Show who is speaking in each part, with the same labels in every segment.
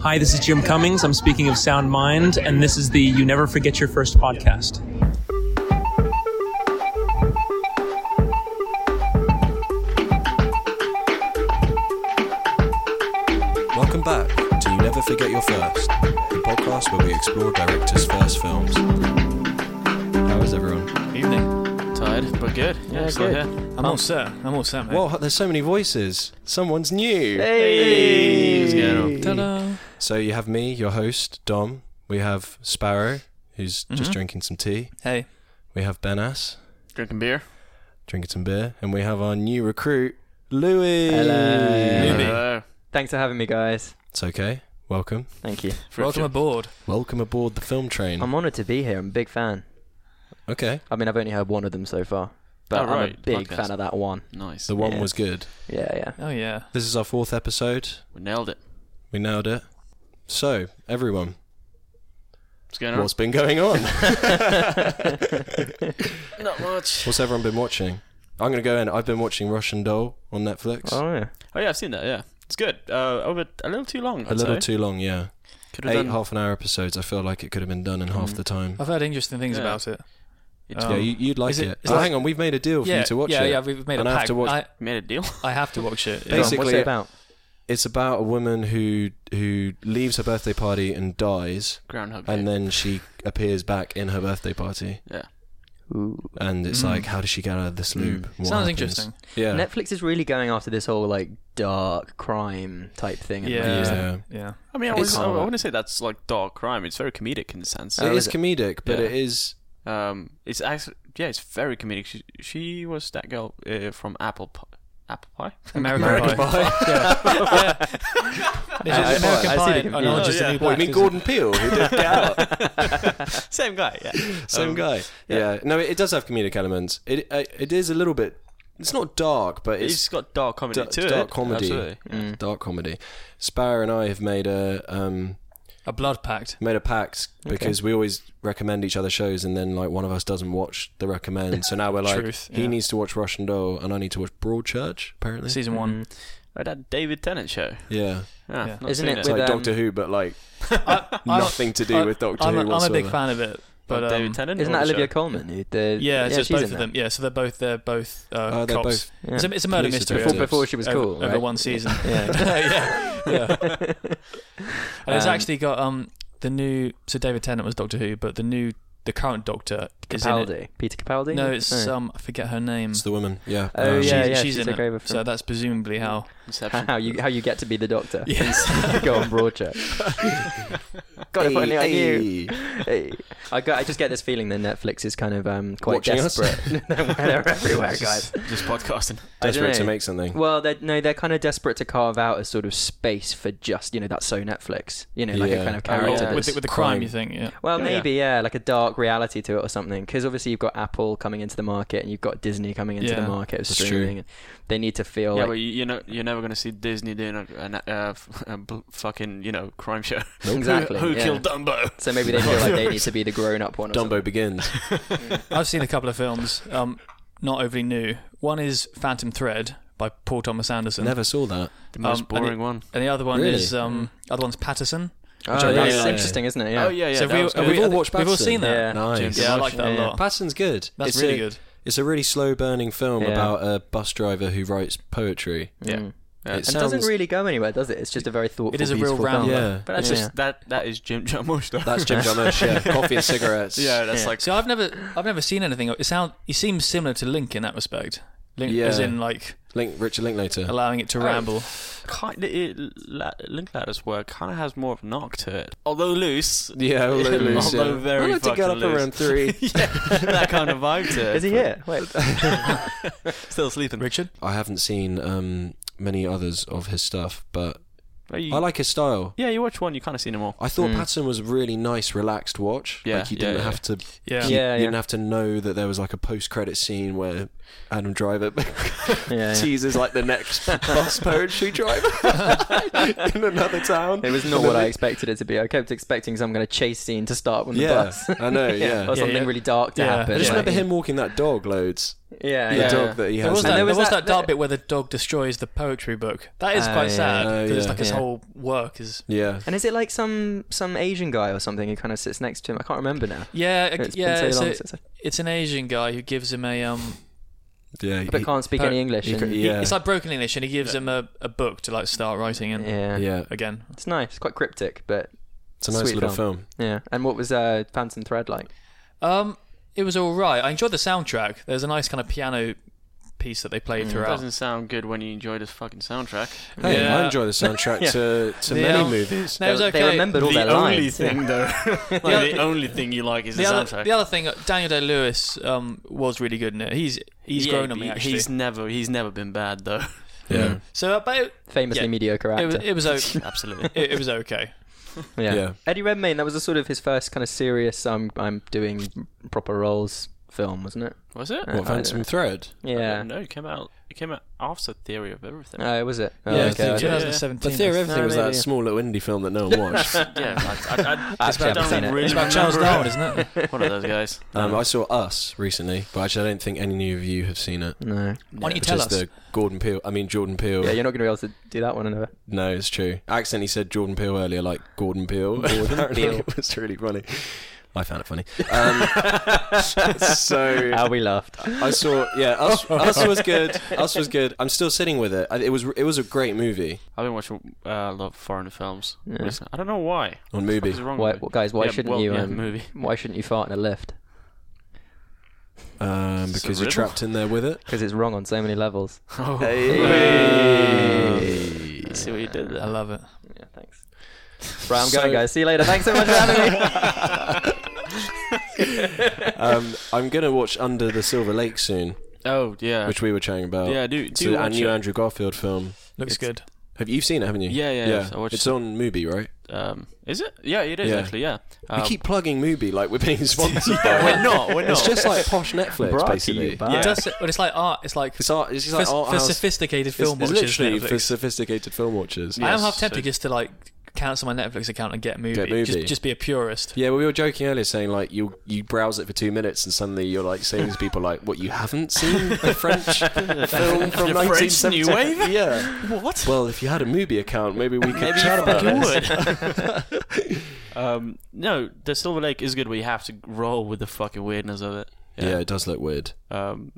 Speaker 1: Hi, this is Jim Cummings. I'm speaking of Sound Mind, and this is the You Never Forget Your First podcast.
Speaker 2: Welcome back to You Never Forget Your First, the podcast where we explore directors' first films. How is everyone?
Speaker 3: Evening.
Speaker 4: Tired, but good. Yeah, still here.
Speaker 2: Oh.
Speaker 3: I'm all set. I'm all set, mate.
Speaker 2: Well, there's so many voices. Someone's new.
Speaker 4: What's going on?
Speaker 2: So you have me, your host, Dom. We have Sparrow, who's just drinking some tea.
Speaker 3: Hey.
Speaker 2: We have Benas,
Speaker 4: Drinking beer.
Speaker 2: drinking some beer. And we have our new recruit, Louis.
Speaker 5: Hello.
Speaker 3: Maybe.
Speaker 4: Hello.
Speaker 5: Thanks for having me, guys.
Speaker 2: It's okay. Welcome.
Speaker 5: Thank you.
Speaker 3: Welcome aboard.
Speaker 2: Welcome aboard the film train.
Speaker 5: I'm honoured to be here. I'm a big fan.
Speaker 2: okay.
Speaker 5: I mean, I've only heard one of them so far, but
Speaker 4: Oh,
Speaker 5: I'm a
Speaker 4: right.
Speaker 5: big
Speaker 4: Podcast.
Speaker 5: fan of that one.
Speaker 4: Nice.
Speaker 2: The one
Speaker 5: Yeah.
Speaker 2: was good.
Speaker 5: Yeah, yeah.
Speaker 3: Oh, yeah.
Speaker 2: This is our fourth episode.
Speaker 4: we nailed it.
Speaker 2: We nailed it. So, everyone,
Speaker 4: What's going on?
Speaker 2: what's been going on?
Speaker 4: Not much.
Speaker 2: What's everyone been watching? I'm gonna go in. I've been watching Russian Doll on Netflix.
Speaker 5: Oh yeah.
Speaker 4: Oh yeah, I've seen that. Yeah, it's good. Uh, over a little too long.
Speaker 2: a little too long, yeah.
Speaker 4: Could
Speaker 2: Eight
Speaker 4: have done.
Speaker 2: half an hour episodes. I feel like it could have been done in
Speaker 3: Mm.
Speaker 2: half the time.
Speaker 3: I've heard interesting things
Speaker 4: Yeah.
Speaker 3: about it.
Speaker 4: It's-
Speaker 2: yeah, you, you'd like
Speaker 3: Oh. is
Speaker 2: it.
Speaker 3: it- is
Speaker 2: oh,
Speaker 3: it-
Speaker 2: hang on, we've made a deal for
Speaker 3: yeah,
Speaker 2: you to watch
Speaker 3: yeah,
Speaker 2: it.
Speaker 3: yeah, we've made
Speaker 2: and
Speaker 3: a
Speaker 2: I
Speaker 3: pact.
Speaker 2: have to watch.
Speaker 3: I,
Speaker 4: Made a deal.
Speaker 3: I have to watch it.
Speaker 2: Basically-
Speaker 5: What's it about?
Speaker 2: It's about a woman who who leaves her birthday party and dies,
Speaker 4: Groundhog. Day.
Speaker 2: and then she appears back in her birthday party,
Speaker 4: yeah.
Speaker 2: and it's like, how does she get out of this loop? What
Speaker 3: Mm. Sounds
Speaker 2: happens?
Speaker 3: interesting.
Speaker 2: Yeah.
Speaker 5: Netflix is really going after this whole like dark crime type thing. at the
Speaker 3: Yeah.
Speaker 5: moment.
Speaker 2: Yeah.
Speaker 3: Yeah.
Speaker 4: I mean, I,
Speaker 2: It's-
Speaker 4: was, I, I want to say that's like dark crime. It's very comedic in a sense.
Speaker 2: it
Speaker 5: Oh,
Speaker 2: is
Speaker 5: is it?
Speaker 2: comedic, but
Speaker 4: Yeah.
Speaker 2: it is
Speaker 4: Um, it's actually yeah, it's very comedic. She, she was that girl uh, from Apple Pie. Apple Pie.
Speaker 3: American,
Speaker 2: American
Speaker 3: Pie. yeah. yeah. It's
Speaker 5: I- I-
Speaker 3: just American
Speaker 5: I see
Speaker 3: Pie
Speaker 5: the
Speaker 3: and
Speaker 5: confusion.
Speaker 3: Orange is the
Speaker 4: Oh,
Speaker 2: Well,
Speaker 3: New
Speaker 4: yeah.
Speaker 2: you
Speaker 3: Black.
Speaker 2: mean
Speaker 3: is it?
Speaker 2: Gordon Peele, who did Get Out?
Speaker 4: Same guy. Yeah.
Speaker 3: Um,
Speaker 2: Same guy. Yeah. No, it, it does have comedic elements. It uh, it is a little bit. It's not dark, but it's,
Speaker 4: It's got dark comedy
Speaker 2: da-
Speaker 4: to it.
Speaker 2: dark comedy. Mm.
Speaker 4: Absolutely.
Speaker 2: Dark comedy. Sparrow and I have made a um
Speaker 3: A blood pact.
Speaker 2: made a pact because we always recommend each other shows, and then like one of us doesn't watch the recommend. So now we're like,
Speaker 3: Truth,
Speaker 2: he
Speaker 3: yeah.
Speaker 2: needs to watch Russian Doll, and I need to watch Broadchurch. Apparently.
Speaker 3: Season one.
Speaker 5: Mm-hmm.
Speaker 4: Like that David Tennant show.
Speaker 2: yeah.
Speaker 4: Ah,
Speaker 3: Yeah.
Speaker 4: not
Speaker 5: Isn't
Speaker 4: seen
Speaker 5: it
Speaker 4: it?
Speaker 2: It's
Speaker 5: With,
Speaker 2: like
Speaker 5: um,
Speaker 2: Doctor Who, but like
Speaker 3: I, I'm-
Speaker 2: nothing to do
Speaker 3: I-
Speaker 2: with Doctor
Speaker 3: I'm,
Speaker 2: Who
Speaker 3: a- I'm a big
Speaker 2: whatsoever.
Speaker 3: fan of it. But
Speaker 4: Like David
Speaker 3: um,
Speaker 4: Tennant.
Speaker 5: Isn't
Speaker 4: or
Speaker 5: that
Speaker 4: the
Speaker 5: Olivia
Speaker 4: show?
Speaker 5: Coleman? Who the,
Speaker 3: yeah, it's just
Speaker 5: she's
Speaker 3: both
Speaker 5: in
Speaker 3: of
Speaker 5: that.
Speaker 3: them. Yeah, so they're both they're both uh,
Speaker 2: Oh, they're
Speaker 3: cops.
Speaker 2: both
Speaker 5: Yeah.
Speaker 3: It's, a, it's a murder
Speaker 2: Police
Speaker 3: mystery.
Speaker 5: before,
Speaker 2: detectives.
Speaker 5: before she was
Speaker 3: over,
Speaker 5: cool,
Speaker 3: over
Speaker 5: right?
Speaker 3: one season.
Speaker 5: Yeah.
Speaker 3: yeah, yeah. And it's
Speaker 5: Um,
Speaker 3: actually got um the new. So David Tennant was Doctor Who, but the new, the current Doctor is in it.
Speaker 5: Capaldi, Peter Capaldi.
Speaker 3: No, it's
Speaker 5: Oh.
Speaker 3: um I forget her name.
Speaker 2: It's the woman. Yeah.
Speaker 5: Oh,
Speaker 2: Um,
Speaker 3: She's-
Speaker 5: yeah, yeah,
Speaker 3: she's,
Speaker 5: she
Speaker 3: in
Speaker 5: took
Speaker 3: it.
Speaker 5: over from-
Speaker 3: So that's presumably how. um,
Speaker 4: Inception.
Speaker 5: how you how you get to be the doctor?
Speaker 3: Yes.
Speaker 5: Go on Broadchurch. God, if only I
Speaker 2: Hey.
Speaker 5: knew. Hey, I, got, I just get this feeling that Netflix is kind of um, quite
Speaker 2: Watching us?
Speaker 5: desperate. they're everywhere, guys.
Speaker 4: Just podcasting.
Speaker 5: I don't
Speaker 2: Desperate to
Speaker 5: know.
Speaker 2: make something.
Speaker 5: Well, they're, no, they're kind of desperate to carve out a sort of space for just you know that's so Netflix. You know, like
Speaker 2: Yeah.
Speaker 5: a kind of
Speaker 4: Oh, yeah.
Speaker 5: character.
Speaker 3: with, the,
Speaker 5: that's-
Speaker 3: with the
Speaker 2: crime.
Speaker 3: crime, you think? Yeah.
Speaker 5: well,
Speaker 4: Yeah.
Speaker 5: maybe yeah, like a dark reality to it or something. Because obviously you've got Apple coming into the market and you've got Disney coming into
Speaker 3: Yeah.
Speaker 5: the market of
Speaker 2: That's true.
Speaker 5: streaming. They need to feel
Speaker 4: yeah,
Speaker 5: like
Speaker 4: but you, you know, you're never gonna see Disney doing a, an, uh, f- a bl- fucking you know crime show.
Speaker 5: exactly.
Speaker 4: Who
Speaker 5: yeah.
Speaker 4: killed Dumbo?
Speaker 5: So maybe they feel like they need to be the grown-up one. Or
Speaker 2: Dumbo begins.
Speaker 3: I've seen a couple of films, um, not overly new. One is Phantom Thread by Paul Thomas Anderson,
Speaker 2: Never saw that.
Speaker 4: The
Speaker 3: Um,
Speaker 4: most
Speaker 3: and
Speaker 4: boring
Speaker 3: it-
Speaker 4: one.
Speaker 3: and the other one
Speaker 2: Really?
Speaker 3: is um, other one's Patterson.
Speaker 2: I
Speaker 5: something. Oh,
Speaker 2: really
Speaker 5: that's
Speaker 2: like.
Speaker 5: interesting, isn't it? Yeah.
Speaker 4: Oh yeah, yeah.
Speaker 3: So
Speaker 4: that
Speaker 3: we-
Speaker 4: was
Speaker 3: Oh,
Speaker 4: good.
Speaker 3: we-
Speaker 2: we've all
Speaker 3: I think
Speaker 2: watched
Speaker 3: we've all
Speaker 2: Patterson.
Speaker 3: seen that.
Speaker 5: Yeah.
Speaker 2: Nice.
Speaker 3: Yeah, I like that
Speaker 5: Yeah.
Speaker 3: a lot.
Speaker 2: Patterson's good.
Speaker 3: That's
Speaker 2: it's
Speaker 3: really
Speaker 2: a,
Speaker 3: good.
Speaker 2: It's a really slow burning film
Speaker 5: Yeah.
Speaker 2: about a bus driver who writes poetry.
Speaker 4: yeah.
Speaker 5: Mm.
Speaker 4: Yeah.
Speaker 2: It
Speaker 5: And it
Speaker 2: sounds-
Speaker 5: doesn't really go anywhere, does it? It's just a very thoughtful.
Speaker 3: It is a real
Speaker 5: beautiful
Speaker 4: Oh,
Speaker 3: round-
Speaker 5: film.
Speaker 2: Yeah.
Speaker 4: But that's
Speaker 5: Yeah.
Speaker 4: just that. That is Jim Jarmusch though.
Speaker 2: That's Jim Jarmusch. Yeah. Coffee and cigarettes.
Speaker 4: yeah, that's
Speaker 5: Yeah.
Speaker 4: like
Speaker 3: So I've never, I've never seen anything. It sound, he seems similar to Link in that respect. Link,
Speaker 2: Yeah.
Speaker 3: as in like
Speaker 2: Link Richard Linklater.
Speaker 3: allowing it to ramble.
Speaker 4: kind of it, la, Linklater's work kind of has more of a knock to it, although loose.
Speaker 2: Yeah, although loose,
Speaker 4: although
Speaker 2: yeah.
Speaker 4: very
Speaker 2: I like to get
Speaker 4: fucking
Speaker 2: up
Speaker 4: loose.
Speaker 2: around three.
Speaker 4: yeah, that kind of vibe to it.
Speaker 5: Is he here? Wait.
Speaker 4: still sleeping?
Speaker 3: Richard,
Speaker 2: I haven't seen um, many others of his stuff, but
Speaker 4: Are you-
Speaker 2: I like his style.
Speaker 4: Yeah, you watch one, you kind of see them all.
Speaker 2: I thought
Speaker 5: Mm.
Speaker 2: Patterson was a really nice, relaxed watch.
Speaker 4: Yeah,
Speaker 2: like you
Speaker 4: yeah,
Speaker 2: didn't
Speaker 4: yeah.
Speaker 2: have to.
Speaker 3: yeah,
Speaker 2: You,
Speaker 5: Yeah,
Speaker 2: you
Speaker 5: yeah.
Speaker 2: didn't have to know that there was like a post-credit scene where Adam Driver.
Speaker 5: Yeah, yeah.
Speaker 2: Cheese is like the next bus poetry driver in another town.
Speaker 5: It was not what I expected it to be. I kept expecting some kind of chase scene to start when the
Speaker 2: Yeah,
Speaker 5: bus.
Speaker 2: I know, yeah.
Speaker 5: Or
Speaker 3: Yeah,
Speaker 5: something
Speaker 3: yeah.
Speaker 5: really dark to
Speaker 3: Yeah.
Speaker 5: happen.
Speaker 2: I just
Speaker 3: Yeah.
Speaker 2: remember him walking that dog loads.
Speaker 5: Yeah,
Speaker 2: The
Speaker 5: yeah.
Speaker 2: dog that he
Speaker 3: There
Speaker 2: has.
Speaker 3: was, that,
Speaker 5: there
Speaker 3: there
Speaker 5: was
Speaker 3: was
Speaker 5: that-
Speaker 3: that dart bit where the dog destroys the poetry book. That is
Speaker 5: Oh,
Speaker 3: quite
Speaker 5: yeah.
Speaker 3: sad
Speaker 2: Oh,
Speaker 3: because
Speaker 2: yeah.
Speaker 3: like his
Speaker 5: Yeah.
Speaker 3: whole work is.
Speaker 2: yeah.
Speaker 5: And is it like some some Asian guy or something who kind of sits next to him? I can't remember now.
Speaker 3: Yeah, it-
Speaker 5: It's
Speaker 3: yeah.
Speaker 5: been
Speaker 3: it's,
Speaker 5: so long
Speaker 3: a-
Speaker 5: since I,
Speaker 3: it's an Asian guy who gives him a um.
Speaker 2: Yeah.
Speaker 5: but I
Speaker 2: he-
Speaker 5: can't speak any English.
Speaker 2: he-
Speaker 5: and-
Speaker 2: he-
Speaker 3: he-
Speaker 2: Yeah.
Speaker 3: it's like broken English, and he gives him a, a book to like start writing and
Speaker 5: yeah,
Speaker 2: yeah.
Speaker 3: again.
Speaker 5: It's nice. It's quite cryptic, but
Speaker 2: It's a nice
Speaker 5: Sweet
Speaker 2: little film.
Speaker 5: yeah. And what was uh, Phantom Thread like?
Speaker 3: Um, it was all right. I enjoyed the soundtrack. There's a nice kind of piano piece that they played
Speaker 5: Mm.
Speaker 3: throughout.
Speaker 4: Doesn't sound good when you enjoy this fucking soundtrack.
Speaker 2: Hey, I
Speaker 3: Yeah.
Speaker 2: enjoy the soundtrack
Speaker 5: Yeah.
Speaker 2: to, to
Speaker 3: The,
Speaker 2: many
Speaker 3: um,
Speaker 2: movies.
Speaker 3: No, it was
Speaker 5: They-
Speaker 3: okay.
Speaker 5: they remembered all
Speaker 4: the
Speaker 5: their
Speaker 4: only
Speaker 5: lines.
Speaker 4: thing though, like, the only thing you like is the,
Speaker 3: the other,
Speaker 4: soundtrack.
Speaker 3: the other thing, Daniel Day Lewis um, was really good in it. He's he's
Speaker 4: Yeah,
Speaker 3: grown on me
Speaker 4: he-
Speaker 3: actually.
Speaker 4: He's never he's never been bad though.
Speaker 2: Yeah.
Speaker 3: So, uh, but it,
Speaker 5: Famously
Speaker 3: Yeah.
Speaker 5: mediocre actor.
Speaker 3: it was it was o-
Speaker 4: Absolutely.
Speaker 3: it, it was okay.
Speaker 5: yeah.
Speaker 2: Yeah.
Speaker 5: Eddie Redmayne. That was a sort of his first kind of serious. Um, I'm doing proper roles film, wasn't it?
Speaker 4: Was it?
Speaker 5: Uh,
Speaker 2: What,
Speaker 5: I
Speaker 2: Phantom
Speaker 5: don't-
Speaker 2: Thread?
Speaker 5: Yeah.
Speaker 4: No, it came out. It came out after Theory of Everything.
Speaker 5: Oh, was it? Oh,
Speaker 2: Yeah, I
Speaker 5: okay.
Speaker 2: think so.
Speaker 4: Yeah.
Speaker 3: 2017.
Speaker 2: But Theory of
Speaker 5: No,
Speaker 2: Everything was
Speaker 5: maybe,
Speaker 2: that
Speaker 5: yeah.
Speaker 2: small little indie film that no one watched.
Speaker 4: yeah, I, I, I,
Speaker 5: Actually,
Speaker 4: I
Speaker 5: I've seen it.
Speaker 4: don't really
Speaker 3: It's about Charles Darwin,
Speaker 4: remember
Speaker 3: isn't it?
Speaker 4: it. One of those guys.
Speaker 2: um, I saw Us recently, but actually I don't think any of you have seen it.
Speaker 5: No.
Speaker 3: Why don't you
Speaker 2: Which
Speaker 3: tell
Speaker 2: is
Speaker 3: us?
Speaker 2: the Gordon Peele. I mean Jordan Peele.
Speaker 5: Yeah, you're not going to be able to do that one another.
Speaker 2: No, it's true. I accidentally said Jordan Peele earlier, like Gordon Peele. Apparently
Speaker 5: Peele.
Speaker 2: It was really funny. I found it funny. Um, so
Speaker 5: How we laughed.
Speaker 2: I saw, yeah, Us, Us was good. Us was good. I'm still sitting with it. I- It was it was a great movie
Speaker 4: I've been watching uh, a lot of foreign films.
Speaker 5: Yeah.
Speaker 4: recently. I don't know why.
Speaker 2: on
Speaker 4: What
Speaker 2: movie.
Speaker 4: is wrong
Speaker 5: Why,
Speaker 4: with me?
Speaker 5: guys, why
Speaker 4: Yeah,
Speaker 5: shouldn't
Speaker 4: well,
Speaker 5: you?
Speaker 4: yeah,
Speaker 5: um,
Speaker 4: movie.
Speaker 5: Why shouldn't you fart in a lift?
Speaker 2: Um,
Speaker 4: It's a
Speaker 2: because you're
Speaker 4: riddle.
Speaker 2: trapped in there with it.
Speaker 5: Because it's wrong on so many levels.
Speaker 4: Oh.
Speaker 5: Hey.
Speaker 4: See what you did
Speaker 3: I
Speaker 4: there.
Speaker 3: love it.
Speaker 5: Yeah, thanks. Right, I'm
Speaker 2: So-
Speaker 5: going, guys. See you later. Thanks so much for having me.
Speaker 2: Um, I'm gonna watch Under the Silver Lake soon,
Speaker 4: Oh yeah.
Speaker 2: which we were chatting about.
Speaker 4: yeah, do
Speaker 2: It's
Speaker 4: do
Speaker 2: a
Speaker 4: watch
Speaker 2: new
Speaker 4: it.
Speaker 2: Andrew Garfield film.
Speaker 3: Looks
Speaker 4: It's-
Speaker 3: good.
Speaker 2: Have you seen it? Haven't you?
Speaker 4: Yeah, yeah, yes, I watched
Speaker 2: it's
Speaker 4: it.
Speaker 2: on Mubi, right?
Speaker 4: Um, is it? Yeah, it is
Speaker 2: Yeah.
Speaker 4: actually. Yeah. Um,
Speaker 2: we keep plugging Mubi like we're being sponsored by.
Speaker 4: we're not. We're not.
Speaker 2: It's just like posh Netflix,
Speaker 5: Brought to
Speaker 2: basically.
Speaker 5: you by-
Speaker 4: Yeah.
Speaker 3: It does, but it's like art. It's like
Speaker 2: It's art. It's just
Speaker 3: for,
Speaker 2: like art
Speaker 3: for
Speaker 2: house.
Speaker 3: sophisticated
Speaker 2: it's,
Speaker 3: film
Speaker 2: it's
Speaker 3: watchers.
Speaker 2: literally for
Speaker 3: Netflix.
Speaker 2: sophisticated film watchers.
Speaker 3: I am
Speaker 4: Yes,
Speaker 3: half tempted
Speaker 4: so-
Speaker 3: just to like cancel my Netflix account and get a movie.
Speaker 2: Get movie.
Speaker 3: Just, just be a purist.
Speaker 2: Yeah, well, we were joking earlier, saying like you you browse it for two minutes and suddenly you're like saying to people like, "What you haven't seen the French film from
Speaker 4: The French
Speaker 2: 1970?"
Speaker 4: New Wave?
Speaker 2: Yeah.
Speaker 4: what?
Speaker 2: Well, if you had a Mubi account, maybe we could
Speaker 4: Maybe
Speaker 2: chat
Speaker 4: you
Speaker 2: about
Speaker 4: fucking
Speaker 2: this.
Speaker 4: would. um, no, the Silver Lake is good, but you have to roll with the fucking weirdness of it.
Speaker 2: Yeah. it does look weird.
Speaker 4: Um,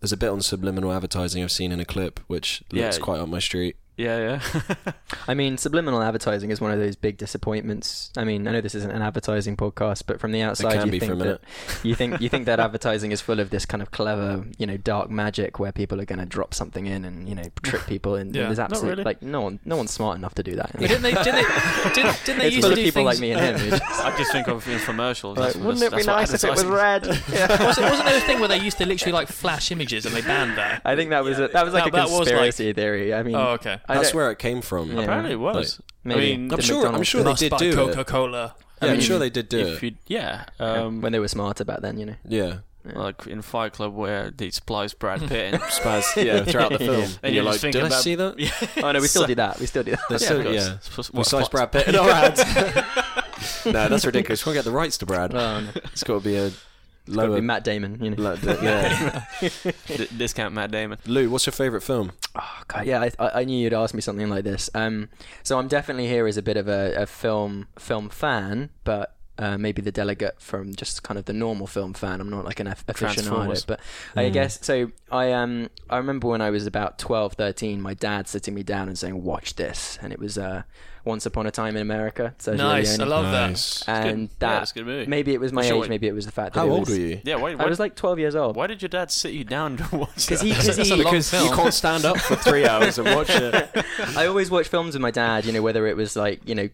Speaker 2: There's a bit on subliminal advertising I've seen in a clip, which looks
Speaker 4: Yeah.
Speaker 2: quite up my street.
Speaker 4: yeah, yeah.
Speaker 5: I mean, subliminal advertising is one of those big disappointments. I mean, I know this isn't an advertising podcast, but from the outside,
Speaker 2: can
Speaker 5: you
Speaker 2: be for
Speaker 5: think
Speaker 2: a minute.
Speaker 5: that you think you think that advertising is full of this kind of clever, you know, dark magic where people are going to drop something in and you know trick people. And,
Speaker 3: Yeah.
Speaker 5: there's
Speaker 4: Not really.
Speaker 5: absolutely like no one, no one's smart enough to do that.
Speaker 3: But didn't they? Didn't they? Didn't, didn't they
Speaker 5: it's
Speaker 3: used
Speaker 5: full
Speaker 3: to do
Speaker 5: of people
Speaker 3: things
Speaker 5: like me and him. who just-
Speaker 4: I just think of infomercials.
Speaker 5: like,
Speaker 4: That's what
Speaker 5: wouldn't
Speaker 4: this-
Speaker 5: it be
Speaker 4: that's what
Speaker 5: nice if it was
Speaker 4: advertising-
Speaker 5: red? Yeah.
Speaker 3: Was it, wasn't there a thing where they used to literally like flash images and they banned that?
Speaker 5: I think that was a, that was like
Speaker 3: No,
Speaker 5: a
Speaker 3: that was like-
Speaker 5: conspiracy theory. I mean,
Speaker 3: Oh, okay.
Speaker 5: I
Speaker 2: That's
Speaker 5: don't-
Speaker 2: where it came from.
Speaker 5: Yeah.
Speaker 4: Apparently it was.
Speaker 5: Maybe.
Speaker 4: I mean,
Speaker 2: I'm
Speaker 5: The
Speaker 2: sure. I'm
Speaker 5: McDonald's.
Speaker 2: sure they
Speaker 3: Must
Speaker 2: did
Speaker 3: buy
Speaker 2: do it.
Speaker 3: Coca-Cola.
Speaker 2: Yeah, I'm
Speaker 5: mean,
Speaker 2: sure they did do it.
Speaker 4: if you, yeah, um,
Speaker 5: when they were smarter back then, you know.
Speaker 2: Yeah.
Speaker 4: like in Fight Club where they splice Brad Pitt and
Speaker 2: Spaz, yeah, throughout the film.
Speaker 4: And
Speaker 2: you're
Speaker 4: you're
Speaker 2: like,
Speaker 4: just thinking
Speaker 2: did I
Speaker 4: about-
Speaker 2: see that? Yeah.
Speaker 5: Oh no, we still do that. We still do that.
Speaker 2: They
Speaker 4: of
Speaker 2: still,
Speaker 4: course.
Speaker 2: yeah.
Speaker 4: It's-
Speaker 2: We
Speaker 4: what,
Speaker 2: sliced
Speaker 4: Fox-
Speaker 2: Brad Pitt in our ads. no, that's ridiculous. We'll get the rights to Brad.
Speaker 5: Oh, no.
Speaker 2: It's got to be a
Speaker 5: Gotta
Speaker 2: lower.
Speaker 5: be Matt Damon, you know.
Speaker 2: like, the- yeah.
Speaker 4: D- discount Matt Damon.
Speaker 2: Lou, what's your favourite film?
Speaker 5: Oh, God, yeah, I, I I knew you'd ask me something like this. Um, so I'm definitely here as a bit of a, a film film fan, but uh, maybe the delegate from just kind of the normal film fan. I'm not like an aff- aficionado,
Speaker 4: Transformers.
Speaker 5: but I guess so. I um I remember when I was about 12, 13, my dad sitting me down and saying, "Watch this," and it was uh, Once Upon a Time in America. Sergio
Speaker 3: Nice. I
Speaker 5: Leone.
Speaker 3: love
Speaker 2: Nice.
Speaker 5: And
Speaker 4: good. Yeah,
Speaker 5: that
Speaker 4: it's a good movie.
Speaker 5: maybe it was my
Speaker 4: For sure.
Speaker 5: age, maybe it was the fact that
Speaker 2: How
Speaker 5: it
Speaker 2: old
Speaker 5: was-
Speaker 2: were you?
Speaker 4: Yeah, why?
Speaker 5: I
Speaker 4: Why,
Speaker 5: was like 12 years old.
Speaker 4: why did your dad sit you down to watch?
Speaker 5: Because
Speaker 4: that?
Speaker 5: he, cause he,
Speaker 2: because you can't stand up for three hours and watch it.
Speaker 5: I always watch films with my dad, you know, whether it was like, you know,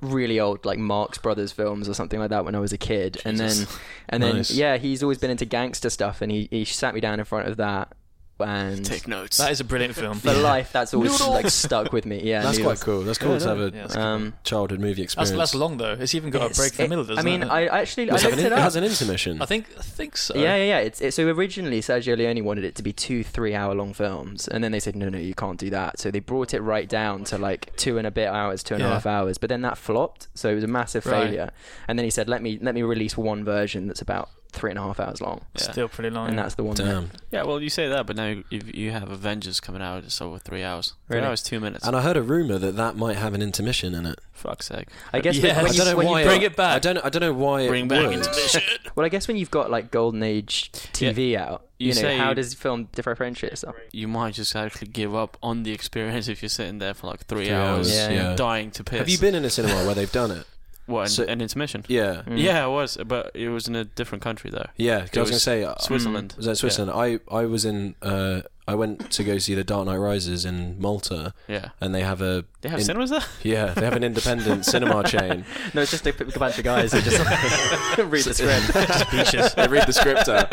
Speaker 5: really old like Marx Brothers films or something like that when I was a kid. And then and then
Speaker 2: Nice.
Speaker 5: yeah, he's always been into gangster stuff and he, he sat me down in front of that and
Speaker 4: Take notes.
Speaker 3: That is a brilliant film.
Speaker 5: for life, that's always like stuck with me. Yeah,
Speaker 2: That's
Speaker 5: noodles.
Speaker 2: quite cool. That's cool to have a
Speaker 3: Yeah, that's
Speaker 5: Um,
Speaker 2: childhood movie experience.
Speaker 3: That's, that's long though. It's even got a
Speaker 5: it's-
Speaker 3: break in the
Speaker 5: it-
Speaker 3: middle. Doesn't
Speaker 5: I mean,
Speaker 3: it?
Speaker 5: I I actually I
Speaker 2: Does it have
Speaker 5: looked
Speaker 2: an
Speaker 5: it
Speaker 2: in-
Speaker 5: up.
Speaker 2: has an intermission.
Speaker 3: I think I think so.
Speaker 5: Yeah, yeah, yeah. It's, it's so originally Sergio Leone wanted it to be two three-hour-long films, and then they said, "No, no, you can't do that." So they brought it right down to like two and a bit hours, two and a
Speaker 3: Yeah.
Speaker 5: half hours. But then that flopped, so it was a massive
Speaker 3: Right.
Speaker 5: failure. And then he said, "Let me let me release one version that's about three and a half hours long,"
Speaker 4: yeah.
Speaker 3: Still pretty long.
Speaker 5: and that's the one. that-
Speaker 2: Oh, Damn.
Speaker 4: yeah, well, you say that, but now you, if you have Avengers coming out. It's over three hours.
Speaker 5: Really?
Speaker 4: Three hours, two minutes.
Speaker 2: And I heard a rumor that that might have an intermission in it.
Speaker 4: Fuck's sake.
Speaker 5: I guess
Speaker 3: Yes.
Speaker 5: when, when
Speaker 2: I
Speaker 5: you,
Speaker 2: don't know
Speaker 5: when you
Speaker 2: why.
Speaker 3: bring
Speaker 2: it,
Speaker 3: it back.
Speaker 2: I don't. I don't know why
Speaker 4: Bring
Speaker 2: it
Speaker 4: back
Speaker 2: would.
Speaker 4: intermission.
Speaker 5: well, I guess when you've got like golden age TV out,
Speaker 4: You
Speaker 5: you, know,
Speaker 4: say-
Speaker 5: how does film differentiate itself?
Speaker 4: You might just actually give up on the experience if you're sitting there for like three,
Speaker 2: Three
Speaker 4: hours,
Speaker 2: hours,
Speaker 5: Yeah, yeah.
Speaker 4: dying to piss.
Speaker 2: Have you been in a cinema where they've done it?
Speaker 4: What, an,
Speaker 2: So-
Speaker 4: an intermission? Mm.
Speaker 2: Yeah.
Speaker 4: Yeah, it was, but it was in a different country though.
Speaker 2: Yeah. 'cause I was
Speaker 4: It
Speaker 2: gonna
Speaker 4: was
Speaker 2: say uh,
Speaker 4: Switzerland.
Speaker 2: Was that Switzerland? I I was in. Uh, I went to go see The Dark Knight Rises in Malta,
Speaker 4: Yeah. yeah.
Speaker 2: and they have a.
Speaker 4: They have
Speaker 2: in-
Speaker 4: cinemas there?
Speaker 2: Yeah, they have an independent cinema chain.
Speaker 5: No, it's just a bunch of guys who just read the script.
Speaker 3: Peaches.
Speaker 2: they read the script out.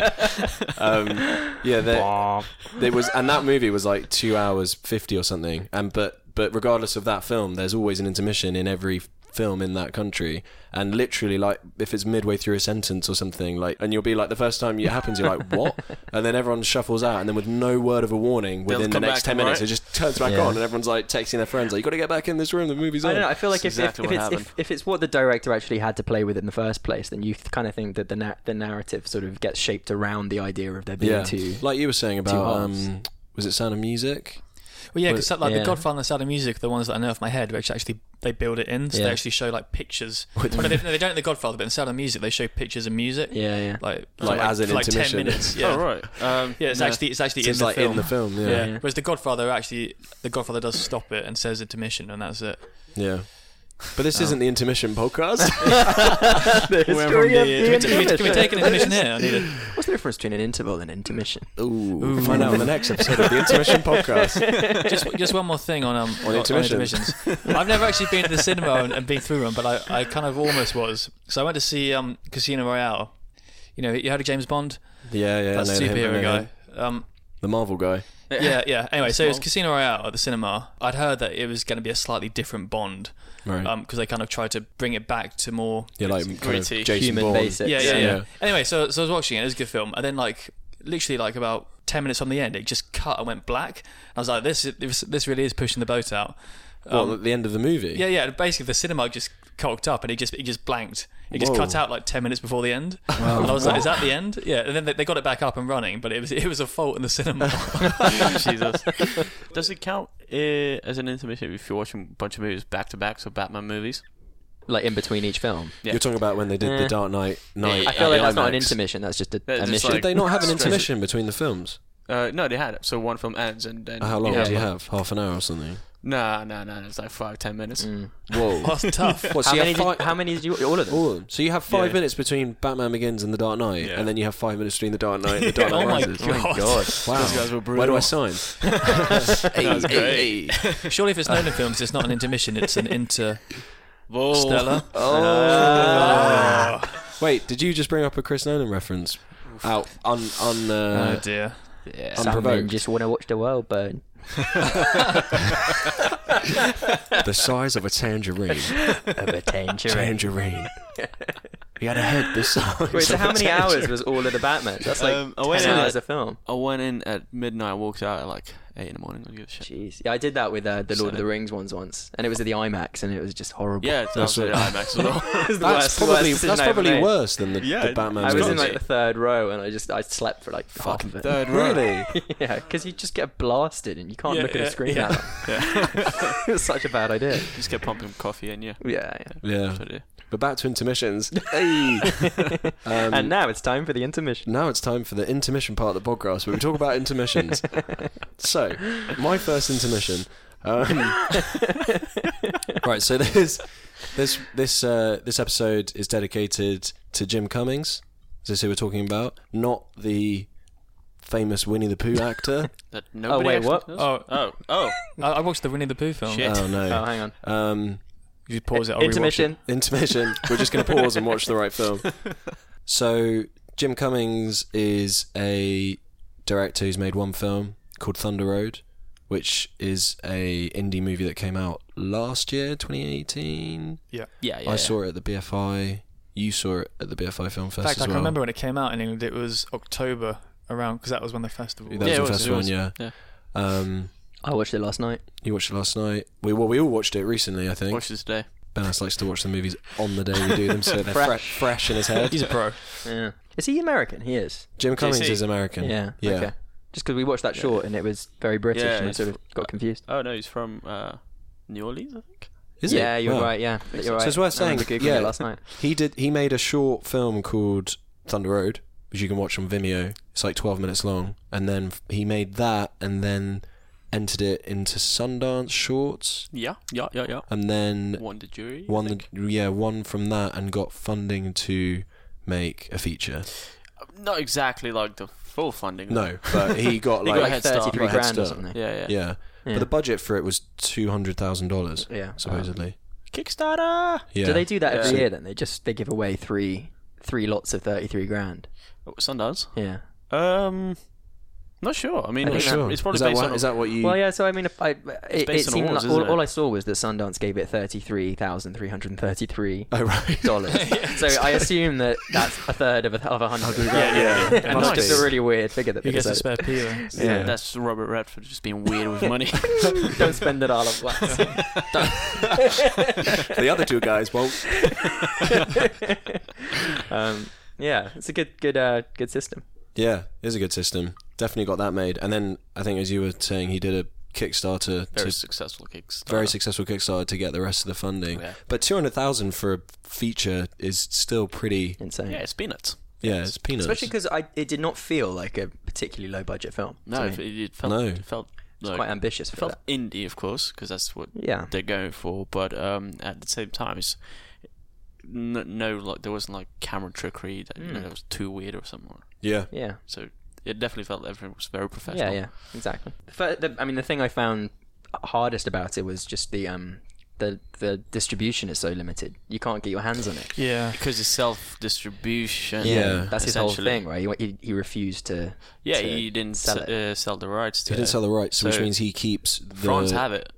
Speaker 2: Um, yeah, they, it was, and that movie was like two hours fifty or something. And but but regardless of that film, there's always an intermission in every film in that country. And literally, like if it's midway through a sentence or something, like, and you'll be like, the first time it happens, you're like, what? And then everyone shuffles out, and then with no word of a warning,
Speaker 4: They'll
Speaker 2: within the
Speaker 4: come
Speaker 2: next
Speaker 4: back,
Speaker 2: ten minutes,
Speaker 4: right?
Speaker 2: it just turns back
Speaker 5: Yeah.
Speaker 2: on, and everyone's like texting their friends, like, you got to get back in this room, the movie's on.
Speaker 5: I don't know. I feel like if,
Speaker 4: That's exactly
Speaker 5: if,
Speaker 4: what
Speaker 5: if, it's, if,
Speaker 4: happened.
Speaker 5: if it's what the director actually had to play with in the first place, then you kind of think that the na- the narrative sort of gets shaped around the idea of there being
Speaker 2: yeah,
Speaker 5: two.
Speaker 2: like you were saying about,
Speaker 5: halves.
Speaker 2: um, was it Sound of Music?
Speaker 3: Well, yeah, because like
Speaker 5: yeah.
Speaker 3: the Godfather and the Sound of Music, the ones that I know off my head, which actually they build it in, so
Speaker 5: Yeah.
Speaker 3: they actually show like pictures. well, no, they, no, they don't in the Godfather, but in Sound of Music, they show pictures of music.
Speaker 5: Yeah, yeah.
Speaker 3: Like, for,
Speaker 2: Like, as an
Speaker 3: for, like ten
Speaker 2: intermission.
Speaker 3: minutes. Yeah,
Speaker 4: Oh, right. Um,
Speaker 3: yeah. It's
Speaker 4: no.
Speaker 3: actually it's actually
Speaker 2: It's
Speaker 3: in the
Speaker 2: like
Speaker 3: film.
Speaker 2: in the film, yeah.
Speaker 3: Yeah.
Speaker 5: Yeah.
Speaker 3: Whereas the Godfather actually, the Godfather does stop it and says intermission, and that's it.
Speaker 2: Yeah. But this isn't the intermission podcast.
Speaker 3: We're from the- can, we, can we- can we take an intermission here? I need a,
Speaker 5: What's the difference between an interval and intermission?
Speaker 2: Ooh, we'll find out on the next episode of the intermission podcast.
Speaker 3: just just one more thing on um on, on
Speaker 2: intermissions.
Speaker 3: intermissions. I've never actually been to the cinema and, and been through one, but I, I kind of almost was. So I went to see um Casino Royale. You know, you heard of James Bond?
Speaker 2: Yeah, yeah.
Speaker 3: That's
Speaker 2: I
Speaker 3: a
Speaker 2: know him, I know
Speaker 3: superhero guy.
Speaker 2: him.
Speaker 3: Um,
Speaker 2: the Marvel guy.
Speaker 3: yeah, yeah. Anyway, so it was
Speaker 4: Small.
Speaker 3: Casino Royale at the cinema. I'd heard that it was going to be a slightly different Bond,
Speaker 2: Right.
Speaker 3: Um, because they kind of tried to bring it back to more.
Speaker 2: yeah, like kind
Speaker 4: gritty.
Speaker 2: of Jason
Speaker 5: Human
Speaker 2: Bourne.
Speaker 5: basics.
Speaker 3: Yeah, yeah, yeah.
Speaker 2: Yeah.
Speaker 3: Anyway, so so I was watching it. It was a good film, and then like literally like about ten minutes on the end, it just cut and went black. I was like, this is- this, this really is pushing the boat out.
Speaker 2: Well, at the end of the movie.
Speaker 3: Yeah, yeah. Basically, the cinema just cocked up, and it just it just blanked. It just
Speaker 2: Whoa.
Speaker 3: cut out like ten minutes before the end. And I was like, "Is that the end?" Yeah. And then they, they got it back up and running, but it was it was a fault in the cinema.
Speaker 4: Jesus. Does it count uh, as an intermission if you're watching a bunch of movies back to back, so Batman movies?
Speaker 5: Like in between each film.
Speaker 4: Yeah.
Speaker 2: You're talking about when they did
Speaker 5: Yeah.
Speaker 2: the Dark Knight night.
Speaker 4: Yeah,
Speaker 5: I feel like
Speaker 4: the
Speaker 5: that's not an
Speaker 4: IMAX.
Speaker 5: intermission. That's just a,
Speaker 4: That's
Speaker 5: a
Speaker 4: just
Speaker 5: mission.
Speaker 4: like-
Speaker 2: Did they not have an
Speaker 4: Straight-
Speaker 2: intermission between the films? Uh,
Speaker 4: Uh, no, they had it. So one film ends and then.
Speaker 2: How long
Speaker 4: Yeah.
Speaker 2: do you have? Half an hour or something?
Speaker 4: No, no, no. It's like five, ten minutes.
Speaker 2: Whoa.
Speaker 3: That's tough.
Speaker 2: what, so
Speaker 5: how,
Speaker 2: you
Speaker 5: many
Speaker 2: have five,
Speaker 5: did, how many did you? All of them.
Speaker 2: all of them. So you have five
Speaker 4: Yeah.
Speaker 2: minutes between Batman Begins and The Dark Knight,
Speaker 4: Yeah.
Speaker 2: and then you have five minutes between The Dark Knight and The Dark Knight
Speaker 3: Oh my
Speaker 2: Rises.
Speaker 3: God.
Speaker 2: Wow.
Speaker 4: Those guys were
Speaker 2: Where do I
Speaker 4: brutal.
Speaker 2: sign?
Speaker 4: That was great.
Speaker 3: Surely, if it's Nolan films, it's not an intermission; it's an interstellar.
Speaker 4: Whoa.
Speaker 3: Oh. Ah.
Speaker 2: Wait, did you just bring up a Chris Nolan reference? Out un un
Speaker 3: Oh
Speaker 2: uh,
Speaker 3: dear.
Speaker 4: Yeah.
Speaker 2: Um,
Speaker 5: Some men
Speaker 2: unprovoked.
Speaker 5: just want to watch the world burn. Uh,
Speaker 2: the size of a tangerine.
Speaker 5: Of a tangerine.
Speaker 2: Tangerine. he had a head this size.
Speaker 5: Wait, so
Speaker 2: of
Speaker 5: how
Speaker 2: a
Speaker 5: many hours was all of the Batman? That's like
Speaker 4: Um, I went
Speaker 5: ten
Speaker 4: in
Speaker 5: hours
Speaker 4: at-
Speaker 5: a film.
Speaker 4: I went in at midnight. walked out at like eight in the morning. I don't give a shit.
Speaker 5: Jeez, yeah, I did that with uh, the Lord of
Speaker 4: Seven.
Speaker 5: the Rings ones once, and it was at the IMAX, and it was just horrible.
Speaker 4: Yeah, it's
Speaker 2: That's
Speaker 4: absolutely IMAX as well.
Speaker 5: It was the
Speaker 2: That's
Speaker 5: worst-
Speaker 2: probably
Speaker 5: worst
Speaker 2: that's
Speaker 5: decision I ever
Speaker 2: probably
Speaker 5: made.
Speaker 2: worse than the,
Speaker 4: Yeah,
Speaker 2: the Batman.
Speaker 5: I was in
Speaker 2: movies.
Speaker 5: like the third row, and I just I slept for like half of it.
Speaker 4: Third row.
Speaker 2: really.
Speaker 5: Yeah, because you just get blasted, and you can't
Speaker 3: Yeah,
Speaker 5: look at a
Speaker 3: yeah,
Speaker 5: screen.
Speaker 3: yeah.
Speaker 5: Yeah. it was such a bad idea.
Speaker 4: Just kept pumping coffee in, yeah.
Speaker 5: Yeah.
Speaker 2: Yeah,
Speaker 4: That's what I did.
Speaker 2: but back to intermissions.
Speaker 5: yeah.
Speaker 2: Um,
Speaker 5: and now it's time for the intermission.
Speaker 2: Now it's time for the intermission part of the podcast, where we talk about intermissions. so, my first intermission. Um, right, so this this this uh, this episode is dedicated to Jim Cummings. Is this who we're talking about? Not the famous Winnie the Pooh actor.
Speaker 4: That nobody
Speaker 5: wait,
Speaker 4: actually
Speaker 5: what?
Speaker 4: knows?
Speaker 3: Oh,
Speaker 4: Oh, oh.
Speaker 3: I, I watched the Winnie the Pooh film.
Speaker 4: Shit.
Speaker 2: oh no.
Speaker 5: Oh, hang on.
Speaker 2: Um,
Speaker 3: You pause it. I'll rewatch it.
Speaker 5: intermission.
Speaker 2: intermission. We're just going to pause and watch the right film. So Jim Cummings is a director who's made one film called Thunder Road, which is a indie movie that came out last year, 2018.
Speaker 3: Yeah.
Speaker 5: Yeah, yeah.
Speaker 2: I saw it at the BFI. You saw it at the BFI Film Fest
Speaker 3: In fact,
Speaker 2: as
Speaker 3: I can
Speaker 2: well.
Speaker 3: remember when it came out in England. It was October around because that was when the festival.
Speaker 2: That
Speaker 3: was.
Speaker 4: Yeah, it
Speaker 2: was the
Speaker 4: was,
Speaker 2: first
Speaker 4: it
Speaker 2: one,
Speaker 4: was.
Speaker 2: yeah.
Speaker 4: Yeah.
Speaker 2: Um,
Speaker 5: I watched it last night.
Speaker 2: you watched it last night. We well, we all watched it recently, I think.
Speaker 4: Watched it today.
Speaker 2: Banas likes to watch the movies on the day we do them, so they're fresh, fresh, in his head.
Speaker 3: He's a pro.
Speaker 5: Yeah. Is he American? He is.
Speaker 2: Jim Cummings
Speaker 3: JC.
Speaker 2: is American.
Speaker 5: Yeah.
Speaker 2: Yeah.
Speaker 5: Okay. Just because we watched that short and it was very British
Speaker 4: Yeah,
Speaker 5: and I
Speaker 4: it's
Speaker 5: sort of got confused.
Speaker 4: Oh no, he's from uh, New Orleans, I think.
Speaker 2: Is it?
Speaker 5: yeah, you're
Speaker 2: Wow.
Speaker 5: right. Yeah, you're right.
Speaker 2: So it's worth
Speaker 5: I remember
Speaker 2: saying,
Speaker 5: Googling
Speaker 2: yeah.
Speaker 5: it last night.
Speaker 2: He did. He made a short film called Thunder Road, which you can watch on Vimeo. It's like 12 minutes long, and then f- he made that, and then entered it into Sundance Shorts,
Speaker 4: Yeah, yeah, yeah, yeah.
Speaker 2: and then
Speaker 4: Won the jury. I
Speaker 2: won
Speaker 4: think.
Speaker 2: the yeah won from that, and got funding to make a feature.
Speaker 4: Uh, Not exactly like the full funding.
Speaker 2: No, but he got
Speaker 4: He
Speaker 2: like
Speaker 4: got a head start.
Speaker 2: he
Speaker 5: 33
Speaker 2: got a head
Speaker 5: grand or
Speaker 2: start.
Speaker 5: something.
Speaker 4: Yeah, yeah.
Speaker 2: Yeah.
Speaker 5: Yeah.
Speaker 2: but the budget for it was two hundred thousand dollars.
Speaker 5: Yeah.
Speaker 2: supposedly.
Speaker 4: Kickstarter.
Speaker 2: yeah.
Speaker 5: Do they do that
Speaker 4: Yeah.
Speaker 5: every
Speaker 4: So-
Speaker 5: year then? They just they give away three three lots of 33 grand.
Speaker 4: Oh, Sundance.
Speaker 5: Yeah.
Speaker 4: Um, not sure. I mean,
Speaker 5: I
Speaker 2: Not
Speaker 4: it's,
Speaker 2: sure.
Speaker 4: it's probably
Speaker 2: is that
Speaker 4: based
Speaker 2: what,
Speaker 4: on.
Speaker 2: is that what you?
Speaker 5: Well, yeah, so I mean, if I, it, it
Speaker 4: based on
Speaker 5: seemed
Speaker 4: awards,
Speaker 5: like all,
Speaker 4: isn't it?
Speaker 5: all I saw was that Sundance gave it $33,333.
Speaker 2: Oh right.
Speaker 5: Dollars. So I assume that that's a third of a, of a hundred grand.
Speaker 2: yeah. It
Speaker 5: and
Speaker 2: must
Speaker 5: it's just
Speaker 2: be.
Speaker 5: a really weird figure that
Speaker 3: Who
Speaker 5: they
Speaker 3: gets a
Speaker 5: decided.
Speaker 3: spare pee? then?
Speaker 4: yeah.
Speaker 2: Yeah.
Speaker 4: that's Robert Redford just being weird with money.
Speaker 5: Don't spend it all at once.
Speaker 2: the other two guys won't.
Speaker 5: um, yeah, it's a good good uh, good system.
Speaker 2: Yeah, it is a good system. Definitely got that made. And then I think, as you were saying, he did a Kickstarter,
Speaker 4: Very
Speaker 2: to,
Speaker 4: successful Kickstarter.
Speaker 2: very successful Kickstarter to get the rest of the funding.
Speaker 4: Oh, Yeah.
Speaker 2: But two hundred thousand for a feature is still pretty.
Speaker 5: Insane.
Speaker 4: Yeah, it's peanuts.
Speaker 2: Yeah, it's peanuts.
Speaker 5: Especially because it did not feel like a particularly low budget film. to
Speaker 4: No, it,
Speaker 5: me.
Speaker 4: it felt
Speaker 2: No.
Speaker 4: it felt
Speaker 5: it's
Speaker 4: like-
Speaker 5: quite ambitious
Speaker 4: it
Speaker 5: for
Speaker 4: felt
Speaker 5: that.
Speaker 4: indie, of course, because that's what
Speaker 5: Yeah.
Speaker 4: they're going for. But um, at the same time, it's no, no like there wasn't like camera trickery that you know
Speaker 5: Mm.
Speaker 4: that was too weird or something.
Speaker 2: yeah,
Speaker 5: Yeah.
Speaker 4: So it definitely felt everything was very professional.
Speaker 5: Yeah, yeah, exactly. The fir- the- I mean, the thing I found hardest about it was just the um the the distribution is so limited. You can't get your hands on it.
Speaker 3: Yeah.
Speaker 4: Because it's self distribution.
Speaker 2: Yeah.
Speaker 5: that's his whole
Speaker 4: essentially.
Speaker 5: thing, right? He, he, he refused to.
Speaker 4: Yeah,
Speaker 5: to
Speaker 4: he didn't
Speaker 5: sell
Speaker 4: sell,
Speaker 5: it.
Speaker 4: uh, sell the rights to
Speaker 2: he didn't
Speaker 4: it.
Speaker 2: sell the rights, which
Speaker 4: So-
Speaker 2: means he keeps the,
Speaker 4: France have it.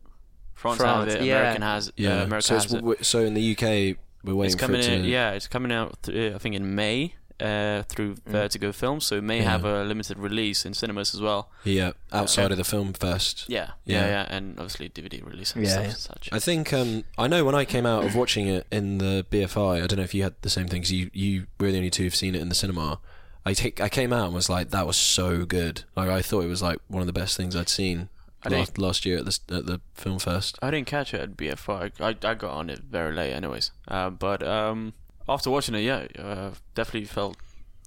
Speaker 4: France,
Speaker 5: France,
Speaker 4: have it.
Speaker 5: yeah.
Speaker 4: American has. Yeah.
Speaker 2: Yeah,
Speaker 4: Uh, America
Speaker 2: so, it's,
Speaker 4: has it.
Speaker 2: w- so in the UK, we're waiting
Speaker 4: It's
Speaker 2: for
Speaker 4: coming
Speaker 2: it to.
Speaker 4: in. Yeah, it's coming out. Th- uh, I think in May uh, through Vertigo Films, so it may have a limited release in cinemas as well.
Speaker 2: yeah, outside of the film fest.
Speaker 4: Yeah, yeah,
Speaker 2: Yeah.
Speaker 4: yeah, and obviously DVD release and
Speaker 5: Yeah,
Speaker 4: stuff
Speaker 5: yeah.
Speaker 4: and such.
Speaker 2: I think um, I know when I came out of watching it in the BFI. I don't know if you had the same thing 'cause you you were the only two who've seen it in the cinema. I take I came out and was like, that was so good. Like I thought it was like one of the best things I'd seen
Speaker 4: I think-
Speaker 2: last, last year at the at the film fest.
Speaker 4: I didn't catch it at BFI. I, I got on it very late, anyways. Uh, but um, after watching it, yeah, uh, definitely felt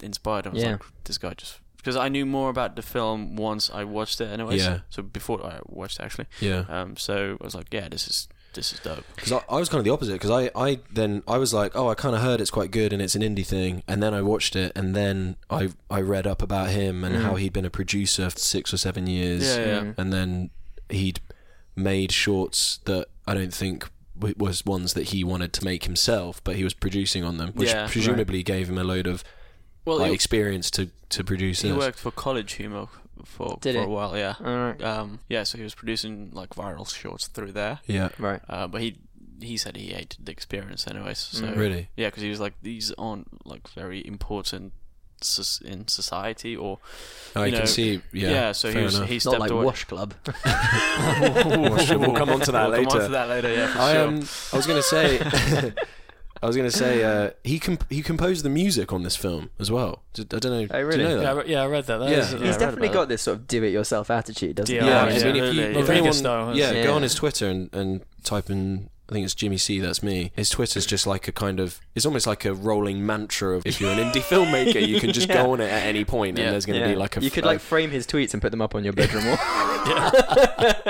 Speaker 4: inspired. I was
Speaker 5: Yeah.
Speaker 4: like, this guy just because I knew more about the film once I watched it, anyways.
Speaker 2: Yeah.
Speaker 4: So before I watched it, actually.
Speaker 2: Yeah.
Speaker 4: Um. So I was like, yeah, this is this is dope.
Speaker 2: Because I, I was kind of the opposite. Because I, I then I was like, oh, I kind of heard it's quite good and it's an indie thing. And then I watched it, and then I I read up about him and how he'd been a producer for six or seven years.
Speaker 4: Mm. Yeah, yeah.
Speaker 2: And then he'd made shorts that I don't think w- was ones that he wanted to make himself, but he was producing on them, which
Speaker 4: Yeah, right.
Speaker 2: presumably gave him a load of
Speaker 4: Well,
Speaker 2: like,
Speaker 4: he,
Speaker 2: experience to to produce
Speaker 4: he
Speaker 2: this.
Speaker 4: worked for College Humor for
Speaker 5: Did
Speaker 4: for
Speaker 5: he?
Speaker 4: a while. Yeah.
Speaker 5: Alright.
Speaker 4: Um. Yeah. So he was producing like viral shorts through there.
Speaker 2: Yeah,
Speaker 5: Right.
Speaker 4: Uh, but he he said he hated the experience anyways. So
Speaker 5: Mm.
Speaker 2: really.
Speaker 4: yeah, because he was like these aren't like very important soc- in society or
Speaker 2: Oh, I
Speaker 4: you
Speaker 2: can
Speaker 4: know,
Speaker 2: see. Yeah,
Speaker 4: so he
Speaker 2: fair
Speaker 4: was,
Speaker 2: enough.
Speaker 4: he
Speaker 5: Not
Speaker 4: stepped
Speaker 5: like
Speaker 4: away.
Speaker 5: Wash Club.
Speaker 2: we'll come on to that
Speaker 4: We'll
Speaker 2: later.
Speaker 4: Come on to that later. Yeah, for
Speaker 2: I
Speaker 4: sure.
Speaker 2: um, I was gonna say, I was gonna say, uh, he comp- he composed the music on this film as well. D- I don't know.
Speaker 5: Oh,
Speaker 2: Do
Speaker 5: really?
Speaker 2: you know
Speaker 3: Yeah, I
Speaker 2: that?
Speaker 3: re- yeah, I read that. that
Speaker 2: Yeah.
Speaker 3: is- uh,
Speaker 2: He's
Speaker 5: He's
Speaker 4: I read
Speaker 5: definitely
Speaker 4: about
Speaker 5: got this sort of do-it-yourself attitude, doesn't
Speaker 3: Yeah,
Speaker 2: Yeah,
Speaker 5: he?
Speaker 2: I mean, if, you,
Speaker 4: absolutely.
Speaker 2: if
Speaker 4: Yeah.
Speaker 2: anyone,
Speaker 3: Style,
Speaker 2: yeah,
Speaker 5: yeah.
Speaker 2: go on his Twitter and, and type in. I think it's Jimmy C. That's me. His Twitter's just like a kind of. It's almost like a rolling mantra of if you're an indie filmmaker, you can just go on it at any point,
Speaker 4: Yeah.
Speaker 2: and there's going to
Speaker 5: Yeah.
Speaker 2: be like a.
Speaker 5: you could
Speaker 2: a-
Speaker 5: like frame his tweets and put them up on your bedroom wall.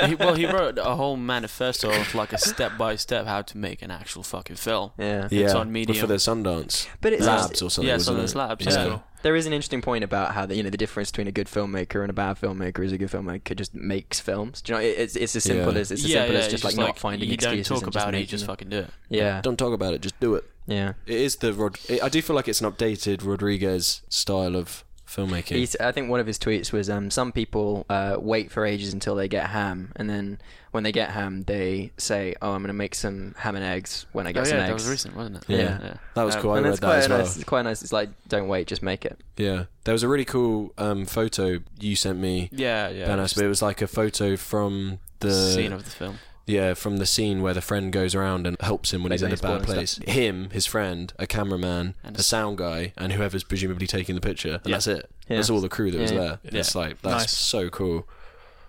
Speaker 4: he, well, he wrote a whole manifesto of like a step by step how to make an actual fucking film.
Speaker 5: yeah.
Speaker 2: yeah,
Speaker 4: it's on
Speaker 2: for
Speaker 4: Medium.
Speaker 2: the Sundance
Speaker 5: But it's
Speaker 2: labs
Speaker 5: just-
Speaker 2: or something.
Speaker 4: yeah,
Speaker 2: wasn't
Speaker 4: Sundance
Speaker 2: it?
Speaker 4: Labs,
Speaker 2: Yeah.
Speaker 4: that's
Speaker 3: cool.
Speaker 5: There is an interesting point about how the, you know the difference between a good filmmaker and a bad filmmaker is a good filmmaker just makes films. Do you know it, it's it's as simple
Speaker 2: Yeah.
Speaker 5: as it's as
Speaker 4: yeah,
Speaker 5: simple
Speaker 4: yeah,
Speaker 5: as just
Speaker 4: he's
Speaker 5: like not finding
Speaker 4: you
Speaker 5: excuses.
Speaker 4: don't talk
Speaker 5: and
Speaker 4: about it, you
Speaker 5: making
Speaker 4: just
Speaker 5: them.
Speaker 4: fucking do it.
Speaker 5: Yeah,
Speaker 2: Don't talk about it. Just do it.
Speaker 5: yeah,
Speaker 2: It is the Rod. I do feel like it's an updated Rodriguez style of filmmaking.
Speaker 5: He's, I think one of his tweets was, um, "Some people uh, wait for ages until they get ham, and then when they get ham, they say, oh, I'm going to make some ham and eggs when I get
Speaker 4: Oh,
Speaker 5: some
Speaker 4: yeah,
Speaker 5: eggs.'"
Speaker 4: that was recent, wasn't it?
Speaker 2: Yeah. That was
Speaker 4: Um,
Speaker 2: cool. I
Speaker 5: and
Speaker 2: read
Speaker 5: that's
Speaker 2: that
Speaker 5: quite
Speaker 2: as well.
Speaker 5: nice. It's quite nice. It's like, don't wait, just make it.
Speaker 2: Yeah, there was a really cool um, photo you sent me,
Speaker 4: Yeah, yeah.
Speaker 2: Ben. I
Speaker 4: just
Speaker 2: suppose it was like a photo from the
Speaker 4: scene of the film.
Speaker 2: yeah from the scene where the friend goes around and helps him when
Speaker 5: Like
Speaker 2: he's in a
Speaker 5: baseball
Speaker 2: bad
Speaker 5: and
Speaker 2: place. Him, his friend, a cameraman,
Speaker 4: And
Speaker 2: a sound guy, and whoever's presumably taking the picture. And
Speaker 4: Yeah.
Speaker 2: that's it.
Speaker 5: Yeah.
Speaker 2: That's all the crew that was
Speaker 5: Yeah.
Speaker 2: there.
Speaker 4: Yeah.
Speaker 2: It's like that's
Speaker 3: Nice.
Speaker 2: so cool.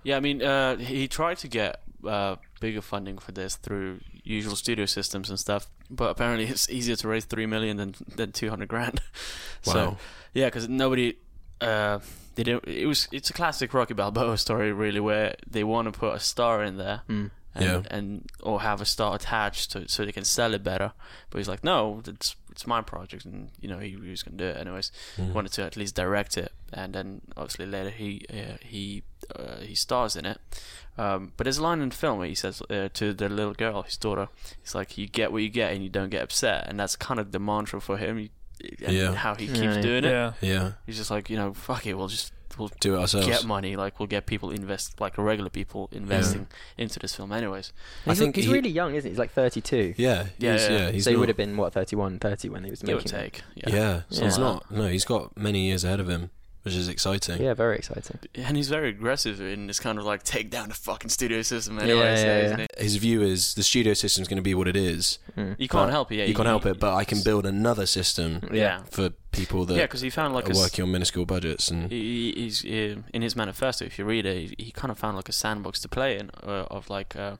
Speaker 4: Yeah, I mean, uh, he tried to get uh, bigger funding for this through usual studio systems and stuff, but apparently it's easier to raise three million than than two hundred grand.
Speaker 2: Wow.
Speaker 4: So, yeah, because nobody. Uh, they don't. It was. It's a classic Rocky Balboa story, really, where they want to put a star in there,
Speaker 5: Mm.
Speaker 4: and,
Speaker 2: Yeah.
Speaker 4: and or have a star attached to it so they can sell it better. But he's like, no, it's it's my project, and you know he, he was gonna do it anyways.
Speaker 2: Hmm.
Speaker 4: Wanted to at least direct it, and then obviously later he uh, he uh, he stars in it. Um, but there's a line in the film where he says uh, to the little girl, his daughter, he's like, you get what you get, and you don't get upset, and that's kind of the mantra for him. And
Speaker 2: Yeah.
Speaker 4: how he keeps
Speaker 5: Yeah.
Speaker 4: doing it.
Speaker 3: Yeah.
Speaker 2: Yeah,
Speaker 4: He's just like, you know, fuck it, we'll just we'll
Speaker 2: do it ourselves.
Speaker 4: get money. Like we'll get people invest, like regular people investing into this film, anyways.
Speaker 2: I think
Speaker 5: he's
Speaker 2: he-
Speaker 5: really young, isn't he? He's like 32.
Speaker 2: Yeah,
Speaker 4: Yeah,
Speaker 2: he's,
Speaker 4: yeah.
Speaker 2: yeah. He's
Speaker 5: so he
Speaker 2: not-
Speaker 5: would have been what 31, 30 when he was
Speaker 4: Give or
Speaker 5: making. it.
Speaker 4: take.
Speaker 2: Yeah, so he's
Speaker 5: Yeah.
Speaker 2: not. No, he's got many years ahead of him, which is exciting.
Speaker 5: Yeah, very exciting.
Speaker 4: and he's very aggressive in this kind of like take down the fucking studio system anyways.
Speaker 5: yeah,
Speaker 4: yeah,
Speaker 5: yeah.
Speaker 4: isn't he?
Speaker 2: His view is the studio system's going to be what it is.
Speaker 4: You can't
Speaker 2: but-
Speaker 4: help it. Yeah,
Speaker 2: you can't help it, but I can build another system
Speaker 4: Yeah.
Speaker 2: for people that
Speaker 4: Yeah, because he found like a
Speaker 2: are
Speaker 4: s-
Speaker 2: working on minuscule budgets and
Speaker 4: he, he- he's uh, in his manifesto. If you read it, he, he kind of found like a sandbox to play in uh, of like uh,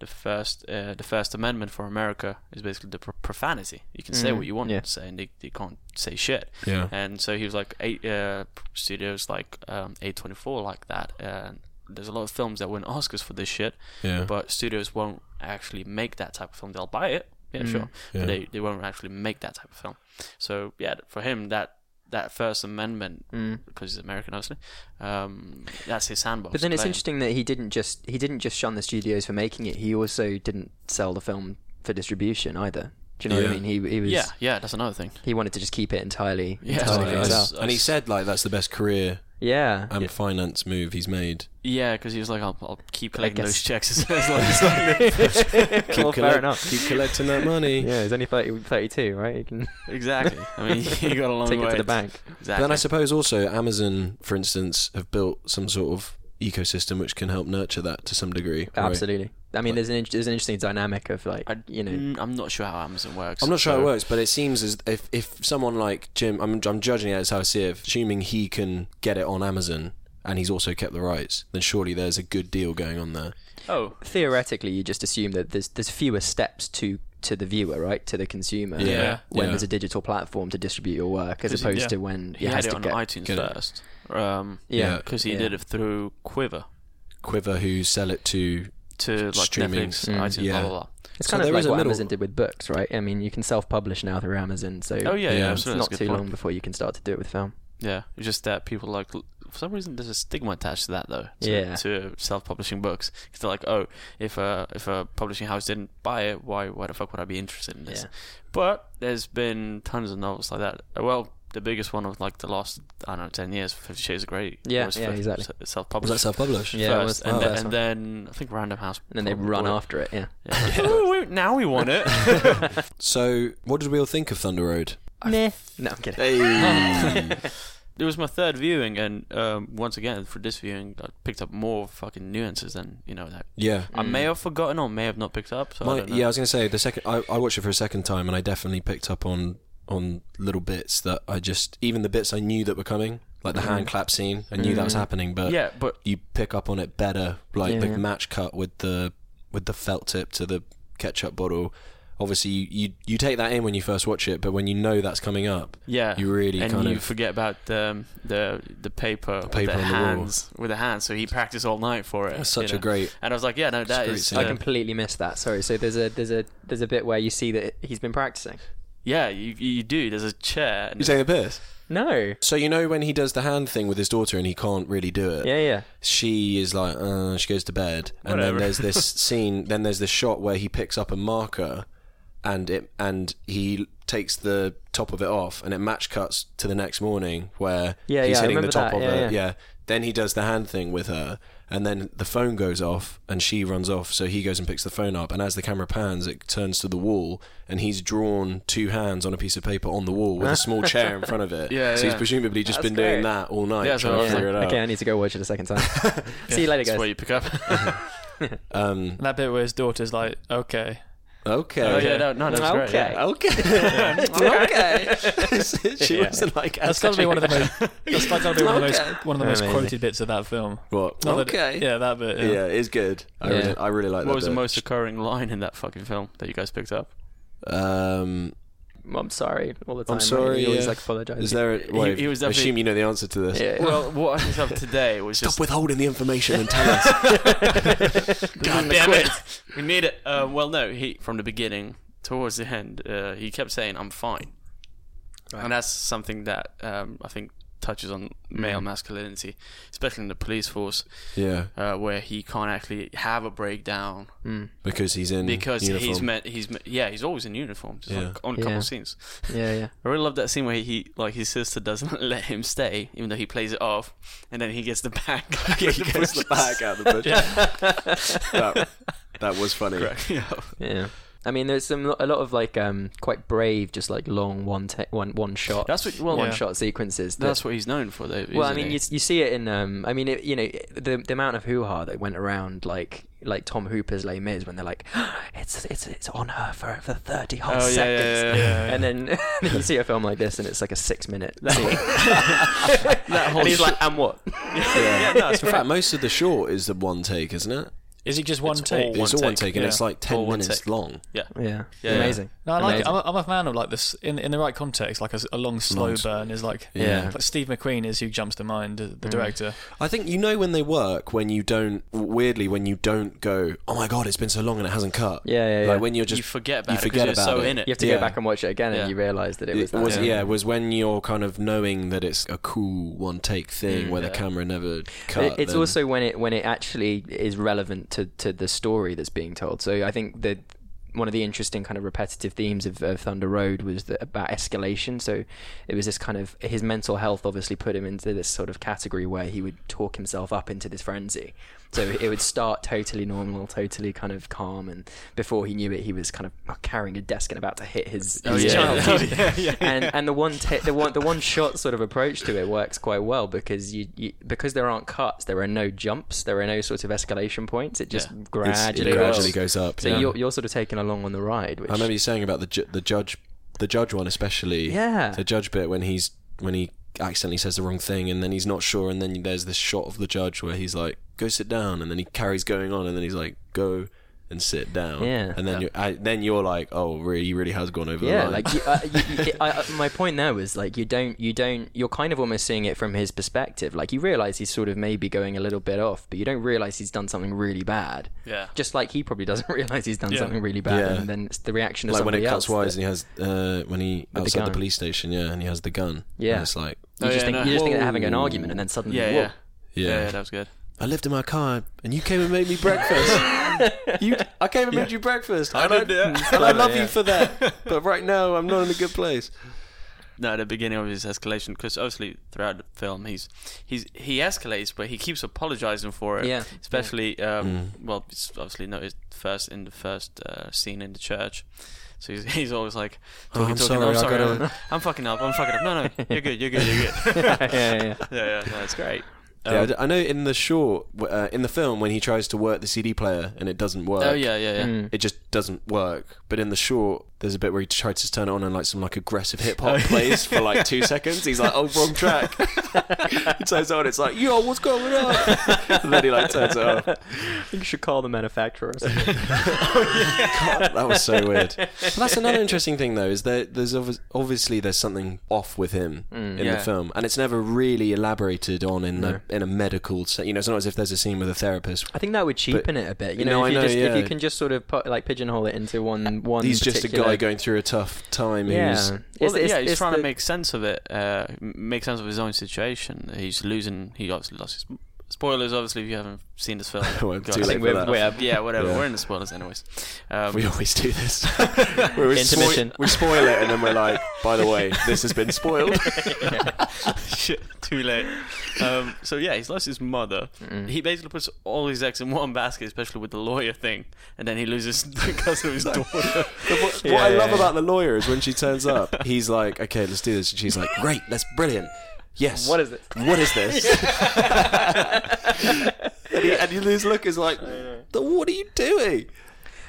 Speaker 4: the first uh, the First Amendment for America is basically the pr- profanity. You can say
Speaker 2: Mm.
Speaker 5: Mhm,
Speaker 4: what you want
Speaker 5: yeah.
Speaker 4: to say, and they, they can't say shit.
Speaker 2: Yeah.
Speaker 4: And so he was like eight uh, studios like um, A24 like that. And there's a lot of films that win Oscars for this shit,
Speaker 2: Yeah.
Speaker 4: but studios won't actually make that type of film. They'll buy it, yeah, sure,
Speaker 2: Mm, Yeah.
Speaker 4: but they they won't actually make that type of film. So yeah, for him that. That First Amendment because he's American, obviously. Um, that's his sandbox.
Speaker 5: Mm. But then it's
Speaker 4: playing.
Speaker 5: interesting that he didn't just he didn't just shun the studios for making it. He also didn't sell the film for distribution either. Do you know
Speaker 2: Yeah.
Speaker 5: what I mean? He he was
Speaker 4: Yeah, yeah, that's another thing.
Speaker 5: he wanted to just keep it entirely
Speaker 4: Yeah.
Speaker 5: entirely for
Speaker 4: Yeah.
Speaker 5: himself.
Speaker 4: Yes.
Speaker 2: and he said like that's the best career
Speaker 5: Yeah.
Speaker 2: and finance move he's made.
Speaker 4: Yeah, because he was like, I'll, I'll keep collecting those
Speaker 5: guess-
Speaker 4: checks as as long as I live.
Speaker 5: well, fair
Speaker 2: Collect-
Speaker 5: enough.
Speaker 2: Keep collecting that money.
Speaker 5: Yeah, he's only 30, 32, right? You can
Speaker 4: exactly. I mean, you got a long
Speaker 5: take
Speaker 4: way
Speaker 5: it to the bank.
Speaker 4: Exactly.
Speaker 2: Then I suppose also Amazon, for instance, have built some sort of ecosystem which can help nurture that to some degree. right?
Speaker 5: Absolutely. I mean, there's an in- there's an interesting dynamic of like
Speaker 4: I-
Speaker 5: you know
Speaker 4: Mm, I'm not sure how Amazon works.
Speaker 2: I'm not sure how it
Speaker 4: so-
Speaker 2: works, but it seems as if if someone like Jim, I'm I'm judging it as how I see it. Assuming he can get it on Amazon and he's also kept the rights, then surely there's a good deal going on there.
Speaker 4: Oh,
Speaker 5: theoretically you just assume that there's there's fewer steps to to the viewer, right, to the consumer.
Speaker 3: Yeah.
Speaker 5: When
Speaker 2: Yeah.
Speaker 5: there's a digital platform to distribute your work, as
Speaker 4: 'Cause he-
Speaker 5: opposed
Speaker 3: yeah.
Speaker 5: to when
Speaker 4: he
Speaker 5: it
Speaker 4: had
Speaker 5: has
Speaker 4: it
Speaker 5: to
Speaker 4: on
Speaker 5: get
Speaker 4: iTunes
Speaker 2: get it.
Speaker 4: first. Um,
Speaker 5: yeah.
Speaker 4: because he
Speaker 5: Yeah.
Speaker 4: did it through Quiver
Speaker 2: Quiver who sell it to
Speaker 4: to like
Speaker 2: Streaming.
Speaker 4: Netflix,
Speaker 2: Mm,
Speaker 4: iTunes,
Speaker 2: yeah.
Speaker 4: blah blah
Speaker 5: It's
Speaker 2: So
Speaker 5: kind of
Speaker 2: there
Speaker 5: like
Speaker 2: is a
Speaker 5: what
Speaker 2: middle-
Speaker 5: Amazon did with books, right? I mean, you can self-publish now through Amazon, so
Speaker 4: blah. Oh yeah, yeah,
Speaker 2: Yeah.
Speaker 5: it's
Speaker 4: absolutely.
Speaker 5: not
Speaker 4: That's a
Speaker 5: too
Speaker 4: good
Speaker 5: long
Speaker 4: point.
Speaker 5: before you can start to do it with film.
Speaker 4: Yeah, it's just that people like l- for some reason there's a stigma attached to that though. To,
Speaker 5: Yeah.
Speaker 4: To self-publishing books, 'Cause they're like, oh, if a if a publishing house didn't buy it, why why the fuck would I be interested in this?
Speaker 5: Yeah.
Speaker 4: But there's been tons of novels like that. Uh, Well, the biggest one of like the last I don't know ten years, Fifty Shades of Grey.
Speaker 5: Yeah,
Speaker 4: was
Speaker 5: yeah,
Speaker 4: f-
Speaker 5: exactly.
Speaker 4: s-
Speaker 2: was that
Speaker 4: Self-published.
Speaker 2: self publish?
Speaker 5: Yeah. it was
Speaker 4: First,
Speaker 5: the
Speaker 4: and,
Speaker 5: first
Speaker 4: then,
Speaker 5: one.
Speaker 4: and then I think Random House.
Speaker 5: And then they
Speaker 4: probably
Speaker 5: run
Speaker 4: bought it.
Speaker 5: after it, yeah.
Speaker 4: Yeah. Ooh, we- now we want it.
Speaker 2: So what did we all think of Thunder Road?
Speaker 5: Meh. No, I'm kidding.
Speaker 4: It was my third viewing, and um, once again for this viewing, I picked up more fucking nuances than you know that
Speaker 2: yeah.
Speaker 4: I may have forgotten or may have not picked up. So I
Speaker 2: My,
Speaker 4: don't know.
Speaker 2: yeah, I was gonna say the second I, I watched it for a second time and I definitely picked up on on little bits that I just even the bits I knew that were coming, like the hand clap scene, I knew that was happening, but
Speaker 4: Mm-hmm. Yeah, but
Speaker 2: you pick up on it better, like
Speaker 5: Yeah.
Speaker 2: the match cut with the with the felt tip to the ketchup bottle. Obviously, you, you you take that in when you first watch it, but when you know that's coming up,
Speaker 4: yeah,
Speaker 2: you really
Speaker 4: and
Speaker 2: kind
Speaker 4: you
Speaker 2: of
Speaker 4: forget about the the the paper,
Speaker 2: paper
Speaker 4: with
Speaker 2: on
Speaker 4: the
Speaker 2: the
Speaker 4: hands with the hands. So he practiced all night for it.
Speaker 2: That's
Speaker 4: you
Speaker 2: such
Speaker 4: know.
Speaker 2: a great-
Speaker 4: And I was like, yeah, no, that
Speaker 2: great
Speaker 4: is
Speaker 2: scene.
Speaker 4: uh,
Speaker 5: I completely missed that. Sorry. So there's a there's a there's a bit where you see that he's been practicing.
Speaker 4: yeah, you you do. There's a chair. And
Speaker 2: you take the piss.
Speaker 5: No.
Speaker 2: So you know when he does the hand thing with his daughter and he can't really do it.
Speaker 5: Yeah, yeah.
Speaker 2: she is like uh, she goes to bed and
Speaker 4: Whatever.
Speaker 2: then there's this scene then there's this shot where he picks up a marker and it and he takes the top of it off, and it match cuts to the next morning where
Speaker 5: Yeah,
Speaker 2: he's
Speaker 5: yeah,
Speaker 2: hitting
Speaker 5: I
Speaker 2: the
Speaker 5: remember
Speaker 2: top
Speaker 5: that.
Speaker 2: of
Speaker 5: Yeah,
Speaker 2: it.
Speaker 5: yeah.
Speaker 2: Then he does the hand thing with her, and then the phone goes off, and she runs off. So he goes and picks the phone up, and as the camera pans, it turns to the wall, and he's drawn two hands on a piece of paper on the wall with a small chair in front of it.
Speaker 4: Yeah,
Speaker 2: so he's
Speaker 4: yeah.
Speaker 2: presumably just
Speaker 4: That's
Speaker 2: been
Speaker 4: great.
Speaker 2: doing that all night,
Speaker 4: Yeah, so
Speaker 2: trying to
Speaker 4: I was
Speaker 2: figure it out.
Speaker 5: Okay, I need to go watch it a second time. See you later,
Speaker 4: That's where
Speaker 5: guys.
Speaker 4: you pick up.
Speaker 2: Um,
Speaker 3: that bit where his daughter's like, okay,
Speaker 4: oh
Speaker 2: okay.
Speaker 4: yeah, no, no, that's great.
Speaker 5: Okay.
Speaker 4: Yeah.
Speaker 2: Okay.
Speaker 5: okay.
Speaker 2: she wasn't like
Speaker 3: that's got to be one of the most. That's got to be one of the most,
Speaker 5: Okay.
Speaker 3: one of the most
Speaker 5: Amazing.
Speaker 3: quoted bits of that film.
Speaker 2: What?
Speaker 3: Not that-
Speaker 5: Okay.
Speaker 3: yeah, that bit. Yeah.
Speaker 2: Yeah, it's good. I,
Speaker 5: Yeah.
Speaker 2: really, I really like that.
Speaker 4: What was the
Speaker 2: bit.
Speaker 4: most recurring line in that fucking film that you guys picked up?
Speaker 2: Um,
Speaker 5: Well, I'm sorry all the time.
Speaker 2: I'm sorry.
Speaker 5: You always
Speaker 2: yeah.
Speaker 5: like apologize.
Speaker 2: Is there? A, well,
Speaker 4: Uh, he was
Speaker 2: I
Speaker 4: definitely-
Speaker 2: assume you know the answer to this.
Speaker 5: Yeah.
Speaker 4: Well, what I picked up today was
Speaker 2: Stop
Speaker 4: just
Speaker 2: withholding the information and tell us.
Speaker 4: God damn it. We need it. Uh, well, no, he from the beginning towards the end, uh, he kept saying, "I'm fine," and that's something that um, I think touches on male masculinity, especially in the police force,
Speaker 2: yeah,
Speaker 4: uh, where he can't actually have a breakdown
Speaker 2: because he's in
Speaker 4: because
Speaker 2: uniform.
Speaker 4: he's meant he's me- yeah he's always in uniform just
Speaker 2: Yeah.
Speaker 4: on, on a couple
Speaker 5: Yeah.
Speaker 4: scenes.
Speaker 5: Yeah, yeah.
Speaker 4: I really love that scene where he like his sister doesn't let him stay, even though he plays it off, and then he gets the bag.
Speaker 2: yeah, he goes the back out of the bush. that, that was funny.
Speaker 5: Yeah. I mean, there's some a lot of like um quite brave, just like long one ta- one one shot.
Speaker 4: That's what- well,
Speaker 5: one
Speaker 4: yeah.
Speaker 5: shot sequences. that-
Speaker 4: That's what he's known for, though.
Speaker 5: well, I
Speaker 4: isn't
Speaker 5: mean,
Speaker 4: he?
Speaker 5: you, you see it in um. I mean, it, you know, the the amount of hoo ha that went around, like like Tom Hooper's Les Mis, when they're like, it's it's it's on her for for thirty whole
Speaker 4: Oh, yeah, yeah,
Speaker 5: seconds,
Speaker 4: yeah, yeah.
Speaker 5: and then you see a film like this, and it's like a six minute.
Speaker 4: that whole
Speaker 5: and he's
Speaker 4: sh-
Speaker 5: like, and what?
Speaker 2: Yeah. in fact, most of the short is the one take, isn't it?
Speaker 3: Is it just one
Speaker 4: It's
Speaker 3: take?
Speaker 4: all one
Speaker 2: it's all one
Speaker 4: take,
Speaker 2: take, and
Speaker 3: yeah.
Speaker 2: it's like
Speaker 4: All
Speaker 2: ten
Speaker 4: one
Speaker 2: minutes
Speaker 4: take.
Speaker 2: long.
Speaker 4: yeah.
Speaker 5: Yeah,
Speaker 4: Yeah, yeah.
Speaker 5: amazing.
Speaker 3: No, I like. It.
Speaker 5: Amazing.
Speaker 3: I'm, a, I'm a fan of like this in in the right context. Like a, s- a long slow burn is like
Speaker 2: Yeah.
Speaker 3: Like Steve McQueen is who jumps to mind, uh, the director.
Speaker 2: I think you know when they work when you don't weirdly when you don't go oh my god it's been so long and it hasn't cut
Speaker 5: Yeah,
Speaker 2: like
Speaker 5: yeah, yeah.
Speaker 2: when you're just
Speaker 4: you forget about
Speaker 2: you
Speaker 4: it
Speaker 2: forget
Speaker 4: because
Speaker 2: about
Speaker 4: you're so
Speaker 2: it.
Speaker 4: in it.
Speaker 5: you have to
Speaker 2: Yeah.
Speaker 5: go back and watch it again, and
Speaker 4: Yeah.
Speaker 5: you realise that it was.
Speaker 2: it
Speaker 5: that
Speaker 2: was
Speaker 5: long.
Speaker 2: yeah it was when you're kind of knowing that it's a cool one take
Speaker 4: Mm,
Speaker 2: thing where the camera never cut
Speaker 5: It- it's
Speaker 2: then-
Speaker 5: also when it when it actually is relevant to, to the story that's being told. So I think that one of the interesting kind of repetitive themes of, of Thunder Road was that about escalation. So it was this kind of his mental health obviously put him into this sort of category where he would talk himself up into this frenzy. So it would start totally normal, totally kind of calm, and before he knew it, he was kind of carrying a desk and about to hit his, his
Speaker 4: Oh, yeah.
Speaker 5: child and and the one ta the one the one shot sort of approach to it works quite well because you, you because there aren't cuts, there are no jumps, there are no sort of escalation points. It just
Speaker 4: Yeah.
Speaker 2: It's-
Speaker 5: gradually
Speaker 2: it
Speaker 5: grows.
Speaker 2: gradually goes up
Speaker 5: So
Speaker 2: yeah.
Speaker 5: you're you're sort of taken along on the ride. Which,
Speaker 2: I remember you saying about the ju- the judge the judge one especially
Speaker 5: Yeah.
Speaker 2: the judge bit when he's when he accidentally says the wrong thing and then he's not sure and then there's this shot of the judge where he's like go sit down and then he carries going on and then he's like go and sit down
Speaker 5: Yeah.
Speaker 2: and then you're I, then you're like oh really he really has gone over the
Speaker 5: yeah,
Speaker 2: line
Speaker 5: like you, uh, you, you, I, I- my point there was like you don't you don't you're kind of almost seeing it from his perspective. Like you realize he's sort of maybe going a little bit off, but you don't realize he's done something really bad.
Speaker 4: Yeah.
Speaker 5: Just like he probably doesn't realize he's done something really bad,
Speaker 2: Yeah.
Speaker 5: and then it's the reaction of
Speaker 2: like when
Speaker 5: somebody
Speaker 2: it cuts
Speaker 5: else. that-
Speaker 2: wise and he has uh, when he outside the,
Speaker 5: gun.
Speaker 2: police station, yeah, and he has the gun.
Speaker 5: Yeah.
Speaker 2: and it's like
Speaker 5: you
Speaker 4: Oh,
Speaker 5: just
Speaker 4: yeah,
Speaker 5: think
Speaker 4: no.
Speaker 5: you just think they're
Speaker 2: Whoa.
Speaker 5: having an argument, and then suddenly
Speaker 4: yeah,
Speaker 5: whoa,
Speaker 4: yeah.
Speaker 2: yeah.
Speaker 4: yeah, that was good.
Speaker 2: I lived in my car and you came and made me breakfast. you, I came and made you breakfast. I and, I, and I love you for that. But right now, I'm not in a good place.
Speaker 4: No, the beginning of his escalation, because obviously throughout the film he's he's he escalates, but he keeps apologizing for it.
Speaker 5: Yeah.
Speaker 4: Especially, um,
Speaker 2: Mm.
Speaker 4: well, it's obviously noticed first in the first uh, scene in the church. So he's, he's always like, talking,
Speaker 2: Oh, I'm
Speaker 4: talking,
Speaker 2: sorry,
Speaker 4: I'm
Speaker 2: I
Speaker 4: sorry,
Speaker 2: gotta-
Speaker 4: I'm, I'm fucking up, I'm fucking up. No, no, you're good, you're good, you're good.
Speaker 5: yeah, yeah, yeah.
Speaker 4: yeah, yeah, no, it's great.
Speaker 2: yeah, I d- I know in the short, w- uh, in the film, when he tries to work the CD player and it doesn't work.
Speaker 4: Oh yeah, yeah,
Speaker 5: mm.
Speaker 4: yeah.
Speaker 2: It just doesn't work. But in the short, there's a bit where he tries to turn it on and like some like aggressive hip hop plays for like two seconds. He's like, "Oh, wrong track." he turns it on. It's like, "Yo, what's going on?" and then he like turns it off.
Speaker 5: I think you should call the manufacturer.
Speaker 2: God, that was so weird. But that's another interesting thing, though, is there, there's obvi- obviously there's something off with him
Speaker 5: Mm,
Speaker 2: in
Speaker 4: Yeah.
Speaker 2: the film, and it's never really elaborated on in a in a medical. Se- you know, it's not as if there's a scene with a therapist.
Speaker 5: I think that would cheapen it a bit. You know,
Speaker 2: No,
Speaker 5: if
Speaker 2: I
Speaker 5: you
Speaker 2: know,
Speaker 5: just if you
Speaker 2: yeah. Uh,
Speaker 5: can just sort of put, like pigeonhole it into one one.
Speaker 2: He's just a guy
Speaker 5: particular-
Speaker 2: going through a tough time.
Speaker 5: Yeah,
Speaker 2: Who's,
Speaker 4: Well,
Speaker 5: It's- it's-
Speaker 4: yeah, he's
Speaker 5: it's
Speaker 4: trying
Speaker 5: the-
Speaker 4: to make sense of it, uh, m- make sense of his own situation. He's losing. He obviously lost his spoilers, obviously, if you haven't seen this film.
Speaker 2: Well,
Speaker 4: Go
Speaker 2: too
Speaker 4: on.
Speaker 2: late for
Speaker 5: we're-
Speaker 2: that.
Speaker 5: we're-
Speaker 4: yeah, whatever.
Speaker 2: Yeah.
Speaker 4: We're in the spoilers, anyways. Um,
Speaker 2: We always do this. We always spoil-
Speaker 5: Intermission.
Speaker 2: we spoil it, and then we're like, "By the way, this has been spoiled."
Speaker 4: Shit, too late. Um, so yeah, he's lost his mother.
Speaker 2: Mm.
Speaker 4: He basically puts all his eggs in one basket, especially with the lawyer thing, and then he loses because of his daughter.
Speaker 2: But what, what
Speaker 5: Yeah,
Speaker 2: I
Speaker 5: yeah,
Speaker 2: love
Speaker 5: yeah.
Speaker 2: about the lawyer is when she turns up, he's like, "Okay, let's do this," and she's like, "Great, that's brilliant." Yes.
Speaker 5: What is this?
Speaker 2: What is this? and, he, and his look is like, "The- "What are you doing?"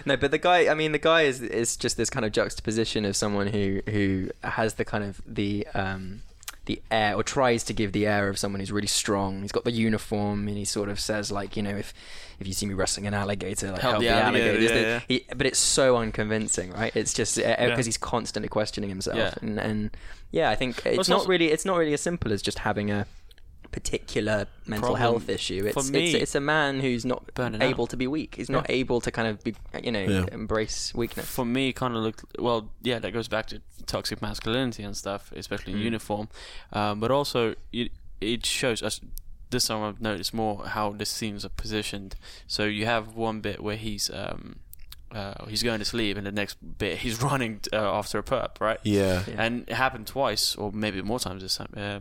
Speaker 5: No, but the guy. I mean, the guy is is just this kind of juxtaposition of someone who who has the kind of the um the air or tries to give the air of someone who's really strong. He's got the uniform and he sort of says like, you know, if if you see me wrestling an alligator, like help, the, alligator.
Speaker 4: yeah,
Speaker 5: Just the- he- but it's so unconvincing, right? It's just because
Speaker 4: Yeah.
Speaker 5: he's constantly questioning himself,
Speaker 4: Yeah.
Speaker 5: and and yeah, I think it's
Speaker 4: it's
Speaker 5: not
Speaker 4: also-
Speaker 5: really it's not really as simple as just having a particular mental
Speaker 4: Problem
Speaker 5: health issue.
Speaker 4: for
Speaker 5: It's,
Speaker 4: me-
Speaker 5: it's it's a man who's not
Speaker 4: Burning out.
Speaker 5: able to be weak. He's not able to kind of be, you know, embrace weakness.
Speaker 4: For me, it kind of looked well. Yeah, that goes back to toxic masculinity and stuff, especially in uniform. Um, but also, it it shows us. This time I've noticed more how the scenes are positioned. So you have one bit where he's um, uh, he's going to sleep, and the next bit he's running uh, after a perp, right?
Speaker 2: Yeah.
Speaker 4: and it happened twice or maybe more times this time. Uh,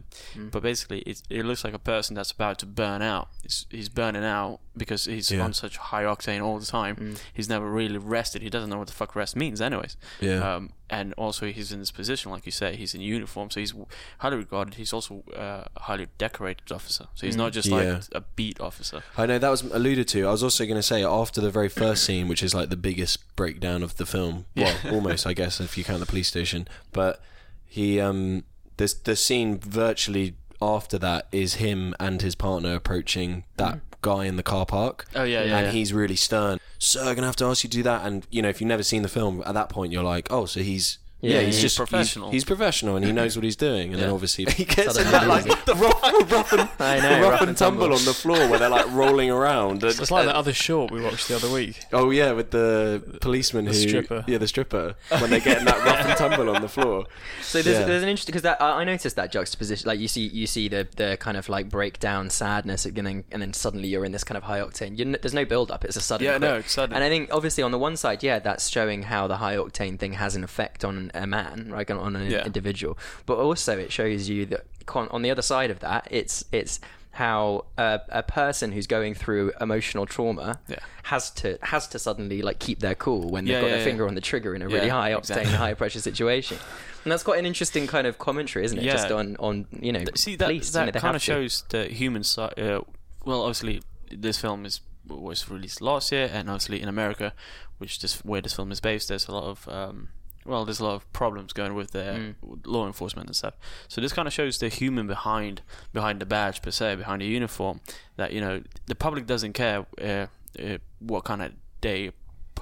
Speaker 4: But basically, it, it looks like a person that's about to burn out. He's, he's burning out because he's
Speaker 2: Yeah.
Speaker 4: on such high octane all the time. He's never really rested. He doesn't know what the fuck rest means, anyways.
Speaker 2: Yeah.
Speaker 4: Um, and also, he's in this position, like you say, he's in uniform, so he's w- highly regarded. He's also uh, a highly decorated officer, so he's not just like
Speaker 2: Yeah.
Speaker 4: a beat officer.
Speaker 2: I know that was alluded to. I was also going to say after the very first scene, which is like the biggest breakdown of the film. Well, almost, I guess, if you count the police station. But he, um, this the scene virtually after that is him and his partner approaching that guy in the car park.
Speaker 4: Oh, yeah, yeah,
Speaker 2: and
Speaker 4: yeah.
Speaker 2: he's really stern. So I'm gonna have to ask you to do that. And you know, if you've never seen the film, at that point you're like, oh, so he's. Yeah, he's,
Speaker 4: he's
Speaker 2: just
Speaker 4: professional.
Speaker 2: He's, he's professional, and he knows what he's doing. And then
Speaker 4: Yeah.
Speaker 2: obviously he gets in
Speaker 5: Suddenly
Speaker 2: that
Speaker 5: loses
Speaker 2: like the rough, rough and,
Speaker 5: I
Speaker 2: the rough, and tumble, on the floor where they're like rolling around. And,
Speaker 3: It's like that other short we watched the other week.
Speaker 2: Oh yeah, with the policeman who
Speaker 3: stripper.
Speaker 2: yeah the stripper when they're getting that rough and tumble on the floor.
Speaker 5: So there's,
Speaker 2: Yeah.
Speaker 5: there's an interesting because that I, I noticed that juxtaposition. Like you see, you see the the kind of like breakdown, sadness, and then and then suddenly you're in this kind of high octane. You're, n- there's no build up. It's a sudden.
Speaker 4: Yeah,
Speaker 5: quick.
Speaker 4: no, it's sudden.
Speaker 5: And I think obviously on the one side, yeah, that's showing how the high octane thing has an effect on a man, right, on- on an
Speaker 4: Yeah.
Speaker 5: individual. But also it shows you that con- on the other side of that, it's it's how a, a person who's going through emotional trauma
Speaker 4: Yeah.
Speaker 5: has to has to suddenly like keep their cool when they've
Speaker 4: Yeah,
Speaker 5: got
Speaker 4: yeah,
Speaker 5: their
Speaker 4: yeah.
Speaker 5: finger on the trigger in a really
Speaker 4: Yeah,
Speaker 5: high octane,
Speaker 4: exactly.
Speaker 5: high pressure situation, and that's quite an interesting kind of commentary, isn't it?
Speaker 4: Yeah.
Speaker 5: Just on on you know,
Speaker 4: see that
Speaker 5: police, you
Speaker 4: that
Speaker 5: know, they
Speaker 4: kind
Speaker 5: have
Speaker 4: of
Speaker 5: to.
Speaker 4: shows the human side. Uh, well, obviously, this film is was released last year, and obviously in America, which this where this film is based, there's a lot of um, well, there's a lot of problems going with their
Speaker 5: Mm.
Speaker 4: law enforcement and stuff. So this kind of shows the human behind behind the badge per se, behind the uniform. That you know the public doesn't care uh, uh, what kind of day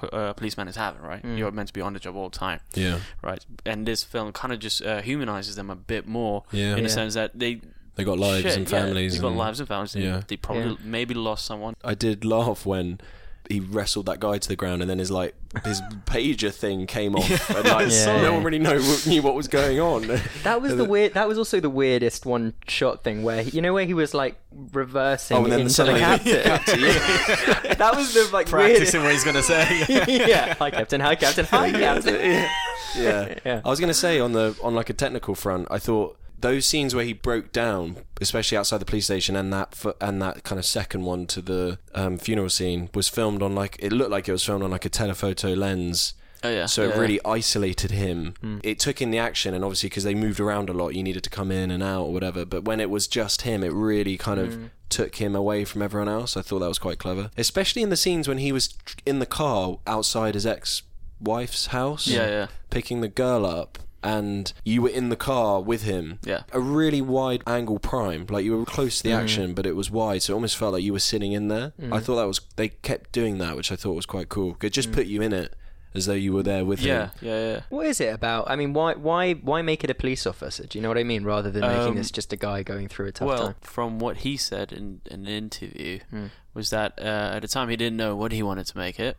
Speaker 4: p- uh, policeman is having, right?
Speaker 5: Mm.
Speaker 4: You're meant to be on the job all the time
Speaker 2: Yeah,
Speaker 4: right? And this film kind of just uh, humanizes them a bit more
Speaker 2: Yeah.
Speaker 4: in
Speaker 2: Yeah.
Speaker 4: the sense that they
Speaker 2: they got lives
Speaker 4: shit,
Speaker 2: and
Speaker 4: yeah,
Speaker 2: families.
Speaker 4: they've got
Speaker 2: and-
Speaker 4: lives and families.
Speaker 2: Yeah.
Speaker 4: Yeah. They probably
Speaker 5: Yeah.
Speaker 4: maybe lost someone.
Speaker 2: I did laugh when he wrestled that guy to the ground, and then his like his pager thing came off, and like
Speaker 5: Yeah.
Speaker 2: no one really know, knew what was going on.
Speaker 5: That was the weird. That was also the weirdest one shot thing where he, you know where he was like reversing
Speaker 2: Oh, and then
Speaker 5: into the
Speaker 2: suddenly
Speaker 5: captain. that was the like weirdest.
Speaker 3: what he's going to say.
Speaker 5: yeah, hi captain, hi captain, hi captain.
Speaker 2: yeah.
Speaker 5: Yeah.
Speaker 2: I was going to say on the on like a technical front, I thought those scenes where he broke down, especially outside the police station, and that f- and that kind of second one to the um, funeral scene was filmed on like it looked like it was filmed on like a telephoto lens.
Speaker 4: Oh yeah.
Speaker 2: So it really isolated him.
Speaker 4: Hmm.
Speaker 2: It took in the action, and obviously because they moved around a lot, you needed to come in and out or whatever. But when it was just him, it really kind of
Speaker 4: Hmm.
Speaker 2: took him away from everyone else. I thought that was quite clever, especially in the scenes when he was tr- in the car outside his ex-wife's house.
Speaker 4: Yeah, yeah.
Speaker 2: Picking the girl up. And you were in the car with him.
Speaker 4: Yeah. Hmm.
Speaker 2: A really wide angle prime. Like you were close to the action, but it was wide. So it almost felt like you were sitting in there. I thought that was, they kept doing that, which I thought was quite cool. It
Speaker 4: Hmm.
Speaker 2: just put you in it as though you were there with
Speaker 4: Yeah,
Speaker 2: him.
Speaker 4: yeah, yeah.
Speaker 5: What is it about? I mean, why, why, why make it a police officer? Do you know what I mean? Rather than making this just a guy going through a
Speaker 4: Um,
Speaker 5: tough
Speaker 4: Well,
Speaker 5: time. Hmm.
Speaker 4: from what he said in, in an interview, was that uh, at the time he didn't know what he wanted to make it.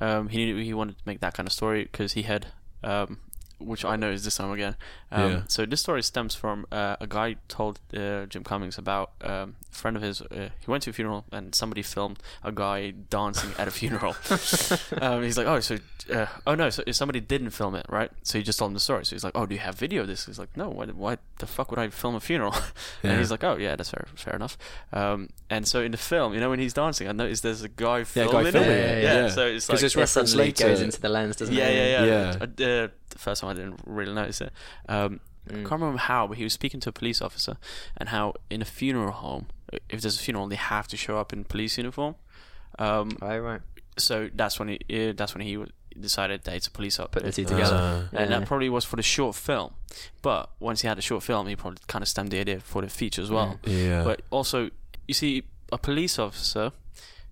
Speaker 4: Um, he knew he wanted to make that kind of story because he had um, which I know is this time again. Um,
Speaker 2: Yeah.
Speaker 4: So this story stems from uh, a guy told uh, Jim Cummings about um, a friend of his. Uh, he went to a funeral and somebody filmed a guy dancing at a funeral. um, he's like, oh, so uh, oh no, so somebody didn't film it, right? So he just told him the story. So he's like, oh, do you have video of this? He's like, no, why, why the fuck would I film a funeral?
Speaker 2: Yeah.
Speaker 4: and he's like, oh yeah, that's fair, fair enough. Um, and so in the film, you know, when he's dancing, I noticed there's a guy
Speaker 2: Yeah,
Speaker 4: filming,
Speaker 2: guy filming
Speaker 4: it.
Speaker 2: it,
Speaker 4: Yeah,
Speaker 2: yeah.
Speaker 4: so it's
Speaker 2: 'Cause
Speaker 4: like
Speaker 2: it's
Speaker 5: It
Speaker 2: reference
Speaker 5: suddenly
Speaker 2: later.
Speaker 5: goes into the lens, doesn't
Speaker 4: yeah,
Speaker 5: it?
Speaker 4: yeah, yeah.
Speaker 2: Yeah.
Speaker 4: I- uh, the first time I didn't really notice it. Um,
Speaker 2: Mm.
Speaker 5: Mm.
Speaker 4: I can't remember how, but he was speaking to a police officer, and how in a funeral home, if there's a funeral, they have to show up in police uniform. Um,
Speaker 5: Right, right.
Speaker 4: so that's when he uh, that's when he decided that it's a police officer.
Speaker 5: Put the two together.
Speaker 2: Uh,
Speaker 4: and
Speaker 5: Yeah.
Speaker 4: that probably was for the short film. But once he had a short film, he probably kind of stamped the idea for the feature as well.
Speaker 2: Yeah.
Speaker 4: But also, you see, a police officer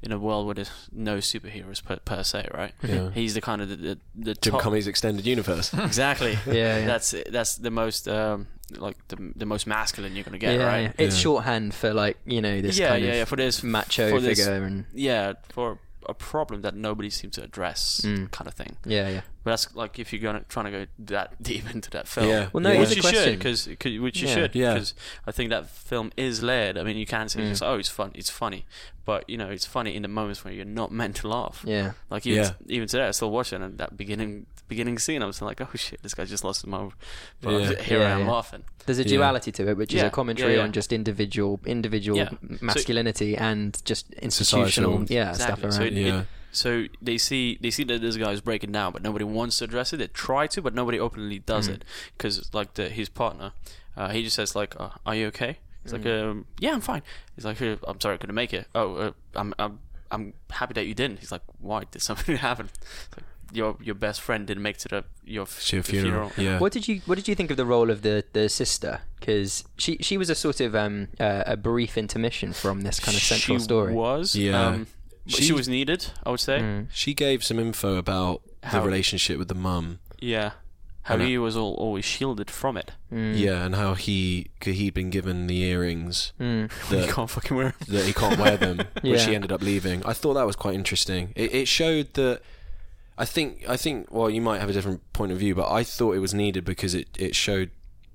Speaker 4: in a world where there's no superheroes per, per se, right?
Speaker 2: Yeah.
Speaker 4: He's the kind of the the, the
Speaker 2: Jim
Speaker 4: top,
Speaker 2: Cummings' extended universe.
Speaker 4: Exactly.
Speaker 5: Yeah, yeah.
Speaker 4: That's that's the most um, like the, the most masculine you're gonna get,
Speaker 5: yeah,
Speaker 4: right?
Speaker 5: yeah. It's
Speaker 2: Yeah.
Speaker 5: shorthand for like you know this
Speaker 4: yeah,
Speaker 5: kind
Speaker 4: yeah,
Speaker 5: of
Speaker 4: yeah. For this
Speaker 5: macho
Speaker 4: for
Speaker 5: figure
Speaker 4: this-
Speaker 5: and
Speaker 4: yeah, for a problem that nobody seems to address,
Speaker 5: Mm.
Speaker 4: kind of thing.
Speaker 5: yeah, yeah.
Speaker 4: But that's like if you're gonna trying to go that deep into that film.
Speaker 2: Yeah.
Speaker 5: Well, no,
Speaker 2: Yeah.
Speaker 5: here's
Speaker 4: Which
Speaker 5: a
Speaker 4: you
Speaker 5: question.
Speaker 4: should, cause, 'cause- which you
Speaker 5: Yeah.
Speaker 4: should,
Speaker 2: Yeah.
Speaker 4: because I think that film is layered. I mean, you can say
Speaker 5: Mm.
Speaker 4: just, oh, it's fun, it's funny, but you know, it's funny in the moments where you're not meant to laugh.
Speaker 5: yeah.
Speaker 4: Like even,
Speaker 2: Yeah.
Speaker 4: even today, I still watch it, and that beginning beginning scene, I was like, oh shit, this guy just lost his mind. But
Speaker 2: Yeah.
Speaker 4: here I
Speaker 5: Yeah,
Speaker 4: am
Speaker 5: yeah.
Speaker 4: laughing.
Speaker 5: There's a
Speaker 2: Yeah.
Speaker 5: duality to it, which is
Speaker 4: Yeah,
Speaker 5: a commentary
Speaker 4: yeah, yeah.
Speaker 5: on just individual individual
Speaker 4: Yeah.
Speaker 5: m- masculinity and just institutional
Speaker 2: Societal.
Speaker 5: yeah
Speaker 4: Exactly.
Speaker 5: stuff
Speaker 4: So
Speaker 5: around.
Speaker 4: it, it-
Speaker 2: Yeah.
Speaker 4: so they see they see that this guy is breaking down, but nobody wants to address it. They try to, but nobody openly
Speaker 5: Hmm.
Speaker 4: does it. 'Cause it because like the, his partner, uh, he just says like, uh, "Are you okay?" He's like,
Speaker 5: Hmm.
Speaker 4: um, "Yeah, I'm fine." He's like, "Uh, "I'm sorry, I couldn't make it." Oh, uh, I'm I'm I'm happy that you didn't. He's like, "Why did something happen?" It's like, your your best friend didn't make it to the your, f-
Speaker 2: To a
Speaker 4: funeral.
Speaker 2: funeral. Yeah.
Speaker 5: What did you What did you think of the role of the the sister? Because she she was a sort of um uh, a brief intermission from this kind of central
Speaker 4: she
Speaker 5: story. Hmm.
Speaker 4: was.
Speaker 2: Yeah.
Speaker 4: Um, but she,
Speaker 2: She-
Speaker 4: was needed, I would say.
Speaker 2: She gave some info about
Speaker 4: How-
Speaker 2: the relationship with the mum.
Speaker 4: Yeah. How
Speaker 2: And I-
Speaker 4: he was all, always shielded from it.
Speaker 5: Hmm.
Speaker 2: Yeah, and how he 'cause he'd been given the earrings
Speaker 5: Mm.
Speaker 4: you
Speaker 2: that,
Speaker 4: can't fucking wear him.
Speaker 2: that he can't wear them, which
Speaker 5: Yeah.
Speaker 2: he ended up leaving. I thought that was quite interesting. It, it showed that. I think I think well you might have a different point of view but I thought it was needed because it, it showed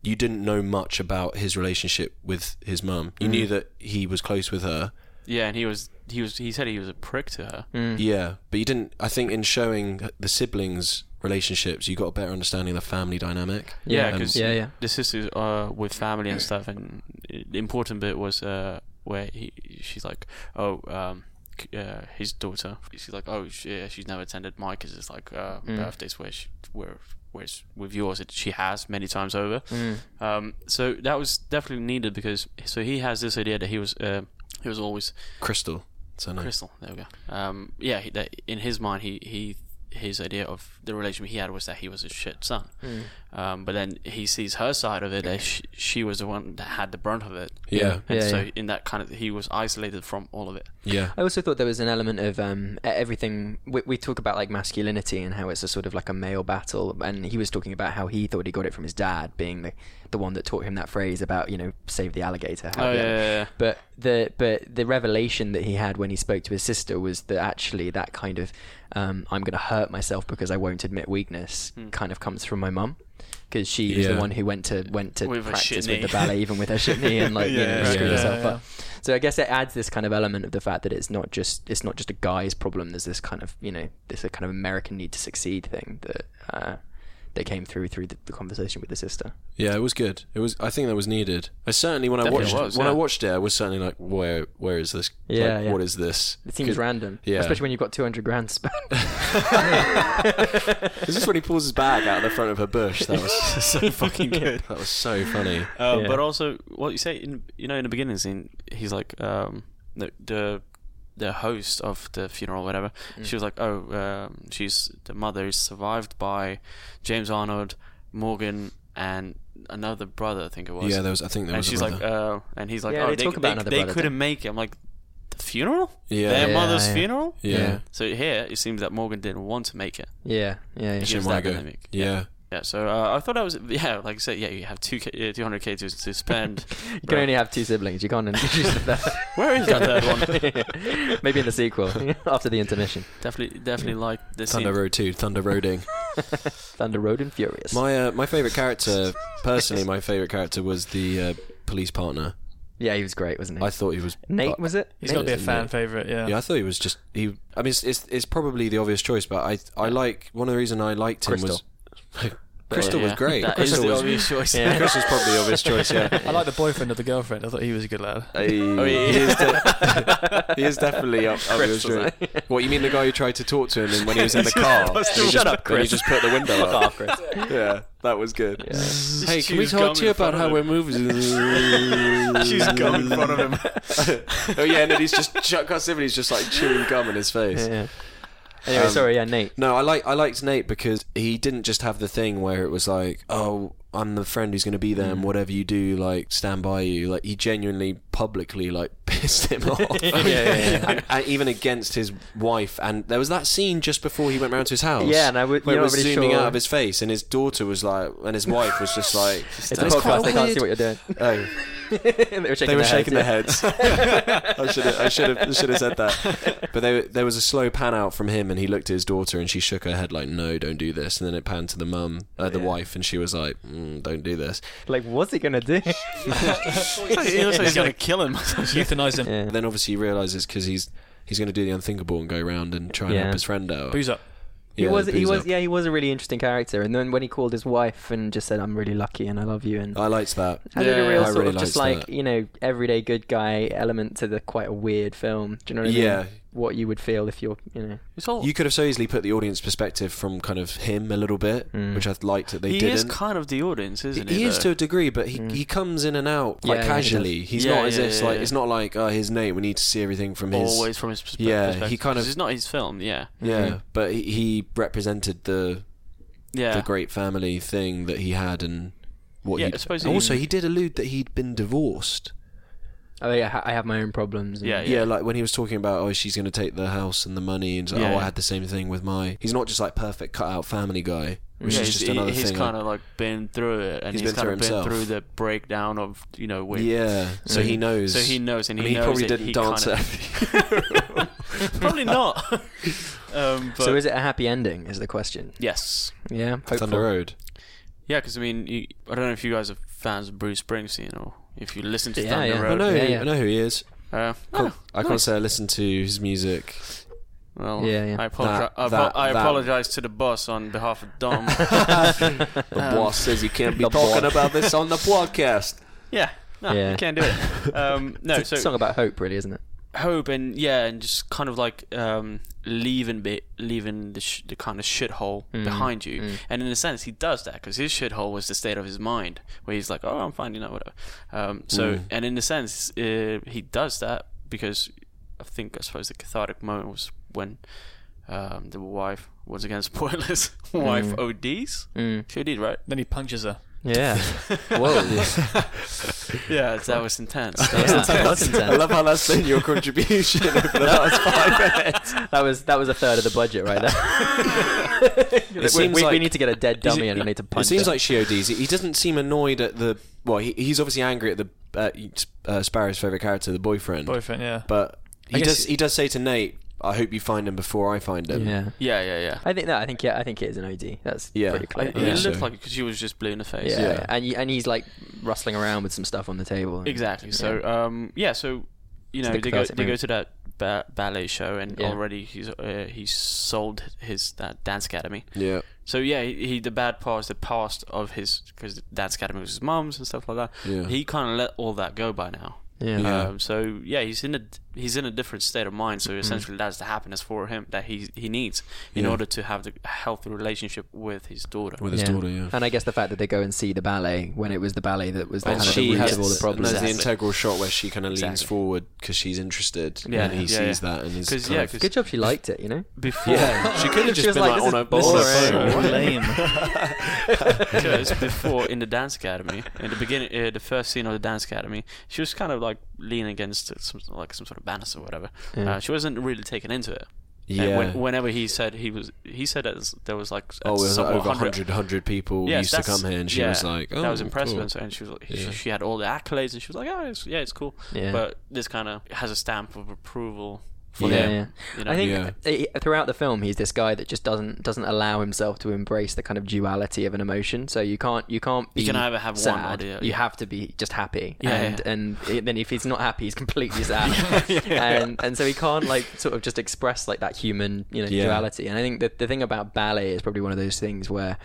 Speaker 2: you didn't know much about his relationship with his mum.
Speaker 4: Mm.
Speaker 2: You knew that he was close with her,
Speaker 4: Yeah, and he was he was he said he was a prick to her.
Speaker 5: Mm.
Speaker 2: Yeah, but you didn't. I think in showing the siblings' relationships, you got a better understanding of the family dynamic.
Speaker 4: Yeah,
Speaker 2: Um,
Speaker 4: because
Speaker 5: Yeah, yeah.
Speaker 4: the sisters are with family and stuff, and the important bit was uh, where he she's like, oh, um, c- uh, his daughter. She's like, oh, she, yeah, she's never attended my because it's like uh,
Speaker 5: Mm.
Speaker 4: birthdays where she where where's with yours it, she has many times over.
Speaker 5: Mm.
Speaker 4: Um, so that was definitely needed because so he has this idea that he was uh, he was always
Speaker 2: Crystal. So no.
Speaker 4: Crystal. There we go. Um, yeah, he, that, in his mind, he, he his idea of the relationship he had was that he was a shit son.
Speaker 5: Hmm.
Speaker 4: Um, but then he sees her side of it as she, she was the one that had the brunt of it.
Speaker 2: Yeah.
Speaker 4: And
Speaker 5: Yeah,
Speaker 4: so
Speaker 5: yeah.
Speaker 4: in that kind of, he was isolated from all of it.
Speaker 2: Yeah.
Speaker 5: I also thought there was an element of um, e- everything. We, we talk about like masculinity and how it's a sort of like a male battle, and he was talking about how he thought he got it from his dad, being the the one that taught him that phrase about you know save the alligator.
Speaker 4: Oh,
Speaker 5: how the- But the but the revelation that he had when he spoke to his sister was that actually that kind of um, I'm going to hurt myself because I won't admit weakness
Speaker 4: Hmm.
Speaker 5: kind of comes from my mum because she was the
Speaker 2: Yeah.
Speaker 5: one who went to went to
Speaker 4: With her
Speaker 5: practice
Speaker 4: shit
Speaker 5: with the
Speaker 4: knee.
Speaker 5: ballet even with her shit knee and like you
Speaker 3: Yeah,
Speaker 5: know
Speaker 3: yeah,
Speaker 5: screwed
Speaker 2: yeah,
Speaker 5: herself
Speaker 3: yeah.
Speaker 5: up. So I guess it adds this kind of element of the fact that it's not just it's not just a guy's problem. There's this kind of you know this kind of American need to succeed thing that uh, that came through through the, the conversation with the sister.
Speaker 2: Yeah, it was good. It was. I think that was needed. I certainly when
Speaker 4: Definitely
Speaker 2: I watched
Speaker 4: was,
Speaker 2: when
Speaker 4: yeah.
Speaker 2: I watched it, I was certainly like, where where is this?
Speaker 5: Yeah,
Speaker 2: Like,
Speaker 5: yeah.
Speaker 2: What is this?
Speaker 5: It seems
Speaker 2: 'Cause-
Speaker 5: random,
Speaker 2: yeah.
Speaker 5: especially when you've got 200 grand to spend.
Speaker 2: Is this when he pulls his bag out of the front of her bush? That was so fucking good. That was so funny.
Speaker 4: Uh,
Speaker 5: Yeah.
Speaker 4: But also, what you say in you know in the beginning scene, he's like um, the the the host of the funeral, or whatever.
Speaker 5: Hmm.
Speaker 4: She was like, oh, um, she's the mother is survived by James Arnold, Morgan, and another brother. I think it was.
Speaker 2: Yeah, there was. I think there
Speaker 4: and
Speaker 2: was.
Speaker 4: she's
Speaker 2: a
Speaker 4: like,
Speaker 2: brother.
Speaker 4: uh, and he's like,
Speaker 5: Yeah,
Speaker 4: oh,
Speaker 5: they
Speaker 4: they,
Speaker 5: talk about
Speaker 4: they-
Speaker 5: another
Speaker 4: they
Speaker 5: brother,
Speaker 4: couldn't
Speaker 5: don't
Speaker 4: make it. I'm like, the funeral,
Speaker 2: yeah,
Speaker 4: their
Speaker 5: Yeah,
Speaker 4: mother's
Speaker 5: yeah.
Speaker 4: funeral.
Speaker 2: yeah,
Speaker 5: yeah.
Speaker 4: So here it seems that Morgan didn't want to make it.
Speaker 5: Yeah, yeah, yeah.
Speaker 2: She
Speaker 4: gives
Speaker 2: didn't wanna
Speaker 4: that
Speaker 2: go.
Speaker 4: dynamic.
Speaker 2: Yeah.
Speaker 4: Yeah, so uh, I thought that was yeah, like I said, yeah, you have two two hundred k to to spend.
Speaker 5: You can only have two siblings. You can't introduce the third.
Speaker 4: Where is that third one?
Speaker 5: Maybe in the sequel after the intermission.
Speaker 4: Definitely, definitely like this.
Speaker 2: Thunder Road Two, Thunder Roading.
Speaker 5: Thunder Road and Furious.
Speaker 2: My uh, my favorite character, personally, my favorite character was the uh, police partner.
Speaker 5: yeah, he was great, wasn't he?
Speaker 2: I thought he was
Speaker 5: Nate was it?
Speaker 3: He's got to be a
Speaker 2: Yeah.
Speaker 3: fan favorite. Yeah.
Speaker 2: Yeah, I thought he was just he. I mean, it's it's, it's probably the obvious choice, but I I like one of the reason I liked him was Crystal was
Speaker 4: Yeah,
Speaker 2: great.
Speaker 4: That is
Speaker 2: Crystal
Speaker 4: the
Speaker 2: was
Speaker 4: obvious choice.
Speaker 2: Crystal's probably the obvious choice. Yeah.
Speaker 3: I like the boyfriend of the girlfriend. I thought he was a good lad.
Speaker 2: Oh, yeah, he, is de- he is definitely up, up his
Speaker 4: Crystal's
Speaker 2: joint. What you mean the guy who tried to talk to him and when he was in the car?
Speaker 4: Shut
Speaker 2: and he just-
Speaker 4: up,
Speaker 2: and he
Speaker 4: Chris.
Speaker 2: just put the window up.
Speaker 5: off, Chris.
Speaker 2: Yeah, that was good. Hey, can we
Speaker 4: She's
Speaker 2: talk to
Speaker 4: gone
Speaker 2: you
Speaker 4: in
Speaker 2: about
Speaker 4: front
Speaker 2: how
Speaker 4: of
Speaker 2: we're
Speaker 4: him.
Speaker 2: moving?
Speaker 4: She's gone in front of him.
Speaker 2: oh yeah, and then he's just Chuck Civili's just like chewing gum in his face.
Speaker 5: Yeah. Anyway,
Speaker 2: Um,
Speaker 5: sorry, yeah, Nate.
Speaker 2: No, I like I liked Nate because he didn't just have the thing where it was like, oh, I'm the friend who's going to be there,
Speaker 5: Mm.
Speaker 2: and whatever you do, like stand by you. Like he genuinely, publicly, like pissed him off. yeah,
Speaker 3: yeah.
Speaker 2: And, and even against his wife. And there was that scene just before he went round to his house.
Speaker 5: Yeah, and I would-
Speaker 2: where
Speaker 5: you're
Speaker 2: it
Speaker 5: not
Speaker 2: was
Speaker 5: really
Speaker 2: zooming
Speaker 5: sure.
Speaker 2: out of his face, and his daughter was like, and his wife was just like,
Speaker 5: It's a
Speaker 2: "That's quite
Speaker 5: podcast; they can't see
Speaker 2: weird."
Speaker 5: what you're doing.
Speaker 2: Oh,
Speaker 5: they were shaking,
Speaker 2: they were
Speaker 5: their
Speaker 2: shaking
Speaker 5: heads,
Speaker 2: their heads. I should have, I should have, should have said that. But there, there was a slow pan out from him, and he looked at his daughter, and she shook her head like, "No, don't do this." And then it panned to the mum, uh, the wife, and she was like, mm, "Don't do this."
Speaker 5: yeah. Like, what's he gonna do?
Speaker 4: he looks like he's gonna kill him.
Speaker 3: Euthanize him.
Speaker 5: yeah.
Speaker 2: And then obviously he realizes because he's he's going to do the unthinkable and go around and try and
Speaker 5: Yeah.
Speaker 2: help his friend out.
Speaker 3: Booze up.
Speaker 5: He
Speaker 2: Yeah,
Speaker 5: was,
Speaker 2: the
Speaker 5: he
Speaker 2: booze
Speaker 5: was,
Speaker 2: up.
Speaker 5: yeah, he was a really interesting character. And then when he called his wife and just said, "I'm really lucky and I love you," and
Speaker 2: I liked that.
Speaker 5: I did a real
Speaker 2: I
Speaker 5: sort
Speaker 2: really
Speaker 5: of just
Speaker 2: liked
Speaker 5: like
Speaker 2: that.
Speaker 5: you know everyday good guy element to the quite a weird film. Do you know what I mean?
Speaker 2: Yeah.
Speaker 5: What you would feel if you're, you know,
Speaker 4: It's all,
Speaker 2: You could have so easily put the audience perspective from kind of him a little bit,
Speaker 5: Mm.
Speaker 2: which I liked that they
Speaker 4: he
Speaker 2: didn't.
Speaker 4: is kind of the audience, isn't he?
Speaker 2: He is
Speaker 4: though?
Speaker 2: to a degree, but he,
Speaker 5: Mm.
Speaker 2: he comes in and out like
Speaker 5: Yeah, yeah, he
Speaker 2: casually.
Speaker 5: does.
Speaker 2: he's
Speaker 4: Yeah,
Speaker 2: not as
Speaker 4: yeah,
Speaker 2: if
Speaker 4: yeah,
Speaker 2: like
Speaker 4: yeah.
Speaker 2: it's not like oh his name. We need to see everything from his.
Speaker 4: always from his perspe-
Speaker 2: Yeah, he
Speaker 4: perspective.
Speaker 2: kind of-
Speaker 4: It's not his film. Yeah,
Speaker 2: Yeah,
Speaker 5: Mhm.
Speaker 2: but he, he represented the
Speaker 4: yeah.
Speaker 2: the great family thing that he had and what.
Speaker 4: Yeah,
Speaker 2: he'd-
Speaker 4: I suppose
Speaker 2: and
Speaker 4: he-
Speaker 2: also he did allude that he'd been divorced.
Speaker 5: oh yeah, I ha- I have my own problems. And,
Speaker 4: Yeah,
Speaker 2: Yeah, like when he was talking about oh she's going to take the house and the money and he's like,
Speaker 4: Yeah.
Speaker 2: oh I had the same thing with my. He's not just like perfect cut out family guy, which
Speaker 4: Yeah,
Speaker 2: is
Speaker 4: he's-
Speaker 2: just another
Speaker 4: he- he's
Speaker 2: thing.
Speaker 4: kind of like been through it, and
Speaker 2: He's
Speaker 4: he's,
Speaker 2: been
Speaker 4: kind
Speaker 2: through
Speaker 4: of
Speaker 2: himself.
Speaker 4: been through the breakdown of you know.
Speaker 2: like,
Speaker 4: When,
Speaker 2: yeah, so he knows.
Speaker 4: Mm. So he knows, and
Speaker 2: I
Speaker 4: he,
Speaker 2: mean, he
Speaker 4: knows
Speaker 2: probably
Speaker 4: it,
Speaker 2: didn't
Speaker 4: he
Speaker 2: dance
Speaker 4: kinda- probably not. um, but
Speaker 5: So is it a happy ending? Is the question?
Speaker 4: yes,
Speaker 5: Yeah.
Speaker 2: at Thunder Road.
Speaker 4: yeah, because I mean, you, I don't know if you guys are fans of Bruce Springsteen or if you listen to
Speaker 5: Yeah,
Speaker 4: Thunder
Speaker 5: yeah.
Speaker 2: I
Speaker 4: Road.
Speaker 2: know,
Speaker 5: Yeah, yeah.
Speaker 2: I know who he is.
Speaker 4: Uh,
Speaker 2: Can't- I can't
Speaker 4: nice.
Speaker 2: say I listen to his music.
Speaker 4: well,
Speaker 5: Yeah, yeah.
Speaker 4: I apologize.
Speaker 2: That- that-
Speaker 4: I
Speaker 2: that-
Speaker 4: apologize to the boss on behalf of Dom.
Speaker 2: The boss says you can't be
Speaker 5: Um, The boss.
Speaker 2: talking about this on the podcast.
Speaker 4: yeah, no,
Speaker 5: Yeah.
Speaker 4: you can't do it. Um, no,
Speaker 5: it's a
Speaker 4: so
Speaker 5: song about hope, really, isn't it?
Speaker 4: hope and yeah, and just kind of like um, leaving bit, leaving the, sh- the kind of shithole behind you. And in a sense, he does that because his shithole was the state of his mind, where he's like, "Oh, I'm fine, you know, whatever." Um, so, and in a sense, uh, he does that because I think I suppose the cathartic moment was when um, the wife was again spoilers. wife ODs. She OD'd, right?
Speaker 3: Then he punches her.
Speaker 5: Yeah.
Speaker 2: Whoa.
Speaker 4: Yeah, that was intense.
Speaker 5: That's
Speaker 2: I
Speaker 5: intense.
Speaker 2: love how that's been your contribution over the last five minutes.
Speaker 5: That was that was a third of the budget right there. we,
Speaker 2: seems
Speaker 5: we- we
Speaker 2: like-
Speaker 5: need to get a dead dummy and we need to
Speaker 2: It
Speaker 5: punch.
Speaker 2: seems like she ODs. He doesn't seem annoyed at the. Well, he, he's obviously angry at the uh, uh, Sparrow's favorite character, the boyfriend.
Speaker 3: Boyfriend, yeah.
Speaker 2: But he
Speaker 3: I guess-
Speaker 2: does. He does say to Nate, "I hope you find him before I find him."
Speaker 5: Yeah.
Speaker 4: yeah, yeah, yeah.
Speaker 5: I think no, I think yeah, I think it is an OD. That's
Speaker 2: Yeah.
Speaker 5: pretty
Speaker 4: I,
Speaker 5: clear.
Speaker 4: it
Speaker 2: Yeah.
Speaker 5: yeah.
Speaker 2: so-
Speaker 4: looked like because she was just blue in the face.
Speaker 5: Yeah,
Speaker 2: Yeah.
Speaker 5: and he, and he's like rustling around with some stuff on the table. and-
Speaker 4: Exactly. So
Speaker 2: uh,
Speaker 4: yeah. um yeah, so you know
Speaker 5: the
Speaker 4: they go
Speaker 5: cathartic
Speaker 4: they go
Speaker 5: moment.
Speaker 4: to that ba- ballet show and
Speaker 5: Yeah.
Speaker 4: already he's uh, he's sold his that dance academy.
Speaker 2: Yeah.
Speaker 4: So yeah, he, he the bad part is the past of his because dance academy was his mum's and stuff like that.
Speaker 2: Yeah.
Speaker 4: He kind of let all that go by now.
Speaker 5: Yeah.
Speaker 2: Yeah.
Speaker 4: Um, so yeah, he's in a he's in a different state of mind. So
Speaker 5: Mm-hmm.
Speaker 4: essentially, that's the happiness for him that he he needs in
Speaker 2: Yeah.
Speaker 4: order to have the healthy relationship with his daughter.
Speaker 2: With his
Speaker 5: Yeah.
Speaker 2: daughter. Yeah.
Speaker 5: And I guess the fact that they go and see the ballet when it was the ballet that was the
Speaker 2: And
Speaker 5: kind of
Speaker 2: she
Speaker 5: the root
Speaker 2: has
Speaker 5: of all the problems.
Speaker 2: And there's the
Speaker 4: Exactly.
Speaker 2: integral shot where she kind of leans
Speaker 4: Exactly.
Speaker 2: forward because she's interested,
Speaker 4: Yeah,
Speaker 2: and he
Speaker 4: yeah,
Speaker 2: sees that, and he's
Speaker 4: Because
Speaker 2: kind
Speaker 4: yeah,
Speaker 2: of-
Speaker 4: 'cause
Speaker 5: Good job she liked it, you know.
Speaker 4: before
Speaker 2: she could have
Speaker 5: She
Speaker 2: just
Speaker 5: was
Speaker 2: been
Speaker 5: like,
Speaker 2: like,
Speaker 5: "This
Speaker 2: on a
Speaker 5: is
Speaker 2: ball.
Speaker 5: boring."
Speaker 2: phone.
Speaker 3: Lame.
Speaker 4: because before in the dance academy, in the beginning, uh, the first scene of the dance academy, she was kind of like leaning against some like some sort of banister or whatever.
Speaker 5: Yeah.
Speaker 4: Uh, she wasn't really taken into it. And
Speaker 2: Yeah.
Speaker 4: when, whenever he said he was, he said that there was like
Speaker 2: Oh, it was like
Speaker 4: somewhat
Speaker 2: over 100, 100 people
Speaker 4: Yes,
Speaker 2: used to
Speaker 4: that's-
Speaker 2: come here, and she
Speaker 4: yeah,
Speaker 2: was like, "Oh,
Speaker 4: that was impressive."
Speaker 2: cool.
Speaker 4: And, so, and she was like,
Speaker 2: Yeah.
Speaker 4: she, she had all the accolades, and she was like, "Oh, it's, yeah, it's cool."
Speaker 5: Yeah.
Speaker 4: But this kind of has a stamp of approval fully.
Speaker 2: Yeah.
Speaker 4: You know?
Speaker 5: I think
Speaker 2: Yeah.
Speaker 5: th- eh, throughout the film, he's this guy that just doesn't doesn't allow himself to embrace the kind of duality of an emotion. So you can't you can't be
Speaker 4: You can either have one
Speaker 5: sad.
Speaker 4: or the other,
Speaker 5: You
Speaker 4: yeah.
Speaker 5: have to be just happy,
Speaker 4: Yeah,
Speaker 5: and
Speaker 4: yeah.
Speaker 5: and it, then if he's not happy, he's completely sad, and and so he can't like sort of just express like that human you know
Speaker 2: Yeah.
Speaker 5: duality. And I think that the thing about ballet is probably one of those things where.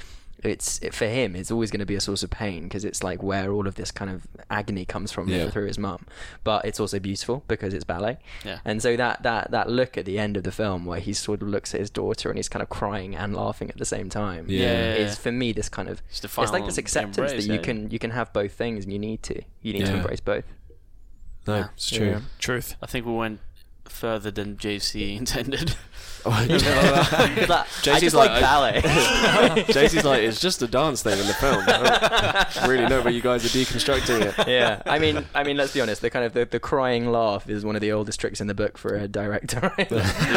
Speaker 5: It's it, for him. It's always going to be a source of pain because it's like where all of this kind of agony comes from
Speaker 2: Yeah.
Speaker 5: through his mum. But it's also beautiful because it's ballet.
Speaker 4: Yeah.
Speaker 5: And so that that that look at the end of the film where he sort of looks at his daughter and he's kind of crying and laughing at the same time.
Speaker 2: Yeah.
Speaker 5: Is for me this kind of
Speaker 4: It's
Speaker 5: it's,
Speaker 4: the
Speaker 5: like
Speaker 4: final
Speaker 5: this acceptance
Speaker 4: embrace, eh?
Speaker 5: that you
Speaker 4: yeah.
Speaker 5: can you can have both things and you need to you need to
Speaker 2: Yeah.
Speaker 5: embrace both.
Speaker 2: No, it's true.
Speaker 5: Yeah.
Speaker 3: Truth.
Speaker 4: I think we went further than JC intended.
Speaker 2: Oh,
Speaker 5: But I
Speaker 2: JC's
Speaker 5: just like,
Speaker 2: like, I-
Speaker 5: ballet.
Speaker 2: JC's like, it's just a dance thing in the film. I don't really know, but you guys are deconstructing it.
Speaker 5: yeah, I mean, I mean, let's be honest. The kind of the, the crying laugh is one of the oldest tricks in the book for a director. Right?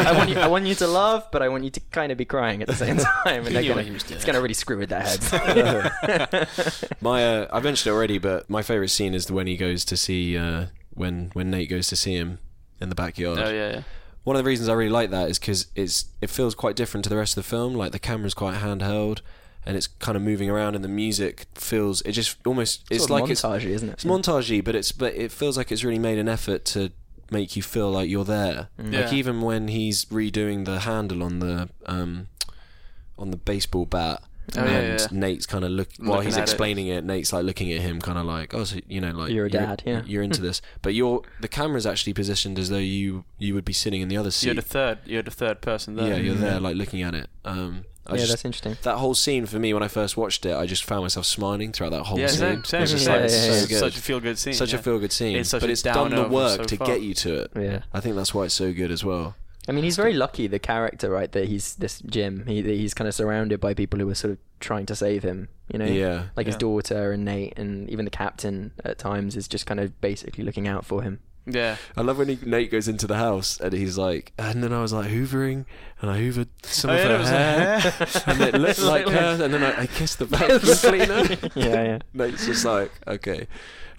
Speaker 5: I want you, I want you to laugh, but I want you to kind of be crying at the same time, and they're
Speaker 4: knew
Speaker 5: gonna,
Speaker 4: what he was doing.
Speaker 5: it's going to really screw with their heads.
Speaker 2: My, uh, I mentioned it already, but my favorite scene is when he goes to see uh, when when Nate goes to see him in the backyard.
Speaker 4: oh yeah, yeah.
Speaker 2: One of the reasons I really like that is because it's it feels quite different to the rest of the film. Like the camera's quite handheld, and it's kind of moving around, and the music feels it just almost it's,
Speaker 5: Sort of
Speaker 2: like it's
Speaker 5: montagey, isn't it?
Speaker 2: it's montagey, but it's but it feels like it's really made an effort to make you feel like you're there. Like
Speaker 5: Mm.
Speaker 3: Yeah.
Speaker 2: even when he's redoing the handle on the um on the baseball bat.
Speaker 4: Oh, yeah,
Speaker 2: and
Speaker 4: yeah.
Speaker 2: Nate's kind of look while
Speaker 4: Looking
Speaker 2: he's
Speaker 4: at it.
Speaker 2: explaining it. Nate's like looking at him, kind of like, "Oh, so, you know, like
Speaker 5: You're a dad, yeah.
Speaker 2: you're into this." But you're the camera's actually positioned as though you you would be sitting in the other seat.
Speaker 4: You're the third. You're the third person there.
Speaker 2: yeah, you're there, like looking at it. Um, I
Speaker 5: Mm-hmm. yeah,
Speaker 2: just-
Speaker 5: that's interesting.
Speaker 2: that whole scene for me when I first watched it, I just found myself smiling throughout that whole
Speaker 4: Yeah,
Speaker 2: scene.
Speaker 4: same, same.
Speaker 2: It was just
Speaker 5: Yeah,
Speaker 2: like
Speaker 5: yeah,
Speaker 2: so
Speaker 5: yeah.
Speaker 2: good.
Speaker 4: Such a feel-good scene.
Speaker 2: Such
Speaker 4: yeah.
Speaker 2: a feel good scene.
Speaker 4: It's such
Speaker 2: but
Speaker 4: a
Speaker 2: it's done the
Speaker 4: downer
Speaker 2: work
Speaker 4: so
Speaker 2: to
Speaker 4: far.
Speaker 2: get you to it.
Speaker 5: Yeah.
Speaker 2: I think that's why it's so good as well.
Speaker 5: I mean, he's very lucky, the character, right? That he's this Jim. He that he's kind of surrounded by people who are sort of trying to save him. You know,
Speaker 2: Yeah.
Speaker 5: like his
Speaker 3: Yeah.
Speaker 5: daughter and Nate, and even the captain at times is just kind of basically looking out for him.
Speaker 4: Yeah.
Speaker 2: I love when he, Nate goes into the house and he's like, and then I was like hoovering and I hoovered some
Speaker 4: Oh,
Speaker 2: of
Speaker 4: yeah,
Speaker 2: her
Speaker 4: that was her
Speaker 2: hair,
Speaker 4: hair.
Speaker 2: and it looked like her, and then I, I kissed the vacuum cleaner.
Speaker 5: yeah, yeah.
Speaker 2: Nate's just like, okay.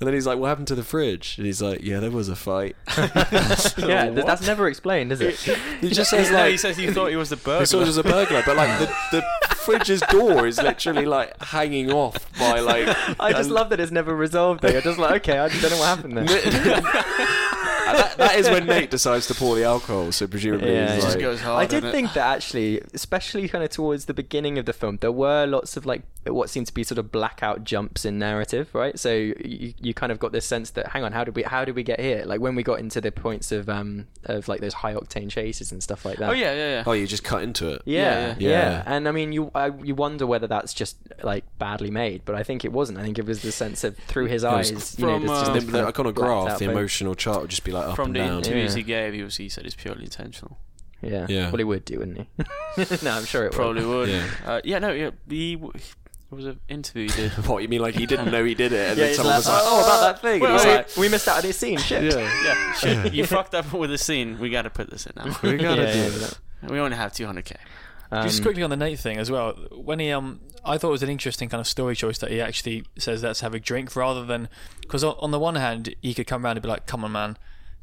Speaker 2: And then he's like, what happened to the fridge? And he's like, yeah, there was a fight.
Speaker 5: yeah, th- that's never explained, is it?
Speaker 2: He just
Speaker 4: No,
Speaker 2: says like,
Speaker 4: he says he thought he was the burglar.
Speaker 2: He saw it as a burglar, but like the, the fridge's door is literally like hanging off by like.
Speaker 5: I just
Speaker 2: and-
Speaker 5: love that it's never resolved. Though. I'm just like, okay, I don't know what happened there.
Speaker 2: And that, that is when Nate decides to pour the alcohol. So presumably,
Speaker 5: Yeah,
Speaker 2: he's
Speaker 5: yeah.
Speaker 2: like,
Speaker 4: just goes hard.
Speaker 5: I did
Speaker 4: on it.
Speaker 5: think that actually, especially kind of towards the beginning of the film, there were lots of like what seemed to be sort of blackout jumps in narrative, right? So you, you kind of got this sense that hang on, how did we how did we get here? Like when we got into the points of um of like those high octane chases and stuff like that.
Speaker 4: Oh yeah, yeah, yeah.
Speaker 2: "Oh, you just cut into it."
Speaker 5: Yeah, yeah,
Speaker 2: Yeah, yeah. Yeah.
Speaker 5: and I mean, you I, you wonder whether that's just like badly made, but I think it wasn't. I think it was the sense of through his
Speaker 2: was
Speaker 5: eyes, you know,
Speaker 4: from,
Speaker 5: this
Speaker 4: uh,
Speaker 5: just
Speaker 2: And
Speaker 5: kind
Speaker 2: then
Speaker 5: of
Speaker 2: the, like on a
Speaker 5: Oh, blacked
Speaker 2: graph,
Speaker 5: out
Speaker 2: the
Speaker 5: both.
Speaker 2: emotional chart would just be like up
Speaker 4: From
Speaker 2: and
Speaker 4: the
Speaker 2: down.
Speaker 4: interviews
Speaker 5: Yeah.
Speaker 4: he gave, he was he said it's purely intentional.
Speaker 5: Yeah.
Speaker 2: Yeah.
Speaker 5: well, he would do, wouldn't he? no, I'm sure it
Speaker 4: Probably
Speaker 5: would.
Speaker 4: would.
Speaker 2: Yeah.
Speaker 4: Uh, yeah, no, yeah. He, w- it was an interview he did.
Speaker 2: What you mean? Like he didn't know he did it, and
Speaker 5: Yeah,
Speaker 2: then
Speaker 5: he's
Speaker 2: someone
Speaker 5: like,
Speaker 2: was like,
Speaker 5: oh, about that thing.
Speaker 4: Well,
Speaker 5: and he's
Speaker 4: I-
Speaker 5: like, we missed out on this scene. Shit.
Speaker 4: yeah, shit, you fucked up with the scene. We got to put this in now.
Speaker 2: "We gotta
Speaker 5: Yeah,
Speaker 2: do
Speaker 5: yeah,
Speaker 2: it."
Speaker 5: that-
Speaker 4: we only have 200k.
Speaker 5: um,
Speaker 3: Just quickly on the Nate thing as well. When he, um, I thought it was an interesting kind of story choice that he actually says, "Let's have a drink," rather than because on the one hand he could come around and be like, "Come on, man,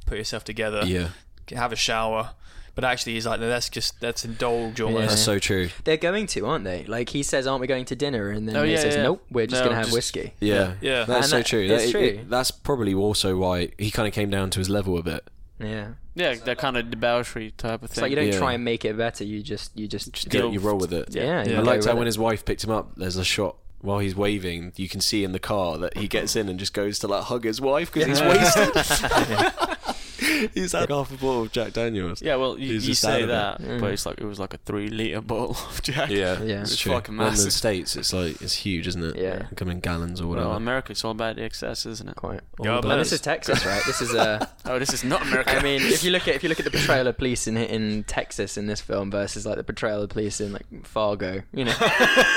Speaker 3: put yourself together,
Speaker 2: "Oh." Yeah,
Speaker 3: have a shower," but actually he's like, no, "Let's just let's indulge almost."
Speaker 2: that's so true.
Speaker 5: They're going to, aren't they? Like he says, "Aren't we going to dinner?" And then
Speaker 4: Oh,
Speaker 5: he
Speaker 4: yeah,
Speaker 5: says,
Speaker 4: yeah.
Speaker 5: "Nope, we're just
Speaker 4: No,
Speaker 5: going to have
Speaker 4: just-
Speaker 5: whiskey."
Speaker 2: Yeah,
Speaker 3: Yeah.
Speaker 2: that's
Speaker 5: And
Speaker 2: so
Speaker 5: that-
Speaker 2: true.
Speaker 5: it's
Speaker 2: That- it-
Speaker 5: true.
Speaker 2: it- that's probably also why he kind of came down to his level a bit.
Speaker 5: Yeah,
Speaker 4: Yeah, that kind of debauchery type of
Speaker 5: it's
Speaker 4: thing.
Speaker 5: like you don't
Speaker 2: Yeah.
Speaker 5: try and make it better. You just, you just,
Speaker 2: You,
Speaker 4: Deal-
Speaker 2: you roll with it.
Speaker 5: yeah. you
Speaker 2: I
Speaker 5: go
Speaker 2: liked how
Speaker 5: with
Speaker 2: when
Speaker 5: it.
Speaker 2: his wife picked him up, there's a shot while he's waving. You can see in the car that he gets in and just goes to like hug his wife because he's wasted. he's had half a bottle of Jack Daniels.
Speaker 4: yeah, well, you,
Speaker 2: He's
Speaker 4: you
Speaker 2: just out
Speaker 4: say
Speaker 2: of it.
Speaker 4: that,
Speaker 5: Yeah.
Speaker 4: but it's like it was like a three liter bottle of Jack.
Speaker 2: yeah,
Speaker 5: Yeah.
Speaker 2: It's,
Speaker 4: It's
Speaker 2: true.
Speaker 4: fucking
Speaker 2: In the
Speaker 4: massive.
Speaker 2: states, it's like it's huge, isn't it?
Speaker 5: Yeah.
Speaker 2: They come in gallons or whatever.
Speaker 4: Well, America, it's all about the excess, isn't it?
Speaker 5: Quite.
Speaker 3: Yeah,
Speaker 5: Well,
Speaker 3: but-
Speaker 5: this is Texas, right? This is uh,
Speaker 4: Oh, this is not America.
Speaker 5: I mean, if you look at if you look at the portrayal of police in in Texas in this film versus like the portrayal of police in like Fargo, you know,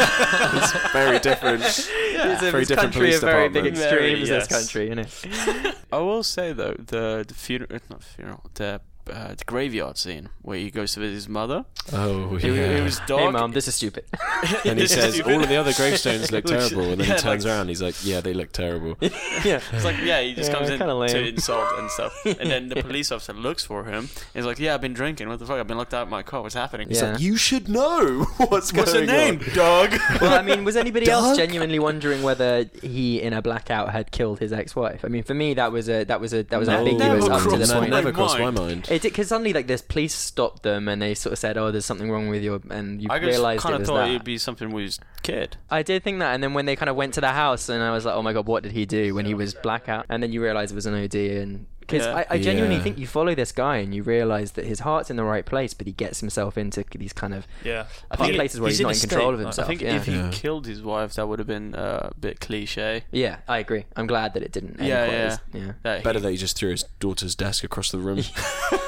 Speaker 2: it's very different.
Speaker 5: it's a
Speaker 2: Very different
Speaker 5: it's country
Speaker 2: police
Speaker 5: of very big
Speaker 2: departments.
Speaker 5: extremes.
Speaker 4: Very,
Speaker 5: This
Speaker 4: yes.
Speaker 5: country, you know.
Speaker 4: I will say though, the the funeral, uh, not funeral, the uh, the graveyard scene where he goes to visit his mother.
Speaker 2: Oh,
Speaker 4: It, wa- it was dark.
Speaker 5: Hey, mom, this is stupid.
Speaker 2: and he
Speaker 4: This
Speaker 2: says
Speaker 4: stupid.
Speaker 2: all of the other gravestones look
Speaker 4: Looks-
Speaker 2: terrible, and then
Speaker 4: yeah,
Speaker 2: he turns
Speaker 4: like-
Speaker 2: around. He's like, "Yeah, they look terrible."
Speaker 5: yeah.
Speaker 4: It's like yeah, he just
Speaker 5: Yeah,
Speaker 4: comes in
Speaker 5: kinda lame.
Speaker 4: to insult and stuff, and then the police officer looks for him. He's like, "Yeah, I've been drinking. What the fuck? I've been locked out of my car. What's happening?" He's
Speaker 5: Yeah.
Speaker 4: like,
Speaker 2: you should know what's
Speaker 4: "What's her
Speaker 2: going
Speaker 4: name,
Speaker 2: on.
Speaker 4: Doug?"
Speaker 5: Well, I mean, was anybody else
Speaker 2: Doug?
Speaker 5: genuinely wondering whether he, in a blackout, had killed his ex-wife? I mean, for me, that was a that was a that was
Speaker 4: No,
Speaker 5: ambiguous
Speaker 4: never
Speaker 5: up to the
Speaker 4: crossed my
Speaker 5: point.
Speaker 2: never crossed my
Speaker 4: mind.
Speaker 2: mind.
Speaker 5: It did because suddenly, like, this police stopped them and they sort of said, "Oh, there's something wrong with you," and you
Speaker 4: I just
Speaker 5: realized
Speaker 4: kind
Speaker 5: it
Speaker 4: of
Speaker 5: was
Speaker 4: thought
Speaker 5: that.
Speaker 4: it'd be something with his kid.
Speaker 5: I did think that, and then when they kind of went to the house, and I was like, "Oh my god, what did he do?" When he was blackout, and then you realize it was an OD, and because
Speaker 4: Yeah.
Speaker 5: I, I genuinely
Speaker 2: Yeah.
Speaker 5: think you follow this guy and you realize that his heart's in the right place, but he gets himself into these kind of
Speaker 3: Yeah.
Speaker 5: I think places where he's,
Speaker 3: in
Speaker 5: not
Speaker 3: a
Speaker 5: in
Speaker 3: state,
Speaker 5: control of
Speaker 3: like,
Speaker 5: himself.
Speaker 4: I think
Speaker 5: yeah.
Speaker 4: if he
Speaker 2: Yeah.
Speaker 4: killed his wife, that would have been uh, a bit cliche.
Speaker 5: yeah, I agree. I'm glad that it didn't. End
Speaker 4: Yeah,
Speaker 5: quite
Speaker 4: yeah.
Speaker 5: as- yeah.
Speaker 4: That he-
Speaker 2: Better that he just threw his daughter's desk across the room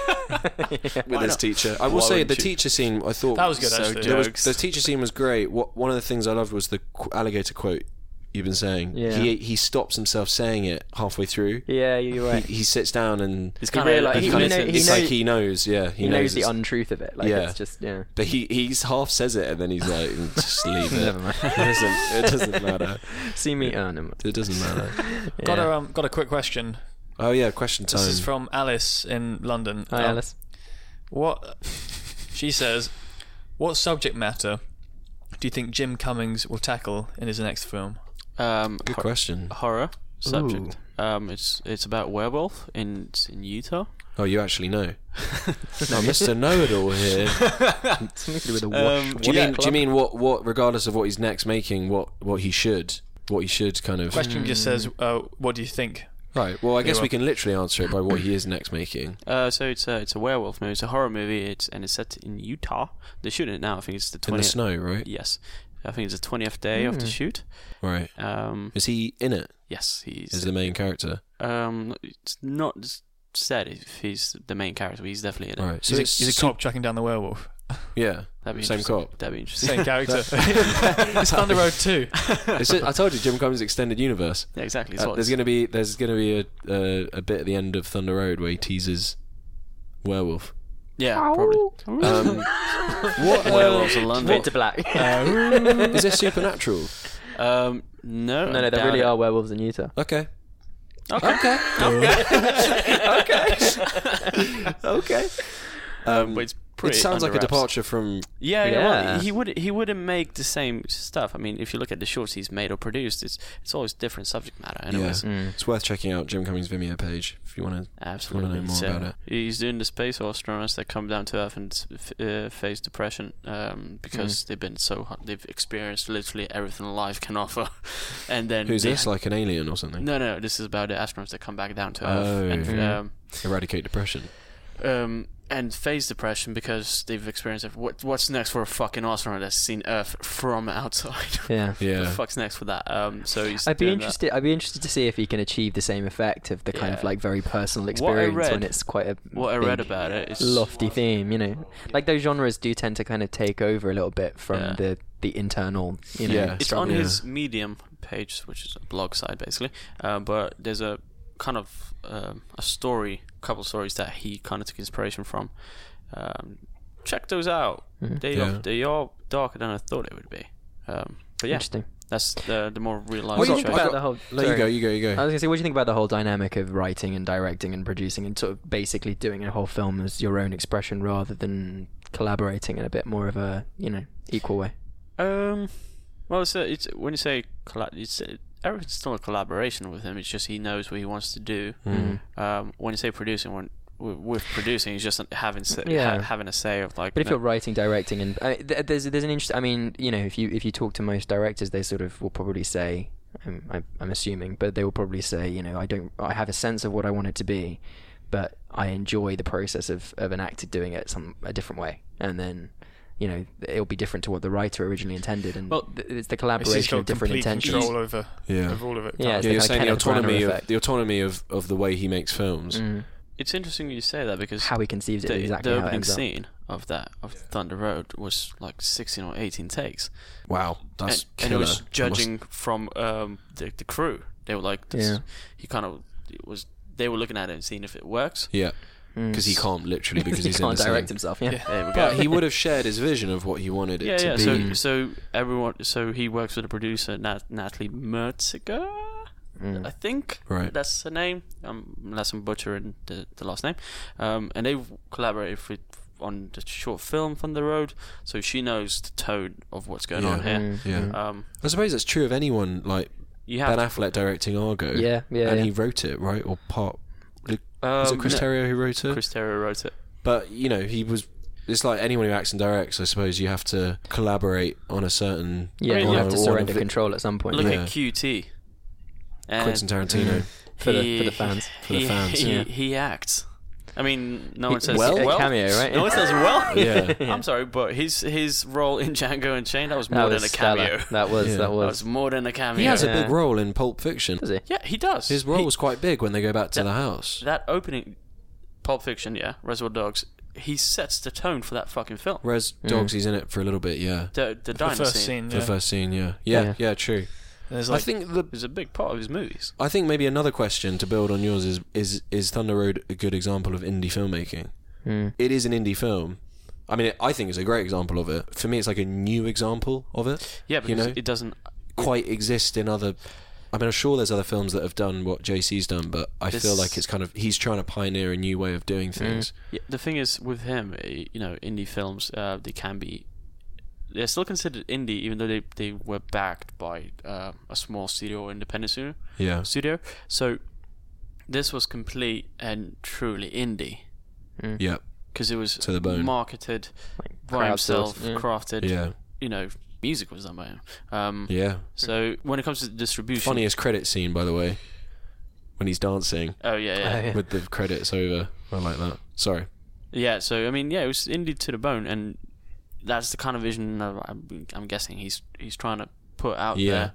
Speaker 2: with
Speaker 4: Why
Speaker 2: his
Speaker 4: not?
Speaker 2: teacher. I will
Speaker 4: Why
Speaker 2: say the
Speaker 4: wouldn't you?
Speaker 2: teacher scene. I thought
Speaker 3: That was good,
Speaker 4: So
Speaker 3: actually.
Speaker 4: jokes.
Speaker 2: There was-
Speaker 4: Jokes.
Speaker 2: the teacher scene was great. What, one of the things I loved was the qu- alligator quote you've been saying.
Speaker 5: Yeah.
Speaker 2: He he stops himself saying it halfway through.
Speaker 5: Yeah, you're right.
Speaker 2: He, he sits down and
Speaker 4: He's
Speaker 5: He
Speaker 4: kind of
Speaker 5: realised-
Speaker 4: like,
Speaker 5: he-
Speaker 2: kind
Speaker 5: he
Speaker 2: of,
Speaker 5: know-
Speaker 2: it's
Speaker 5: know-
Speaker 2: like he knows. Yeah, he,
Speaker 5: He knows the
Speaker 2: it's-
Speaker 5: untruth of it. Like
Speaker 2: Yeah.
Speaker 5: it's just yeah.
Speaker 2: but he he's half says it and then he's like, "Mm, just leave it.
Speaker 5: Never mind.
Speaker 2: It doesn't, it doesn't matter.
Speaker 5: See me. Oh, no.
Speaker 2: It doesn't matter.
Speaker 3: Got
Speaker 5: yeah.
Speaker 3: a um, got a quick question.
Speaker 2: Oh yeah, question time.
Speaker 3: This is from Alice in London.
Speaker 5: Hi,
Speaker 3: Um,
Speaker 5: Alice.
Speaker 3: What she says, what subject matter do you think Jim Cummings will tackle in his next film?
Speaker 4: um,
Speaker 2: Good question.
Speaker 4: horror subject. Um, it's it's about werewolf in it's in Utah.
Speaker 2: Oh, you actually know. oh, Mr. Know-it-all here.
Speaker 5: Something to do with a
Speaker 4: um,
Speaker 5: wash-
Speaker 2: Do you
Speaker 5: wash
Speaker 2: mean? Do you
Speaker 5: club?
Speaker 2: mean what? What? Regardless of what he's next making, what? What he should? What he should kind of?
Speaker 3: Question just says, uh, what do you think?
Speaker 2: Right. Well, I guess
Speaker 3: well.
Speaker 2: we can literally answer it by what he is next making.
Speaker 4: Uh, so it's a it's a werewolf movie. It's a horror movie. It's and it's set in Utah. They shoot it now. I think it's the
Speaker 2: In the
Speaker 4: twentieth.
Speaker 2: snow, right?
Speaker 4: Yes, I think it's the twentieth day of the shoot.
Speaker 2: Right.
Speaker 4: Um,
Speaker 2: Is he in it?
Speaker 4: yes,
Speaker 2: Is
Speaker 4: he's
Speaker 2: the main character?
Speaker 4: um, it's not s- said if he's the main character, but he's definitely in it.
Speaker 2: Right. So
Speaker 3: He's a,
Speaker 2: it's
Speaker 3: he's a cop tracking down the werewolf.
Speaker 2: Yeah.
Speaker 4: That'd be
Speaker 2: Same
Speaker 4: interesting.
Speaker 2: cop.
Speaker 4: That'd be interesting.
Speaker 3: Same character. it's Thunder Road 2.
Speaker 2: It's just- I told you, Jim Cummings' extended universe.
Speaker 4: yeah, exactly.
Speaker 2: Uh,
Speaker 4: So
Speaker 2: there's
Speaker 4: it's-
Speaker 2: going to be there's going to be a uh, a bit at the end of Thunder Road where he teases werewolf.
Speaker 4: yeah, probably.
Speaker 2: Um, what? Uh,
Speaker 4: Werewolves in London.
Speaker 5: Fade to black?
Speaker 2: is there supernatural?
Speaker 4: Um, no,
Speaker 5: no, no, there really are werewolves in Utah.
Speaker 2: Okay.
Speaker 4: Okay.
Speaker 2: Okay. okay. Um,
Speaker 4: But it's
Speaker 2: it
Speaker 4: pretty
Speaker 2: sounds like
Speaker 4: under
Speaker 2: a
Speaker 4: wraps.
Speaker 2: departure from.
Speaker 4: Yeah, yeah. well,
Speaker 5: Yeah.
Speaker 4: he would he wouldn't make the same stuff. I mean, if you look at the shorts he's made or produced, it's it's always different subject matter. Anyways,
Speaker 2: Yeah.
Speaker 5: Mm.
Speaker 2: It's worth checking out Jim Cummings' Vimeo page if you want to.
Speaker 4: absolutely.
Speaker 2: Wanna know more
Speaker 4: So,
Speaker 2: about it.
Speaker 4: He's doing the space astronauts that come down to Earth and s- f- uh, face depression um, because
Speaker 2: Hmm.
Speaker 4: they've been so hot. They've experienced literally everything life can offer, and then
Speaker 2: Who's
Speaker 4: they-
Speaker 2: this? Like an alien or something?
Speaker 4: No, no, this is about the astronauts that come back down to
Speaker 2: Oh.
Speaker 4: Earth
Speaker 5: Mm-hmm.
Speaker 4: and
Speaker 2: Mhm.
Speaker 4: um,
Speaker 2: Eradicate depression.
Speaker 4: um, and phase depression because they've experienced it. What, what's next for a fucking astronaut that's seen Earth from outside?
Speaker 5: Yeah.
Speaker 4: What the
Speaker 2: Yeah.
Speaker 4: fuck's next for that? Um, so he's
Speaker 5: I'd be
Speaker 4: doing that.
Speaker 5: interested. I'd be interested to see if he can achieve the same effect of the kind of
Speaker 4: Yeah.
Speaker 5: like very personal
Speaker 4: What I
Speaker 5: experience when
Speaker 4: read-
Speaker 5: it's quite a
Speaker 4: What I read
Speaker 5: big,
Speaker 4: about it is
Speaker 5: lofty theme. You know, like those genres do tend to kind of take over a little bit from
Speaker 4: Yeah.
Speaker 5: the the internal. You know,
Speaker 2: Yeah.
Speaker 4: it's on
Speaker 5: struggle.
Speaker 4: his Medium page, which is a blog site basically. Uh, but there's a kind of um, a story, couple stories that he kind of took inspiration from. Um, check those out.
Speaker 5: Hmm. Mm-hmm.
Speaker 4: They
Speaker 2: Yeah.
Speaker 4: are, they are darker than I thought they would be. Um, but yeah,
Speaker 5: Interesting.
Speaker 4: that's the the more real life.
Speaker 5: What do you
Speaker 2: I
Speaker 5: think
Speaker 2: got-
Speaker 5: about
Speaker 2: I
Speaker 5: the whole?
Speaker 2: No, you
Speaker 5: sorry.
Speaker 2: go. You go. You
Speaker 5: I was
Speaker 2: go.
Speaker 5: gonna say, what do you think about the whole dynamic of writing and directing and producing and sort of basically doing a whole film as your own expression rather than collaborating in a bit more of a you know equal way?
Speaker 4: Um, well, it's, a, it's when you say colla it's uh everything's still a collaboration with him. It's just he knows what he wants to do.
Speaker 2: Hmm.
Speaker 5: Hmm.
Speaker 4: Um, when you say producing, when with, with producing, he's just having sa-
Speaker 5: Yeah.
Speaker 4: ha- having a say of like.
Speaker 5: But if
Speaker 4: no-
Speaker 5: you're writing, directing, and I th- there's there's an interest. I mean, you know, if you if you talk to most directors, they sort of will probably say, I'm, I'm, I'm assuming, but they will probably say, you know, I don't, I have a sense of what I want it to be, but I enjoy the process of of an actor doing it some a different way, and then. You know, it'll be different to what the writer originally intended, and
Speaker 4: Well,
Speaker 5: well, it's the
Speaker 3: He's just
Speaker 5: collaboration of
Speaker 3: got
Speaker 5: different
Speaker 3: complete
Speaker 5: intentions.
Speaker 3: control over,
Speaker 2: Yeah.
Speaker 3: of all of it.
Speaker 5: Yeah,
Speaker 3: can't
Speaker 5: it's
Speaker 2: Yeah,
Speaker 3: he?
Speaker 2: you're
Speaker 5: like
Speaker 2: saying the
Speaker 5: Kenneth Branagh
Speaker 2: autonomy of
Speaker 5: effect.
Speaker 2: the autonomy of, of the way he makes films.
Speaker 5: Mm.
Speaker 4: it's interesting you say that because
Speaker 5: How he conceives it,
Speaker 4: the,
Speaker 5: is exactly
Speaker 4: the
Speaker 5: how it
Speaker 4: opening
Speaker 5: ends up.
Speaker 4: scene of that of Thunder Road was like 16 or 18 takes,
Speaker 2: Wow, that's
Speaker 4: and, and
Speaker 2: killer.
Speaker 4: it was
Speaker 2: Must-
Speaker 4: judging from um the, the crew. They were like, this,
Speaker 5: Yeah.
Speaker 4: he kind of it was. They were looking at it and seeing if it works.
Speaker 2: yeah, because he can't literally because
Speaker 5: Mm. he
Speaker 2: he's in
Speaker 5: can't
Speaker 2: the
Speaker 5: direct
Speaker 2: same.
Speaker 5: himself. Yeah.
Speaker 3: Yeah.
Speaker 4: There we go.
Speaker 2: But he would have shared his vision of what he wanted it
Speaker 4: yeah,
Speaker 2: to
Speaker 4: yeah.
Speaker 2: be.
Speaker 4: So, so everyone, so he works with a producer, Nat, Natalie Mertziger,
Speaker 5: Mm.
Speaker 4: I think.
Speaker 2: Right.
Speaker 4: That's her name, um, unless I'm butchering the, the last name. Um, and they've collaborated with, on the short film Thunder Road, so she knows the tone of what's going
Speaker 2: Yeah.
Speaker 4: on here.
Speaker 5: Mm.
Speaker 2: yeah.
Speaker 4: Um,
Speaker 2: I suppose that's true of anyone like
Speaker 4: you
Speaker 2: Ben
Speaker 4: have
Speaker 2: Affleck directing Argo.
Speaker 5: Yeah, yeah,
Speaker 2: And
Speaker 5: yeah.
Speaker 2: he wrote it, right? Or part. Was
Speaker 4: Um,
Speaker 2: it Chris
Speaker 4: no,
Speaker 2: Terrio who wrote it?
Speaker 4: Chris Terrio wrote it.
Speaker 2: But you know, he was. It's like anyone who acts and directs. I suppose you have to collaborate on a certain.
Speaker 5: Yeah,
Speaker 4: I mean,
Speaker 5: you
Speaker 2: on
Speaker 4: yeah.
Speaker 5: have
Speaker 2: a-
Speaker 5: to
Speaker 2: on a
Speaker 5: surrender
Speaker 2: vi-
Speaker 5: control at some point
Speaker 4: Look
Speaker 5: yeah.
Speaker 2: Oh, Yeah.
Speaker 4: at QT. And
Speaker 2: Quentin Tarantino.
Speaker 5: for the
Speaker 4: he-
Speaker 5: for the fans.
Speaker 2: For the
Speaker 4: he,
Speaker 2: fans,
Speaker 4: He,
Speaker 2: yeah.
Speaker 4: he acts. I mean, no one
Speaker 5: He-
Speaker 4: says
Speaker 5: well?
Speaker 4: well.
Speaker 5: A cameo, right?
Speaker 4: No one says well.
Speaker 2: Yeah.
Speaker 4: I'm sorry, but his his role in Django and Chain that was more
Speaker 5: That
Speaker 4: than
Speaker 5: was
Speaker 4: a cameo.
Speaker 5: stellar. That was
Speaker 2: Yeah.
Speaker 5: that
Speaker 4: That
Speaker 5: was.
Speaker 4: was more than a cameo.
Speaker 2: He has a
Speaker 5: Yeah.
Speaker 2: big role in Pulp Fiction.
Speaker 5: Was he?
Speaker 4: yeah, he does.
Speaker 2: His role was quite big when they go back to the house.
Speaker 4: that opening, Pulp Fiction, yeah, Reservoir Dogs. He sets the tone for that fucking film.
Speaker 2: Res
Speaker 5: Mm.
Speaker 2: Dogs, he's in it for a little bit, yeah.
Speaker 4: The the
Speaker 3: The
Speaker 4: diner
Speaker 3: first
Speaker 4: scene
Speaker 3: scene.
Speaker 2: For
Speaker 3: Yeah.
Speaker 2: the first scene, yeah. Yeah, yeah,
Speaker 5: Yeah.
Speaker 2: true.
Speaker 3: There's like
Speaker 2: I think the
Speaker 4: is a big part of his movies.
Speaker 2: I think maybe another question to build on yours is is is Thunder Road a good example of indie filmmaking?
Speaker 4: Hmm.
Speaker 2: It is an indie film. I mean, it, I think it's a great example of it. For me, it's like a new example of it.
Speaker 4: Yeah, because
Speaker 2: you know,
Speaker 4: it doesn't.
Speaker 2: quite exist in other. I mean, I'm sure there's other films that have done what JC's done, but I
Speaker 4: This-
Speaker 2: feel like it's kind of he's trying to pioneer a new way of doing
Speaker 4: Hmm.
Speaker 2: things.
Speaker 4: Yeah, the thing is with him, eh, you know, indie films uh, they can be they're still considered indie even though they, they were backed by uh, a small studio or independent studio.
Speaker 2: Yeah,
Speaker 4: Studio. So this was complete and truly indie
Speaker 2: yeah,
Speaker 4: because it was
Speaker 2: To the bone.
Speaker 4: marketed by
Speaker 5: Mm. crowdsourced,
Speaker 4: himself,
Speaker 5: yeah.
Speaker 4: crafted.
Speaker 2: yeah,
Speaker 4: You know, music was done by him. Um,
Speaker 2: yeah.
Speaker 4: So when it comes to distribution,
Speaker 2: Funniest credit scene, by the way, when he's dancing
Speaker 4: oh yeah, yeah.
Speaker 5: Oh, yeah.
Speaker 2: with the credits over. I like that. Sorry.
Speaker 4: Yeah, so I mean, yeah, it was indie to the bone, and that's the kind of vision of, I'm, I'm guessing he's he's trying to put out
Speaker 2: Yeah,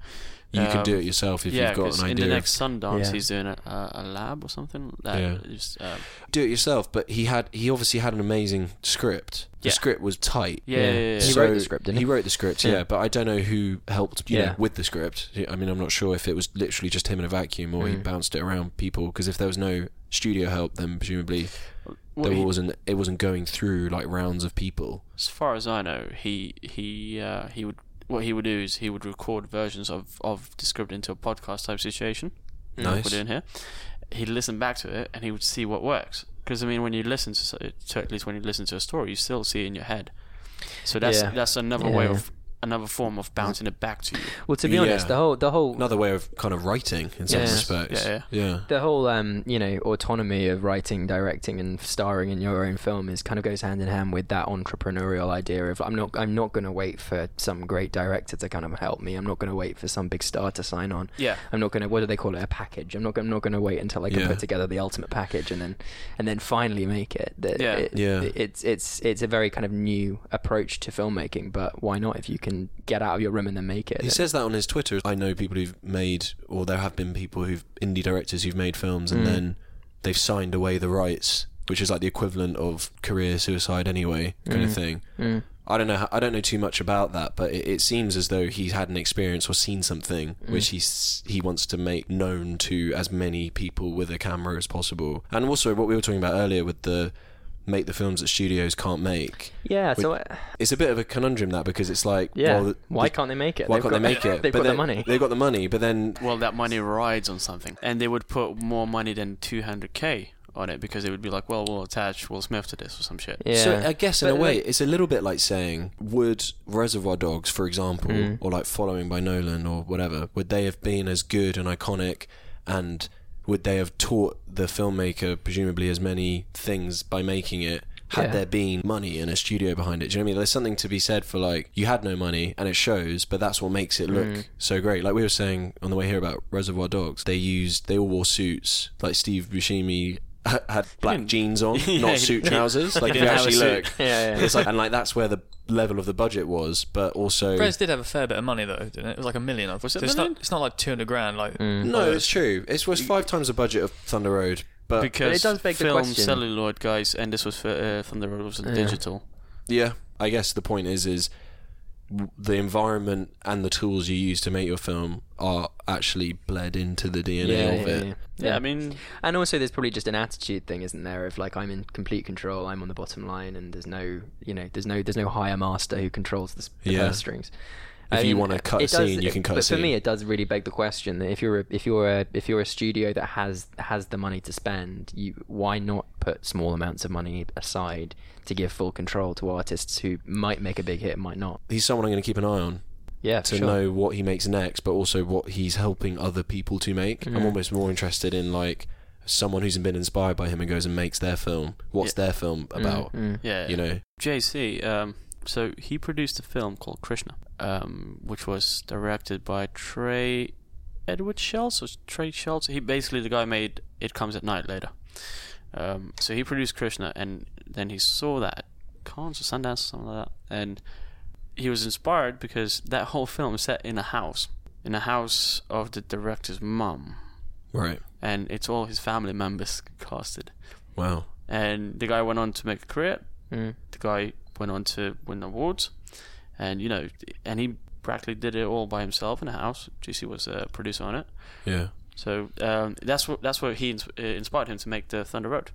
Speaker 2: you
Speaker 4: there.
Speaker 2: can do
Speaker 4: Um,
Speaker 2: it yourself if
Speaker 4: yeah,
Speaker 2: you've got
Speaker 4: 'cause
Speaker 2: an idea.
Speaker 4: in the
Speaker 2: of-
Speaker 4: next Sundance,
Speaker 5: Yeah.
Speaker 4: he's doing a, a, a lab or something. That
Speaker 2: Yeah.
Speaker 4: is, um,
Speaker 2: do it yourself, but he had he obviously had an amazing script. The
Speaker 4: Yeah.
Speaker 2: script was tight.
Speaker 4: yeah, yeah, yeah, yeah.
Speaker 5: He
Speaker 2: So-
Speaker 5: wrote the script, didn't he?
Speaker 2: wrote the script, yeah, but I don't know who helped you know,
Speaker 5: Yeah.
Speaker 2: with the script. I mean, I'm not sure if it was literally just him in a vacuum or he
Speaker 4: Mm.
Speaker 2: bounced it around people because if there was no studio help, then presumably
Speaker 4: Well,
Speaker 2: there
Speaker 4: he-
Speaker 2: wasn't it wasn't going through like rounds of people.
Speaker 4: as far as I know, he he uh, he would what he would do is he would record versions of of the script into a podcast type situation. like
Speaker 2: Nice.
Speaker 4: we're doing here. He'd listen back to it and he would see what works. Because I mean, when you listen to, s- to at least when you listen to a story, you still see it in your head. So that's
Speaker 5: Yeah.
Speaker 4: that's another way
Speaker 5: Yeah.
Speaker 4: of another form of bouncing it back to you.
Speaker 5: Well, to be
Speaker 2: Yeah.
Speaker 5: honest, the whole the whole
Speaker 2: Another way of kind of writing in some
Speaker 4: Yes.
Speaker 2: respects.
Speaker 4: Yeah,
Speaker 2: yeah.
Speaker 5: the whole um, you know autonomy of writing, directing, and starring in your own film is kind of goes hand in hand with that entrepreneurial idea of I'm not I'm not going to wait for some great director to kind of help me. I'm not going to wait for some big star to sign on.
Speaker 4: Yeah.
Speaker 5: I'm not going to what do they call it a package. I'm not I'm not going to wait until I can
Speaker 2: Yeah.
Speaker 5: put together the ultimate package and then and then finally make it. The-
Speaker 4: Yeah.
Speaker 5: it-
Speaker 2: Yeah.
Speaker 5: It's it's it's a very kind of new approach to filmmaking, but why not if you can get out of your room and then make it?
Speaker 2: He says that on his Twitter. I know people who've made, or there have been people who've indie directors who've made films
Speaker 5: Mm.
Speaker 2: and then they've signed away the rights, which is like the equivalent of career suicide anyway, kind
Speaker 5: Mm.
Speaker 2: of thing. I don't know. ho- I don't know too much about that, but it, it seems as though he's had an experience or seen something
Speaker 5: Mm.
Speaker 2: which he s- he wants to make known to as many people with a camera as possible. And also, what we were talking about earlier with the make the films that studios can't make.
Speaker 5: yeah. So.
Speaker 2: Which-
Speaker 5: I-
Speaker 2: It's a bit of a conundrum that because it's like,
Speaker 5: yeah.
Speaker 2: well, the-
Speaker 5: why
Speaker 2: the-
Speaker 5: can't they make it?
Speaker 2: why
Speaker 5: They've
Speaker 2: can't
Speaker 5: got-
Speaker 2: they make it?
Speaker 5: They've
Speaker 2: But
Speaker 5: got the
Speaker 2: then-
Speaker 5: money.
Speaker 2: They've got the money, but then
Speaker 4: Well, that money rides on something, and they would put more money than 200k on it because it would be like, well, we'll attach Will Smith to this or some shit.
Speaker 5: Yeah.
Speaker 2: so I guess in
Speaker 5: But
Speaker 2: a way
Speaker 5: like-
Speaker 2: it's a little bit like saying would Reservoir Dogs, for example,
Speaker 5: Hmm.
Speaker 2: or like Following by Nolan or whatever, would they have been as good and iconic, and would they have taught the filmmaker presumably as many things by making it? Had
Speaker 5: Yeah.
Speaker 2: there been money and a studio behind it, do you know what I mean? There's something to be said for like you had no money and it shows, but that's what makes it look
Speaker 5: Hmm.
Speaker 2: so great. Like we were saying on the way here about Reservoir Dogs, they used they all wore suits. Like Steve Buscemi had black jeans on,
Speaker 4: Yeah,
Speaker 2: not suit
Speaker 4: he-
Speaker 2: trousers. Like if you
Speaker 4: didn't have a
Speaker 2: actually
Speaker 4: suit.
Speaker 2: look,
Speaker 5: Yeah, yeah.
Speaker 2: it's like, and like that's where the level of the budget was, but also
Speaker 3: Prez did have a fair bit of money though, didn't it? It was like a million. Was
Speaker 4: it a
Speaker 3: it's
Speaker 4: million?
Speaker 3: Not, it's not like two hundred grand. Like
Speaker 2: no, it's true. It was five times the budget of Thunder Road, but
Speaker 4: Because
Speaker 5: it does beg the
Speaker 4: film
Speaker 5: question.
Speaker 4: celluloid guys, and this was for, uh, from the was digital.
Speaker 2: yeah, I guess the point is, is w- the environment and the tools you use to make your film are actually bled into the DNA of it.
Speaker 4: Yeah, I mean,
Speaker 5: And also, there's probably just an attitude thing, isn't there? Of like, I'm in complete control. I'm on the bottom line, and there's no, you know, there's no, there's no higher master who controls the, s- the
Speaker 2: Yeah.
Speaker 5: purse strings.
Speaker 2: If you wanna cut a
Speaker 5: it does-
Speaker 2: scene, you can cut a
Speaker 5: But for me,
Speaker 2: scene.
Speaker 5: it does really beg the question that if you're a, if you're a, if you're a studio that has has the money to spend, you why not put small amounts of money aside to give full control to artists who might make a big hit, and might not.
Speaker 2: He's someone I'm going to keep an eye on
Speaker 5: Yeah,
Speaker 2: to
Speaker 5: sure.
Speaker 2: know what he makes next, but also what he's helping other people to make.
Speaker 4: Mm.
Speaker 2: I'm almost more interested in like someone who's been inspired by him and goes and makes their film. What's their film about?
Speaker 5: Mm,
Speaker 4: yeah,
Speaker 2: You know,
Speaker 4: JC, um, so he produced a film called Krishna, um, which was directed by Trey Edward Schultz. Or Trey Schultz. He basically the guy made It Comes at Night later. Um, so he produced Krishna, and then he saw that at Cannes or Sundance or something like that, and he was inspired because that whole film is set in a house, in a house of the director's mum,
Speaker 2: right?
Speaker 4: and it's all his family members casted
Speaker 2: Wow.
Speaker 4: and the guy went on to make a career.
Speaker 5: Mm.
Speaker 4: The guy went on to win awards, and you know, and he practically did it all by himself in a house. GC was a producer on it,
Speaker 2: Yeah.
Speaker 4: so um, that's what that's what he ins- uh, inspired him to make the Thunder Road.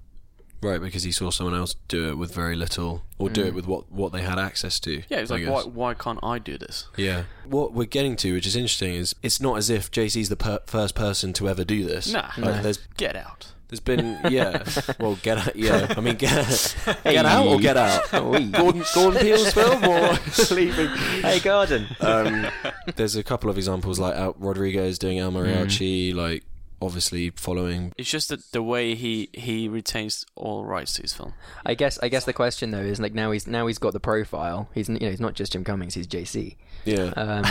Speaker 2: Right, because he saw someone else do it with very little, or do it with what what they had access to.
Speaker 4: Yeah, he's
Speaker 2: I
Speaker 4: like,
Speaker 2: guess.
Speaker 4: why why can't I do this?
Speaker 2: Yeah. What we're getting to, which is interesting, is it's not as if JC's the per- first person to ever do this.
Speaker 4: Nah.
Speaker 2: Like,
Speaker 4: No.
Speaker 2: There's
Speaker 4: Get out.
Speaker 2: there's been yeah. well, get out. Yeah. I mean, get get out or get out. Gordon Gordon Peele's film or leaving.
Speaker 5: Hey, Garden.
Speaker 2: Um, there's a couple of examples like Al- Rodriguez doing El Mariachi, like obviously following.
Speaker 4: It's just that the way he he retains all rights to his film.
Speaker 5: I guess I guess the question though is like now he's now he's got the profile. He's n- you know he's not just Jim Cummings. He's JC.
Speaker 2: Yeah.
Speaker 5: Um,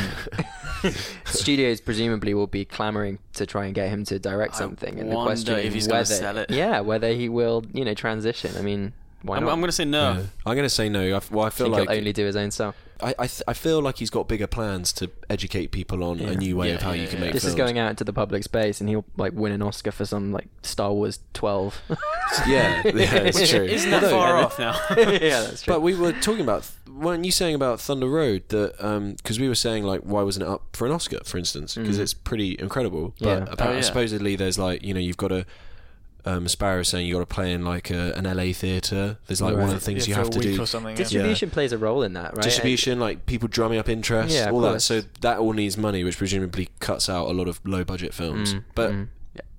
Speaker 5: studios presumably will be clamoring to try and get him to direct something. And the
Speaker 4: wonder
Speaker 5: question
Speaker 4: if he's
Speaker 5: is
Speaker 4: gonna
Speaker 5: whether
Speaker 4: sell it.
Speaker 5: yeah whether he will you know transition. I mean, why
Speaker 4: I'm,
Speaker 5: not?
Speaker 4: I'm gonna say no.
Speaker 2: Yeah. I'm gonna say no. I, f- well, I
Speaker 5: I
Speaker 2: feel
Speaker 5: think
Speaker 2: like
Speaker 5: he'll only do his own stuff.
Speaker 2: I I, th- I feel like he's got bigger plans to educate people on a new way
Speaker 4: Yeah,
Speaker 2: of how
Speaker 4: yeah,
Speaker 2: you can
Speaker 4: yeah.
Speaker 2: make.
Speaker 5: This is
Speaker 2: films.
Speaker 5: going out into the public space, and he'll like win an Oscar for some like Star Wars 12.
Speaker 2: Yeah, yeah, it's true.
Speaker 4: Isn't that
Speaker 2: Although-
Speaker 4: far off now?
Speaker 5: yeah, that's true.
Speaker 2: But we were talking about, weren't you saying about Thunder Road that, because we were saying, like, why wasn't it up for an Oscar, for instance? Because it's pretty incredible. But
Speaker 5: Yeah.
Speaker 2: apparently,
Speaker 4: Oh, yeah.
Speaker 2: supposedly, there's like, you know, you've got to, um, Sparrow was saying you got to play in like a, an LA theatre. There's like one of the things you
Speaker 3: for
Speaker 2: have
Speaker 3: a
Speaker 2: to
Speaker 3: week
Speaker 2: do.
Speaker 3: or something. yeah.
Speaker 5: Distribution plays a role in that, right?
Speaker 2: Distribution, like people drumming up interest,
Speaker 5: Yeah, of
Speaker 2: all that.
Speaker 5: course.
Speaker 2: So that all needs money, which presumably cuts out a lot of low budget films.
Speaker 5: Mm,
Speaker 2: but,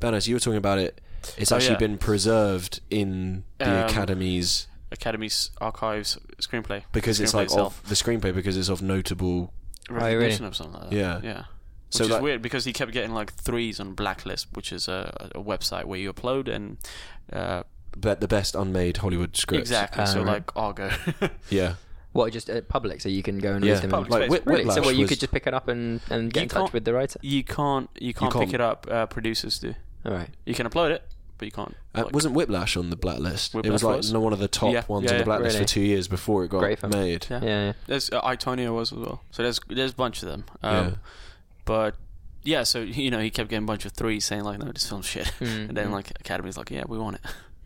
Speaker 2: Benos, you were talking about it. It's
Speaker 4: Oh,
Speaker 2: actually
Speaker 4: yeah.
Speaker 2: been preserved in the
Speaker 4: Um,
Speaker 2: Academy's
Speaker 4: Academy's archives screenplay
Speaker 2: because it's
Speaker 4: Screenplay
Speaker 2: like
Speaker 4: itself.
Speaker 2: of the screenplay because it's of notable.
Speaker 5: really?
Speaker 4: recognition of something like that.
Speaker 2: Oh, Yeah.
Speaker 4: yeah. Which
Speaker 2: So
Speaker 4: is
Speaker 2: that-
Speaker 4: weird because he kept getting like threes on Blacklist, which is a, a website where you upload and uh,
Speaker 2: That the best unmade Hollywood scripts.
Speaker 4: exactly.
Speaker 5: Um,
Speaker 4: so like Argo.
Speaker 2: uh, Yeah.
Speaker 5: What just at public, so you can go and
Speaker 2: Yeah.
Speaker 5: read them.
Speaker 4: Public
Speaker 5: and-
Speaker 4: space.
Speaker 2: Like Whip,
Speaker 4: Really?
Speaker 5: Really?
Speaker 2: Whiplash
Speaker 5: So what, you
Speaker 2: was-
Speaker 5: could just pick it up and, and get
Speaker 4: You
Speaker 5: in touch
Speaker 4: can't-
Speaker 5: with the writer?
Speaker 4: you can't you can't pick
Speaker 2: can't.
Speaker 4: it up. Uh, producers do.
Speaker 5: All right.
Speaker 4: You can upload it, but you can't.
Speaker 2: Uh,
Speaker 4: like-
Speaker 2: wasn't Whiplash on the blacklist? it
Speaker 4: Whiplash
Speaker 2: was like
Speaker 4: was?
Speaker 2: no- one of the top
Speaker 4: Yeah,
Speaker 2: ones
Speaker 4: yeah,
Speaker 2: on the
Speaker 4: yeah.
Speaker 2: blacklist
Speaker 5: Really?
Speaker 2: for two years before it got
Speaker 5: Great film.
Speaker 2: made.
Speaker 4: Yeah.
Speaker 5: Yeah. yeah.
Speaker 4: There's uh, Itonia was as well. So there's there's a bunch of them. Um,
Speaker 2: Yeah.
Speaker 4: But yeah, so you know he kept getting a bunch of threes saying like no, this film's shit,
Speaker 2: Hmm,
Speaker 4: and then like Academy's like yeah, we want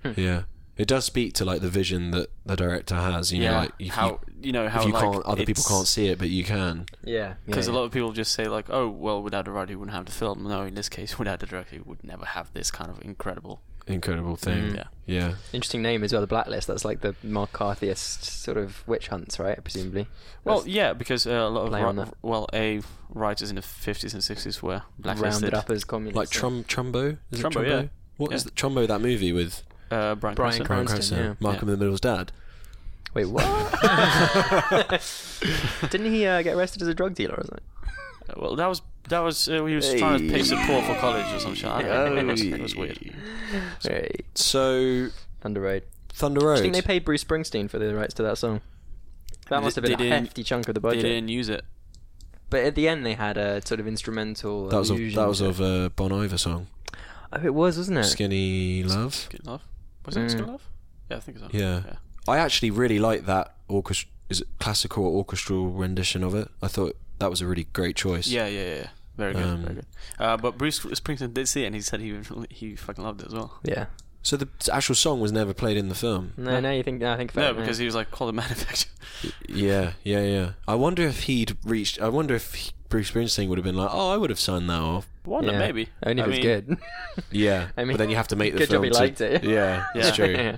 Speaker 4: it.
Speaker 2: Yeah. It does speak to like the vision that the director has. You know, like if
Speaker 4: how you, know
Speaker 2: you,
Speaker 4: how
Speaker 2: if you
Speaker 4: like,
Speaker 2: can't, other people
Speaker 4: it's-
Speaker 2: can't see it, but you can.
Speaker 5: Yeah.
Speaker 4: Because a
Speaker 5: yeah.
Speaker 4: lot of people just say like, "Oh, well, without the writer, you wouldn't have the film." No, in this case, without the director, you would never have this kind of incredible.
Speaker 2: Incredible thing.
Speaker 4: Mm, Yeah.
Speaker 2: Yeah.
Speaker 5: Interesting name as well, the Blacklist. That's like the McCarthyist sort of witch hunts, right? Presumably.
Speaker 4: Well,
Speaker 5: That's
Speaker 4: yeah, because uh, a lot of
Speaker 5: play on
Speaker 4: ri-
Speaker 5: that.
Speaker 4: well, a writers in the fifties and sixties were blacklisted.
Speaker 5: rounded up as communists.
Speaker 2: Like Trum Trumbo. Is
Speaker 4: Trumbo,
Speaker 2: it Trumbo?
Speaker 4: yeah.
Speaker 2: What is the,
Speaker 4: Yeah.
Speaker 2: Trumbo? That movie with
Speaker 4: Uh, Brian,
Speaker 5: Bryan
Speaker 4: Cranston.
Speaker 2: Bryan
Speaker 5: Cranston,
Speaker 2: Cranston,
Speaker 5: yeah.
Speaker 2: Malcolm
Speaker 4: Yeah.
Speaker 2: in the Middle's dad.
Speaker 5: Wait, what? Didn't he uh, get arrested as a drug dealer or something?
Speaker 4: Uh, Well, that was that was uh, he was trying to pay support for college or something. I don't know. It was, it was weird.
Speaker 5: Hey,
Speaker 2: So
Speaker 5: Thunder Road.
Speaker 2: Thunder
Speaker 5: Do you
Speaker 2: Road.
Speaker 5: think they paid Bruce Springsteen for the rights to that song? That must have been
Speaker 4: They
Speaker 5: a
Speaker 4: didn't-
Speaker 5: hefty chunk of the
Speaker 4: They
Speaker 5: budget.
Speaker 4: didn't use it.
Speaker 5: But at the end, they had a sort of instrumental.
Speaker 2: That was of,
Speaker 5: allusion
Speaker 2: that was
Speaker 5: to-
Speaker 2: of a Bon Iver song,
Speaker 5: Oh, it was, wasn't it?
Speaker 2: Skinny Love.
Speaker 4: Good love. Was
Speaker 5: Mm.
Speaker 4: it good love? Yeah, I think so.
Speaker 2: Yeah. I actually really like that orchestra is it classical or orchestral rendition of it. I thought that was a really great choice.
Speaker 4: Yeah, yeah, yeah. yeah. Very good,
Speaker 2: Um,
Speaker 4: very good. Uh, but Bruce Springsteen did see it, and he said he he fucking loved it as well.
Speaker 5: Yeah.
Speaker 2: So the actual song was never played in the film.
Speaker 5: No, no, you think? No, I think
Speaker 4: No,
Speaker 5: about it,
Speaker 4: because he was like, call the manufacturer.
Speaker 2: Yeah, yeah, yeah. I wonder if he'd reached. I wonder if he- Bruce Springsteen would have been like, "Oh, I would have signed that off."
Speaker 4: Wonder,
Speaker 5: Yeah.
Speaker 4: maybe.
Speaker 5: only if
Speaker 4: I
Speaker 5: it's
Speaker 4: mean,
Speaker 5: good.
Speaker 2: Yeah,
Speaker 5: I mean,
Speaker 2: but then you have to make the
Speaker 5: good job
Speaker 2: film.
Speaker 5: he
Speaker 2: to-
Speaker 5: liked it.
Speaker 2: Yeah,
Speaker 4: Yeah.
Speaker 2: that's true.
Speaker 5: yeah.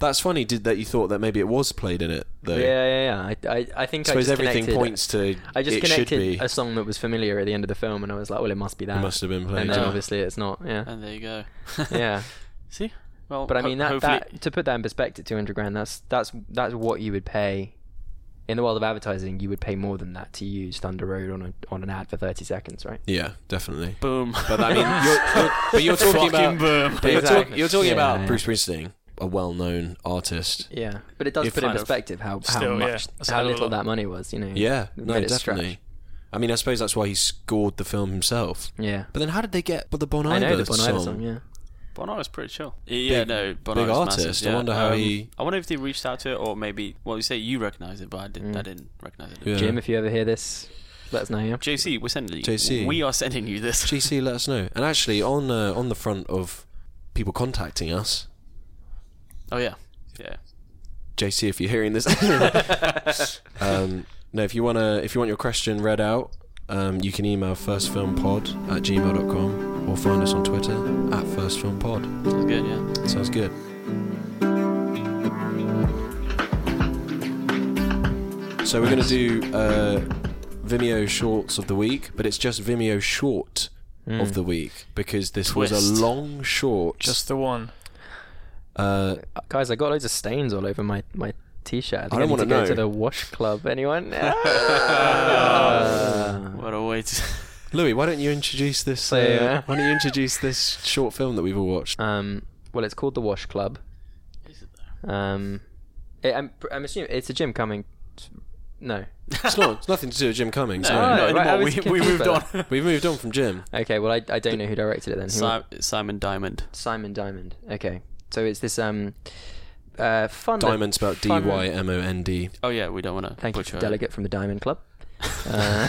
Speaker 2: That's funny. Did that you thought that maybe it was played in it though?
Speaker 5: yeah, yeah, yeah. I, I, I
Speaker 2: I
Speaker 5: think I
Speaker 2: suppose
Speaker 5: just
Speaker 2: everything
Speaker 5: connected-
Speaker 2: points to
Speaker 5: I just
Speaker 2: it should be.
Speaker 5: connected a song that was familiar at the end of the film, and I was like, well, it must be that.
Speaker 2: It must have been played.
Speaker 5: and then
Speaker 4: yeah.
Speaker 5: obviously it's not. Yeah,
Speaker 4: And there you go.
Speaker 5: yeah.
Speaker 4: See? Well,
Speaker 5: But I
Speaker 4: ho-
Speaker 5: mean, that,
Speaker 4: hopefully-
Speaker 5: that to put that in perspective, two hundred grand. That's that's that's what you would pay in the world of advertising. You would pay more than that to use Thunder Road on a, on an ad for thirty seconds, right?
Speaker 2: yeah, definitely.
Speaker 4: Boom.
Speaker 2: But I mean, you're, you're, but you're talking
Speaker 4: Fucking
Speaker 2: about
Speaker 4: boom.
Speaker 2: but you're, talk-
Speaker 5: Exactly.
Speaker 2: you're talking
Speaker 5: Yeah,
Speaker 2: about
Speaker 5: yeah.
Speaker 2: Bruce Springsteen, a well-known artist.
Speaker 5: Yeah, but it does
Speaker 2: If
Speaker 5: put in
Speaker 4: kind of-
Speaker 5: perspective how, how
Speaker 3: Still, yeah,
Speaker 5: much
Speaker 3: that's a
Speaker 5: how
Speaker 3: hell of a
Speaker 5: little
Speaker 3: lot.
Speaker 5: that money was. You know.
Speaker 2: Yeah,
Speaker 5: It
Speaker 2: no,
Speaker 5: made it stretch.
Speaker 2: definitely. I mean, I suppose that's why he scored the film himself.
Speaker 5: Yeah.
Speaker 2: But then, how did they get but the Bon
Speaker 5: I
Speaker 2: Iver
Speaker 5: know the Bon
Speaker 2: song?
Speaker 5: Iver song. Yeah.
Speaker 4: Bono is pretty chill. Yeah,
Speaker 2: Big-
Speaker 4: no, Bono
Speaker 2: big
Speaker 4: is
Speaker 2: artist.
Speaker 4: Massive,
Speaker 2: I
Speaker 4: yeah.
Speaker 2: wonder how
Speaker 4: Um,
Speaker 2: he-
Speaker 4: I wonder if they reached out to it, or maybe. Well, you say you recognize it, but I didn't.
Speaker 5: Mm.
Speaker 4: I didn't recognize it.
Speaker 2: Yeah.
Speaker 5: Jim, if you ever hear this, let us know. Yeah.
Speaker 4: JC, we're sending you.
Speaker 2: JC.
Speaker 4: we are sending you this.
Speaker 2: GC, let us know. And actually, on uh, on the front of people contacting us,
Speaker 4: Oh yeah, yeah.
Speaker 2: JC, if you're hearing this, um, no, if you wanna, if you want your question read out, um, you can email firstfilmpod at gmail.com or find us on Twitter at firstfilmpod.
Speaker 4: That's good. Yeah.
Speaker 2: Sounds good. So we're gonna do uh, Vimeo shorts of the week, but it's just Vimeo short
Speaker 5: Hmm.
Speaker 2: of the week because this was a
Speaker 4: Twist.
Speaker 2: long short.
Speaker 3: Just the one.
Speaker 2: uh,
Speaker 5: Uh, Guys, I got loads of stains all over my my t-shirt. I, think
Speaker 2: don't
Speaker 5: need
Speaker 2: wanna
Speaker 5: to go
Speaker 2: know.
Speaker 5: to the wash club. Anyone? Ah!
Speaker 4: What a way to.
Speaker 2: Louis, why don't you introduce this?
Speaker 5: So,
Speaker 2: uh,
Speaker 5: yeah.
Speaker 2: Why don't you introduce this short film that we've all watched?
Speaker 5: um. Well, it's called the Wash Club. Um. it- I'm pr- I'm assuming it's a Jim coming. No.
Speaker 2: It's not. It's nothing to do with Jim Cummings.
Speaker 4: No,
Speaker 2: No,
Speaker 5: Oh,
Speaker 4: not
Speaker 5: right, Uh, I
Speaker 4: anymore. we, we
Speaker 5: was confused
Speaker 4: moved
Speaker 5: by
Speaker 4: on.
Speaker 2: We've moved on from Jim.
Speaker 5: Okay. Well, I I don't know who directed it then. Who-
Speaker 4: Si- Simon Diamond.
Speaker 5: Simon Diamond. Okay. So it's this um. Uh, fun.
Speaker 2: Diamond spelled D
Speaker 5: fun-
Speaker 2: Y M O N D.
Speaker 4: Oh yeah, we don't want to
Speaker 5: Thank you,
Speaker 4: butcher
Speaker 5: to
Speaker 4: it.
Speaker 5: delegate from the Diamond Club. Uh,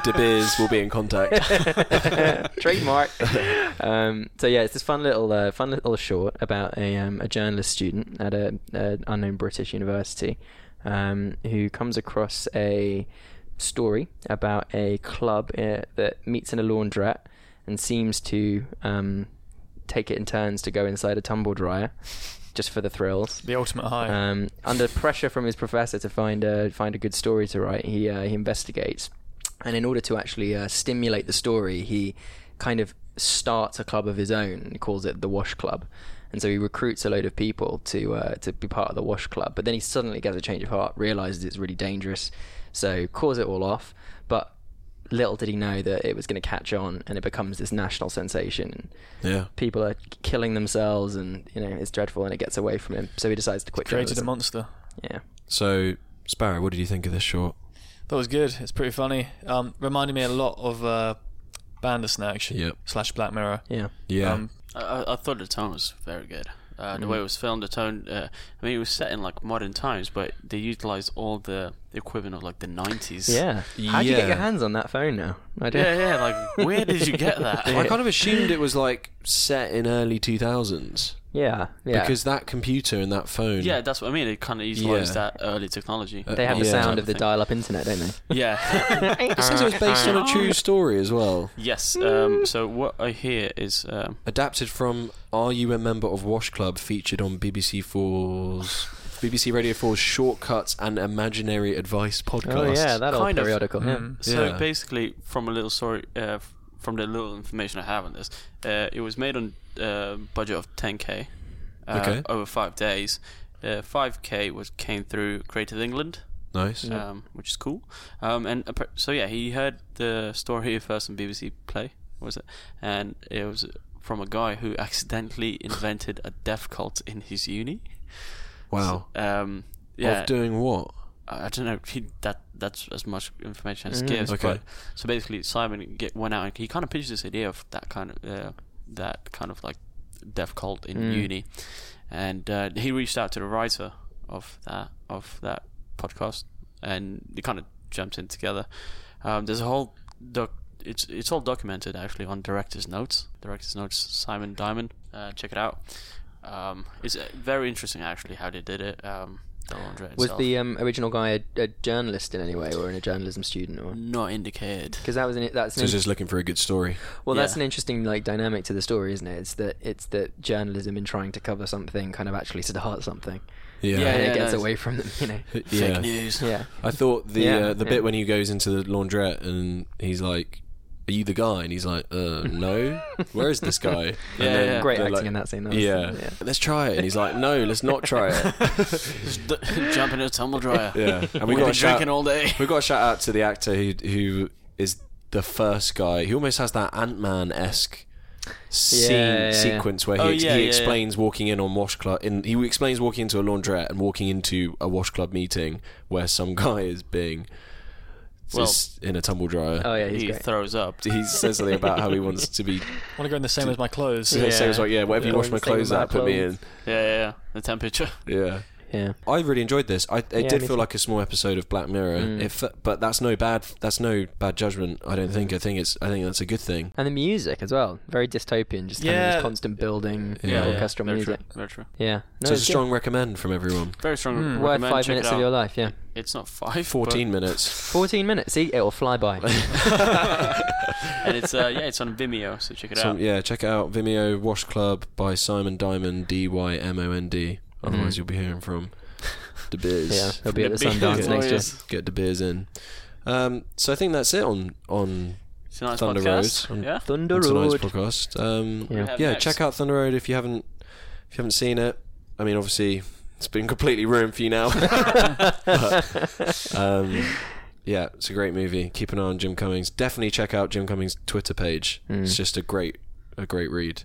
Speaker 2: De Beers will be in contact.
Speaker 5: Trademark. Um, so yeah, it's this fun little, uh, fun little short about a um, a journalist student at a, a unknown British university, um, who comes across a story about a club uh, that meets in a laundrette and seems to um, take it in turns to go inside a tumble dryer, just for the thrills.
Speaker 3: The ultimate high.
Speaker 5: Um, under pressure from his professor to find a find a good story to write, he uh, he investigates, and in order to actually uh, stimulate the story, he kind of starts a club of his own. He calls it the Wash Club, and so he recruits a load of people to uh, to be part of the Wash Club. But then he suddenly gets a change of heart, realizes it's really dangerous, so calls it all off. But little did he know that it was going to catch on, and it becomes this national sensation
Speaker 2: yeah.
Speaker 5: people are killing themselves and you know it's dreadful and it gets away from him so he decides to quit
Speaker 3: Created a
Speaker 5: journalism.
Speaker 3: monster.
Speaker 5: yeah
Speaker 2: So Sparrow, what did you think of this short?
Speaker 3: That was good. It's pretty funny. Um, reminded me a lot of uh, Bandersnatch
Speaker 2: Yep.
Speaker 3: slash Black Mirror.
Speaker 5: yeah
Speaker 2: Yeah.
Speaker 3: Um,
Speaker 4: I, I- I thought the tone was very good. Uh, The
Speaker 5: Mm.
Speaker 4: way it was filmed, the tone. Uh, I mean, it was set in like modern times, but they utilized all the equipment of like the nineties.
Speaker 5: yeah how'd you get
Speaker 2: Yeah.
Speaker 5: your hands on that phone now i do
Speaker 4: Yeah, yeah. Like, where did you get that?
Speaker 2: I kind of assumed it was like set in early 2000s
Speaker 5: yeah yeah
Speaker 2: because that computer and that phone.
Speaker 4: yeah, that's what I mean. It kind of utilized
Speaker 2: Yeah.
Speaker 4: that early technology.
Speaker 2: Uh,
Speaker 5: they have the
Speaker 2: Yeah.
Speaker 5: sound of the
Speaker 4: Type of
Speaker 5: dial-up internet don't they
Speaker 4: thing. Yeah.
Speaker 2: It says it was based on a true story as well.
Speaker 4: Yes. Um, so what I hear is um,
Speaker 2: Adapted from Are You a Member of Wash Club featured on BBC 4's BBC Radio 4's Shortcuts and Imaginary Advice podcast.
Speaker 5: oh yeah that old
Speaker 4: Kind of.
Speaker 5: periodical yeah.
Speaker 3: Mm.
Speaker 4: so
Speaker 2: Yeah.
Speaker 4: basically from a little story, uh, f- from the little information I have on this, uh, it was made on uh, budget of 10k uh,
Speaker 2: Okay.
Speaker 4: over five days. Uh, 5k was came through Creative England,
Speaker 2: Nice.
Speaker 4: um, which is cool. Um, and appa- so yeah, he heard the story first on BBC Play, was it? And it was from a guy who accidentally invented a death cult in his uni.
Speaker 2: Wow.
Speaker 4: Um, yeah,
Speaker 2: Of doing what?
Speaker 4: I I don't know. He, that that's as much information as
Speaker 5: Mm.
Speaker 4: gives.
Speaker 2: Okay.
Speaker 4: But, so basically, Simon get, went out and he kind of pitched this idea of that kind of uh, that kind of like deaf cult in
Speaker 5: Mm.
Speaker 4: uni, and uh, he reached out to the writer of that of that podcast, and they kind of jumped in together. Um, there's a whole doc. It's it's all documented actually on director's notes. Director's notes. Simon Diamond. Uh, check it out. Um, it's uh, very interesting actually how they did it. Um, Del Andre
Speaker 5: Was
Speaker 4: itself.
Speaker 5: the um, original guy a, a journalist in any way, or in a journalism student, or
Speaker 4: not indicated?
Speaker 5: because that was an, that's
Speaker 2: So
Speaker 5: an,
Speaker 2: just looking for a good story.
Speaker 5: well, that's
Speaker 4: yeah.
Speaker 5: an interesting like dynamic to the story, isn't it? It's that it's that journalism in trying to cover something kind of actually starts something,
Speaker 2: Yeah.
Speaker 4: Yeah,
Speaker 5: and
Speaker 4: yeah,
Speaker 5: it gets
Speaker 4: no,
Speaker 5: away from them, you know.
Speaker 4: Fake news.
Speaker 5: Yeah,
Speaker 2: I thought the
Speaker 5: Yeah,
Speaker 2: uh, the
Speaker 5: yeah.
Speaker 2: bit when he goes into the laundrette and he's like, "Are you the guy?" and he's like, "Uh, no. Where is this guy?" And
Speaker 4: Yeah,
Speaker 2: then
Speaker 4: yeah.
Speaker 5: great
Speaker 2: they're
Speaker 5: acting
Speaker 2: like,
Speaker 5: in that scene. That was-
Speaker 2: Yeah. let's try it. And he's like, "No, let's not try it."
Speaker 4: Just d- jump in a tumble dryer.
Speaker 2: yeah, and
Speaker 4: We've
Speaker 2: got
Speaker 4: been
Speaker 2: a shout-
Speaker 4: drinking all day.
Speaker 2: We got a shout out to the actor who who is the first guy. He almost has that Ant Man esque scene
Speaker 5: Yeah, yeah, yeah.
Speaker 2: sequence where he,
Speaker 4: Oh,
Speaker 2: ex-
Speaker 4: yeah,
Speaker 2: he
Speaker 4: yeah, yeah.
Speaker 2: explains walking in on washcloth. In he explains walking into a laundrette and walking into a washcloth meeting where some guy is being
Speaker 4: Well-
Speaker 2: just in a tumble dryer.
Speaker 5: Oh yeah, he's
Speaker 4: He
Speaker 5: great.
Speaker 4: throws up.
Speaker 2: He says something about how he wants to be.
Speaker 3: want to go in the same as my clothes.
Speaker 2: So he was like, "Yeah, whatever you
Speaker 5: Yeah,
Speaker 2: wash my
Speaker 5: same
Speaker 2: clothes
Speaker 5: amount
Speaker 2: at,
Speaker 5: of
Speaker 2: put me in."
Speaker 4: Yeah, yeah, yeah. The temperature.
Speaker 2: Yeah.
Speaker 5: yeah,
Speaker 2: I really enjoyed this. I, it
Speaker 5: me
Speaker 2: did feel
Speaker 5: too. Mm.
Speaker 2: like a small episode of Black Mirror. It fe- but that's no bad. That's no bad judgment. I don't think. I think it's. I think that's a good thing.
Speaker 5: and the music as well, very dystopian, just kind of
Speaker 3: Yeah.
Speaker 5: this constant building
Speaker 2: Yeah, yeah.
Speaker 5: orchestral
Speaker 4: Very
Speaker 5: music.
Speaker 4: true. Very true.
Speaker 5: Yeah, no,
Speaker 2: so
Speaker 5: it's
Speaker 2: it's a strong recommend from everyone.
Speaker 4: Very strong.
Speaker 5: good.
Speaker 4: recommend.
Speaker 5: Hmm. worth five
Speaker 4: Check it
Speaker 5: minutes of
Speaker 4: out.
Speaker 5: your life. Yeah,
Speaker 4: It's not five.
Speaker 2: Fourteen minutes.
Speaker 5: fourteen minutes. See, it will fly by.
Speaker 4: but- and it's uh, yeah, it's on Vimeo, so check it
Speaker 2: So,
Speaker 4: out.
Speaker 2: yeah, check it out. Vimeo Wash Club by Simon Diamond. D Y M O N D. Otherwise, you'll be hearing from the Biz.
Speaker 5: Mm. yeah, he'll be at the
Speaker 4: The big
Speaker 5: Sundance next year.
Speaker 4: lawyers.
Speaker 2: Get the Biz in. Um, so I think that's it on on
Speaker 4: It's a nice
Speaker 2: Thunder
Speaker 4: podcast.
Speaker 2: Road.
Speaker 4: Yeah.
Speaker 5: Thunder
Speaker 2: on tonight's
Speaker 5: Road.
Speaker 2: podcast. Um,
Speaker 5: Yeah.
Speaker 4: Have
Speaker 2: yeah,
Speaker 4: next.
Speaker 2: check out Thunder Road if you haven't if you haven't seen it. I mean, obviously, it's been completely ruined for you now. but, um, yeah, it's a great movie. Keep an eye on Jim Cummings. Definitely check out Jim Cummings' Twitter page. It's just a great a great read,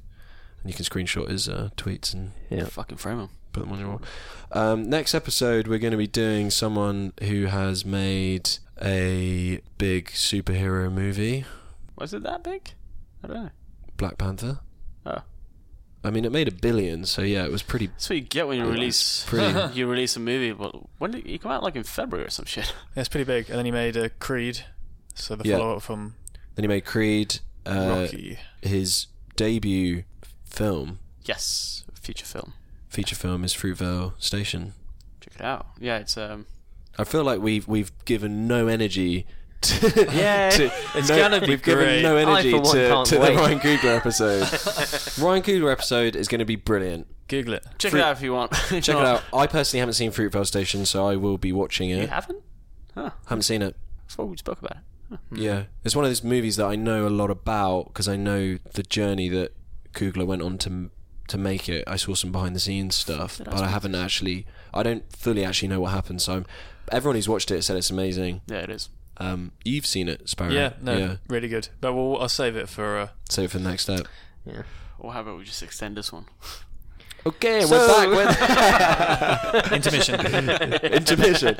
Speaker 2: and you can screenshot his uh, tweets and
Speaker 5: Yeah.
Speaker 4: Fucking frame 'em.
Speaker 2: put them on your wall. Um, next episode, we're going to be doing someone who has made a big superhero movie,
Speaker 4: Was it that big? I don't know.
Speaker 2: Black Panther.
Speaker 4: Oh.
Speaker 2: I mean, it made a billion, so yeah, it was pretty
Speaker 4: That's what you get when you release
Speaker 2: pretty-
Speaker 4: you release a movie. Well, when did you come out? Like in February or some shit.
Speaker 3: Yeah, it's pretty big. And then he made uh, Creed, so the
Speaker 2: Yeah.
Speaker 3: follow up from
Speaker 2: Then he made Creed, uh,
Speaker 3: Rocky.
Speaker 2: his debut film,
Speaker 4: Yes, feature film.
Speaker 2: feature film is Fruitvale Station.
Speaker 4: Check it out. Yeah, it's um.
Speaker 2: I feel like we've we've given no energy. To,
Speaker 5: Yeah,
Speaker 2: to,
Speaker 3: it's
Speaker 2: no-
Speaker 3: gonna be
Speaker 2: We've
Speaker 3: great.
Speaker 2: given no
Speaker 5: I, for
Speaker 2: energy
Speaker 5: one,
Speaker 2: to,
Speaker 5: can't
Speaker 2: to the
Speaker 5: wait.
Speaker 2: Ryan Coogler episode. Ryan Coogler episode is going to be brilliant.
Speaker 3: Google it.
Speaker 4: Check
Speaker 2: Fruit-
Speaker 4: it out if you want. If
Speaker 2: Check it
Speaker 4: not-
Speaker 2: out. I personally haven't seen Fruitvale Station, so I will be watching
Speaker 4: You
Speaker 2: it.
Speaker 4: haven't? Huh?
Speaker 2: Haven't seen it.
Speaker 4: That's what we spoke about. it. Huh.
Speaker 2: Yeah, it's one of those movies that I know a lot about because I know the journey that Kugler went on to m- to make it. I saw some behind the scenes stuff, but I haven't actually. I don't fully actually know what happened. So I'm, everyone who's watched it said it's amazing.
Speaker 4: Yeah, it is.
Speaker 2: Um, you've seen it, Sparrow.
Speaker 3: Yeah, no,
Speaker 2: uh, Yeah.
Speaker 3: really good. But we'll, I'll save it for. Uh,
Speaker 2: So for the next step.
Speaker 4: Or how about we just extend this one?
Speaker 2: Okay, we're back with
Speaker 3: Intermission.
Speaker 2: intermission.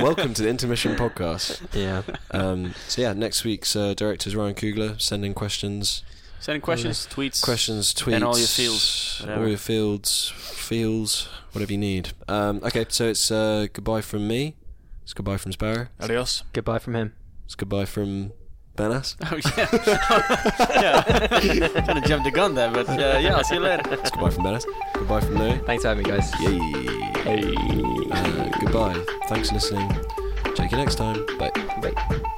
Speaker 2: Welcome to the intermission podcast.
Speaker 5: Yeah.
Speaker 2: Um, so yeah, next week's uh, director's Ryan Kugler. Send in questions.
Speaker 4: Send in questions, tweets.
Speaker 2: questions, tweets,
Speaker 4: And all your fields, whatever.
Speaker 2: all your fields, feels, whatever you need. Um, okay, so it's uh, goodbye from me. It's goodbye from Sparrow.
Speaker 3: Adios.
Speaker 5: Goodbye from him.
Speaker 2: It's goodbye from Benas.
Speaker 4: Oh yeah. yeah. kind of jumped the gun there, but uh, yeah. I'll see you later.
Speaker 2: It's goodbye from Benas. Goodbye from Louis.
Speaker 5: Thanks for having me, guys.
Speaker 2: Yay. Uh, goodbye. Thanks for listening. Check you next time. Bye.
Speaker 5: Bye.